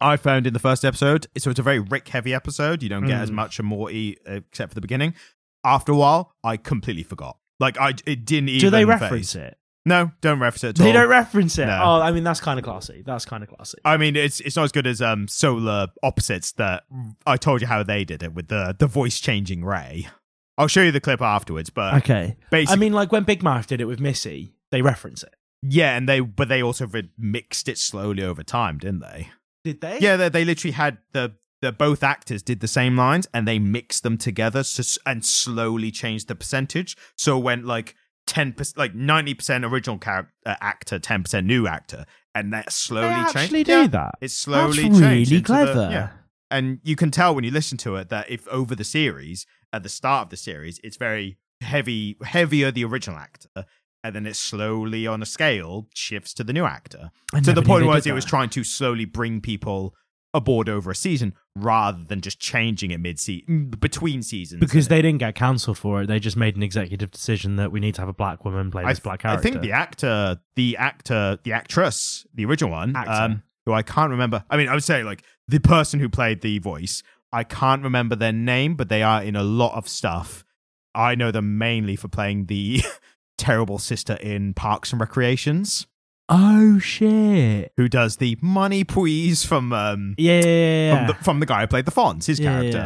Speaker 1: I found in the first episode, so it's a very Rick heavy episode. You don't get
Speaker 2: Mm.
Speaker 1: as much of Morty uh, except for the beginning. After a while, I completely forgot. Like I, it didn't even.
Speaker 2: Do they reference
Speaker 1: phase-
Speaker 2: it?
Speaker 1: No, don't reference it. At
Speaker 2: They
Speaker 1: all.
Speaker 2: don't reference it.
Speaker 1: No. Uh,
Speaker 2: Oh, I mean, that's kind of classy. That's kind of classy.
Speaker 1: I mean, it's it's not as good as um Solar Opposites that I told you how they did it with the the voice changing Ray. I'll show you the clip afterwards, but
Speaker 2: okay.
Speaker 1: basically,
Speaker 2: I mean, like when Big Mouth did it with Missy, they reference it.
Speaker 1: yeah, and they but they also re- mixed it slowly over time, didn't they?
Speaker 2: Did they?
Speaker 1: Yeah, they, they literally had the the both actors did the same lines and they mixed them together so, s- and slowly changed the percentage. So it went like ten percent, like ninety percent original character uh, actor, ten percent new actor, and that
Speaker 2: they
Speaker 1: slowly
Speaker 2: actually
Speaker 1: changed.
Speaker 2: do
Speaker 1: Yeah.
Speaker 2: that.
Speaker 1: It's slowly
Speaker 2: that's
Speaker 1: changed
Speaker 2: really
Speaker 1: into the-
Speaker 2: clever.
Speaker 1: yeah. and you can tell when you listen to it that if over the series at the start of the series it's very heavy heavier the original actor and then it slowly on a scale shifts to the new actor
Speaker 2: I
Speaker 1: to
Speaker 2: never
Speaker 1: the
Speaker 2: knew
Speaker 1: point
Speaker 2: they
Speaker 1: was
Speaker 2: did
Speaker 1: it was
Speaker 2: that.
Speaker 1: trying to slowly bring people aboard over a season rather than just changing it mid season between seasons
Speaker 2: because they didn't get cancelled for it. They just made an executive decision that we need to have a black woman play
Speaker 1: I,
Speaker 2: this black character.
Speaker 1: I think the actor the actor the actress the original one
Speaker 2: Actor.
Speaker 1: um who I can't remember I mean I would say like the person who played the voice I can't remember their name but they are in a lot of stuff I know them mainly for playing the terrible sister in Parks and Recreations
Speaker 2: oh shit!
Speaker 1: who does the money please from um
Speaker 2: Yeah, yeah, yeah, yeah.
Speaker 1: from, the, from the guy who played the Fonz his
Speaker 2: Yeah,
Speaker 1: character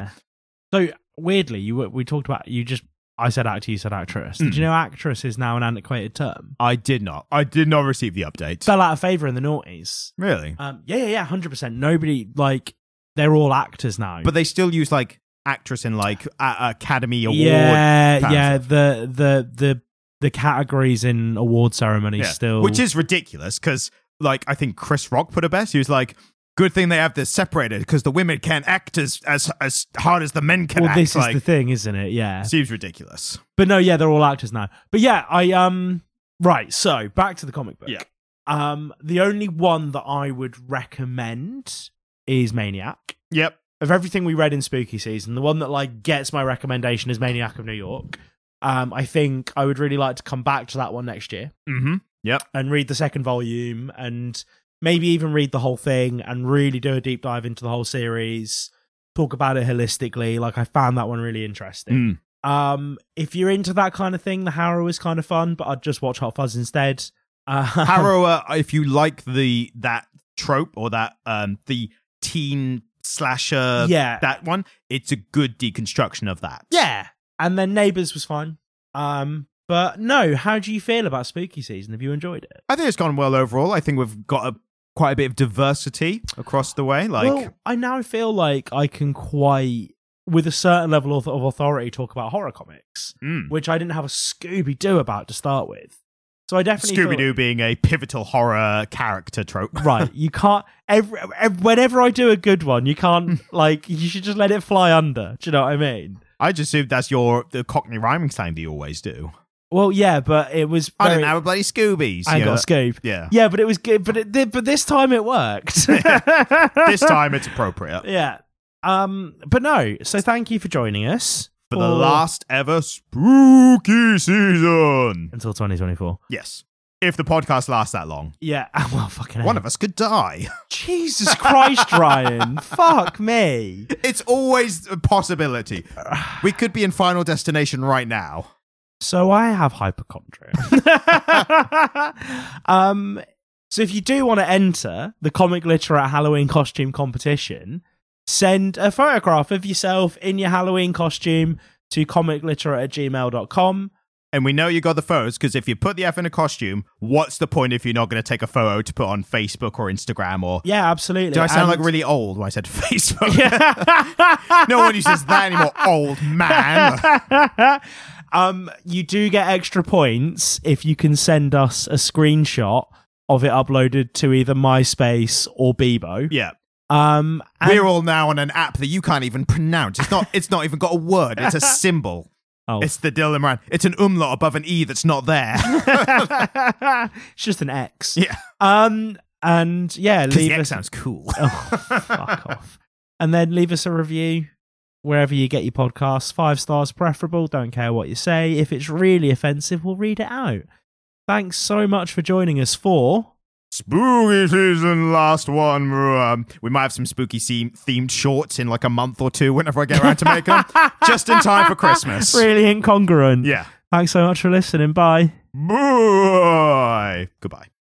Speaker 2: yeah, yeah. So weirdly, you were- we talked about you just I said actor, you said actress.
Speaker 1: Hmm.
Speaker 2: Did you know actress is now an antiquated term?
Speaker 1: I did not. I did not receive the update.
Speaker 2: Fell out of favour in the noughties.
Speaker 1: really?
Speaker 2: Um, yeah, yeah, yeah, hundred percent. Nobody like they're all actors now.
Speaker 1: But they still use like actress in like a- Academy Award.
Speaker 2: yeah,
Speaker 1: fans.
Speaker 2: yeah, the the the the categories in award ceremonies
Speaker 1: Yeah.
Speaker 2: still,
Speaker 1: Which is ridiculous because, like, I think Chris Rock put it best. He was like, good thing they have this separated because the women can't act as, as as hard as the men can
Speaker 2: well,
Speaker 1: act.
Speaker 2: this
Speaker 1: like,
Speaker 2: is the thing, isn't it? Yeah,
Speaker 1: seems ridiculous.
Speaker 2: but no, yeah, they're all actors now. But yeah, I um, right. So back to the comic book.
Speaker 1: Yeah.
Speaker 2: Um, the only one that I would recommend is Maniac.
Speaker 1: Yep.
Speaker 2: Of everything we read in Spooky Season, the one that like gets my recommendation is Maniac of New York. Um, I think I would really like to come back to that one next year.
Speaker 1: Mm-hmm.
Speaker 2: and read the second volume and maybe even read the whole thing and really do a deep dive into the whole series talk about it holistically like i found that one really interesting
Speaker 1: Mm.
Speaker 2: um if you're into that kind of thing the harrow is kind of fun but i'd just watch hot fuzz instead uh,
Speaker 1: Harrower, if you like the that trope or that um the teen slasher
Speaker 2: yeah
Speaker 1: uh, that one, it's a good deconstruction of that.
Speaker 2: yeah and then neighbors was fine um but no how do you feel about spooky season have you enjoyed it
Speaker 1: I think it's gone well overall. I think we've got a quite a bit of diversity across the way. Like
Speaker 2: well, i now feel like i can quite with a certain level of of authority talk about horror comics
Speaker 1: mm,
Speaker 2: which I didn't have a Scooby Doo about to start with. So I definitely feel-
Speaker 1: Scooby Doo being a pivotal horror character trope.
Speaker 2: right, you can't. Every, ev whenever I do a good one, you can't like. You should just let it fly under. Do you know what I mean?
Speaker 1: I just assumed that's your the Cockney rhyming slang that you always do.
Speaker 2: Well, yeah, but it was.
Speaker 1: I
Speaker 2: very-
Speaker 1: don't have a bloody Scoobies.
Speaker 2: I ain't
Speaker 1: you know?
Speaker 2: got a scoop.
Speaker 1: yeah.
Speaker 2: Yeah, but it was good. But it did. But this time it worked.
Speaker 1: this time it's appropriate.
Speaker 2: yeah. Um. But no. So thank you for joining us
Speaker 1: For the last ever spooky season.
Speaker 2: until 2024.
Speaker 1: Yes. If the podcast lasts that long,
Speaker 2: Yeah. Well, fucking.
Speaker 1: one
Speaker 2: hell.
Speaker 1: of us could die.
Speaker 2: Jesus Christ, Ryan. Fuck me.
Speaker 1: It's always a possibility. We could be in Final Destination right now.
Speaker 2: So I have hypochondria. um, so if you do want to enter the Comic Literate Halloween costume competition, send a photograph of yourself in your Halloween costume to comicliterate at gmail.com.
Speaker 1: And we know you got the photos because if you put the F in a costume, what's the point if you're not going to take a photo to put on Facebook or Instagram or.
Speaker 2: Yeah, absolutely.
Speaker 1: Do I sound like
Speaker 2: And-
Speaker 1: really old when I said Facebook?
Speaker 2: Yeah.
Speaker 1: no one uses that anymore, old man.
Speaker 2: um, you do get extra points if you can send us a screenshot of it uploaded to either MySpace or Bebo.
Speaker 1: Yeah.
Speaker 2: Um, and-
Speaker 1: We're all now on an app that you can't even pronounce. It's not it's not even got a word, it's a symbol.
Speaker 2: Oh.
Speaker 1: It's the Dylan Moran. It's an umlaut above an E that's not there.
Speaker 2: it's just an X.
Speaker 1: Yeah.
Speaker 2: Um, and yeah,
Speaker 1: 'Cause the
Speaker 2: leave
Speaker 1: X
Speaker 2: us
Speaker 1: sounds cool.
Speaker 2: fuck off, and then leave us a review wherever you get your podcasts. Five stars preferable. Don't care what you say. If it's really offensive, we'll read it out. Thanks so much for joining us for.
Speaker 1: Spooky season, last one. Um, we might have some spooky theme- themed shorts in like a month or two whenever I get around to making them. Just in time for Christmas.
Speaker 2: Really incongruent.
Speaker 1: Yeah.
Speaker 2: Thanks so much for listening. Bye.
Speaker 1: Bye. Goodbye.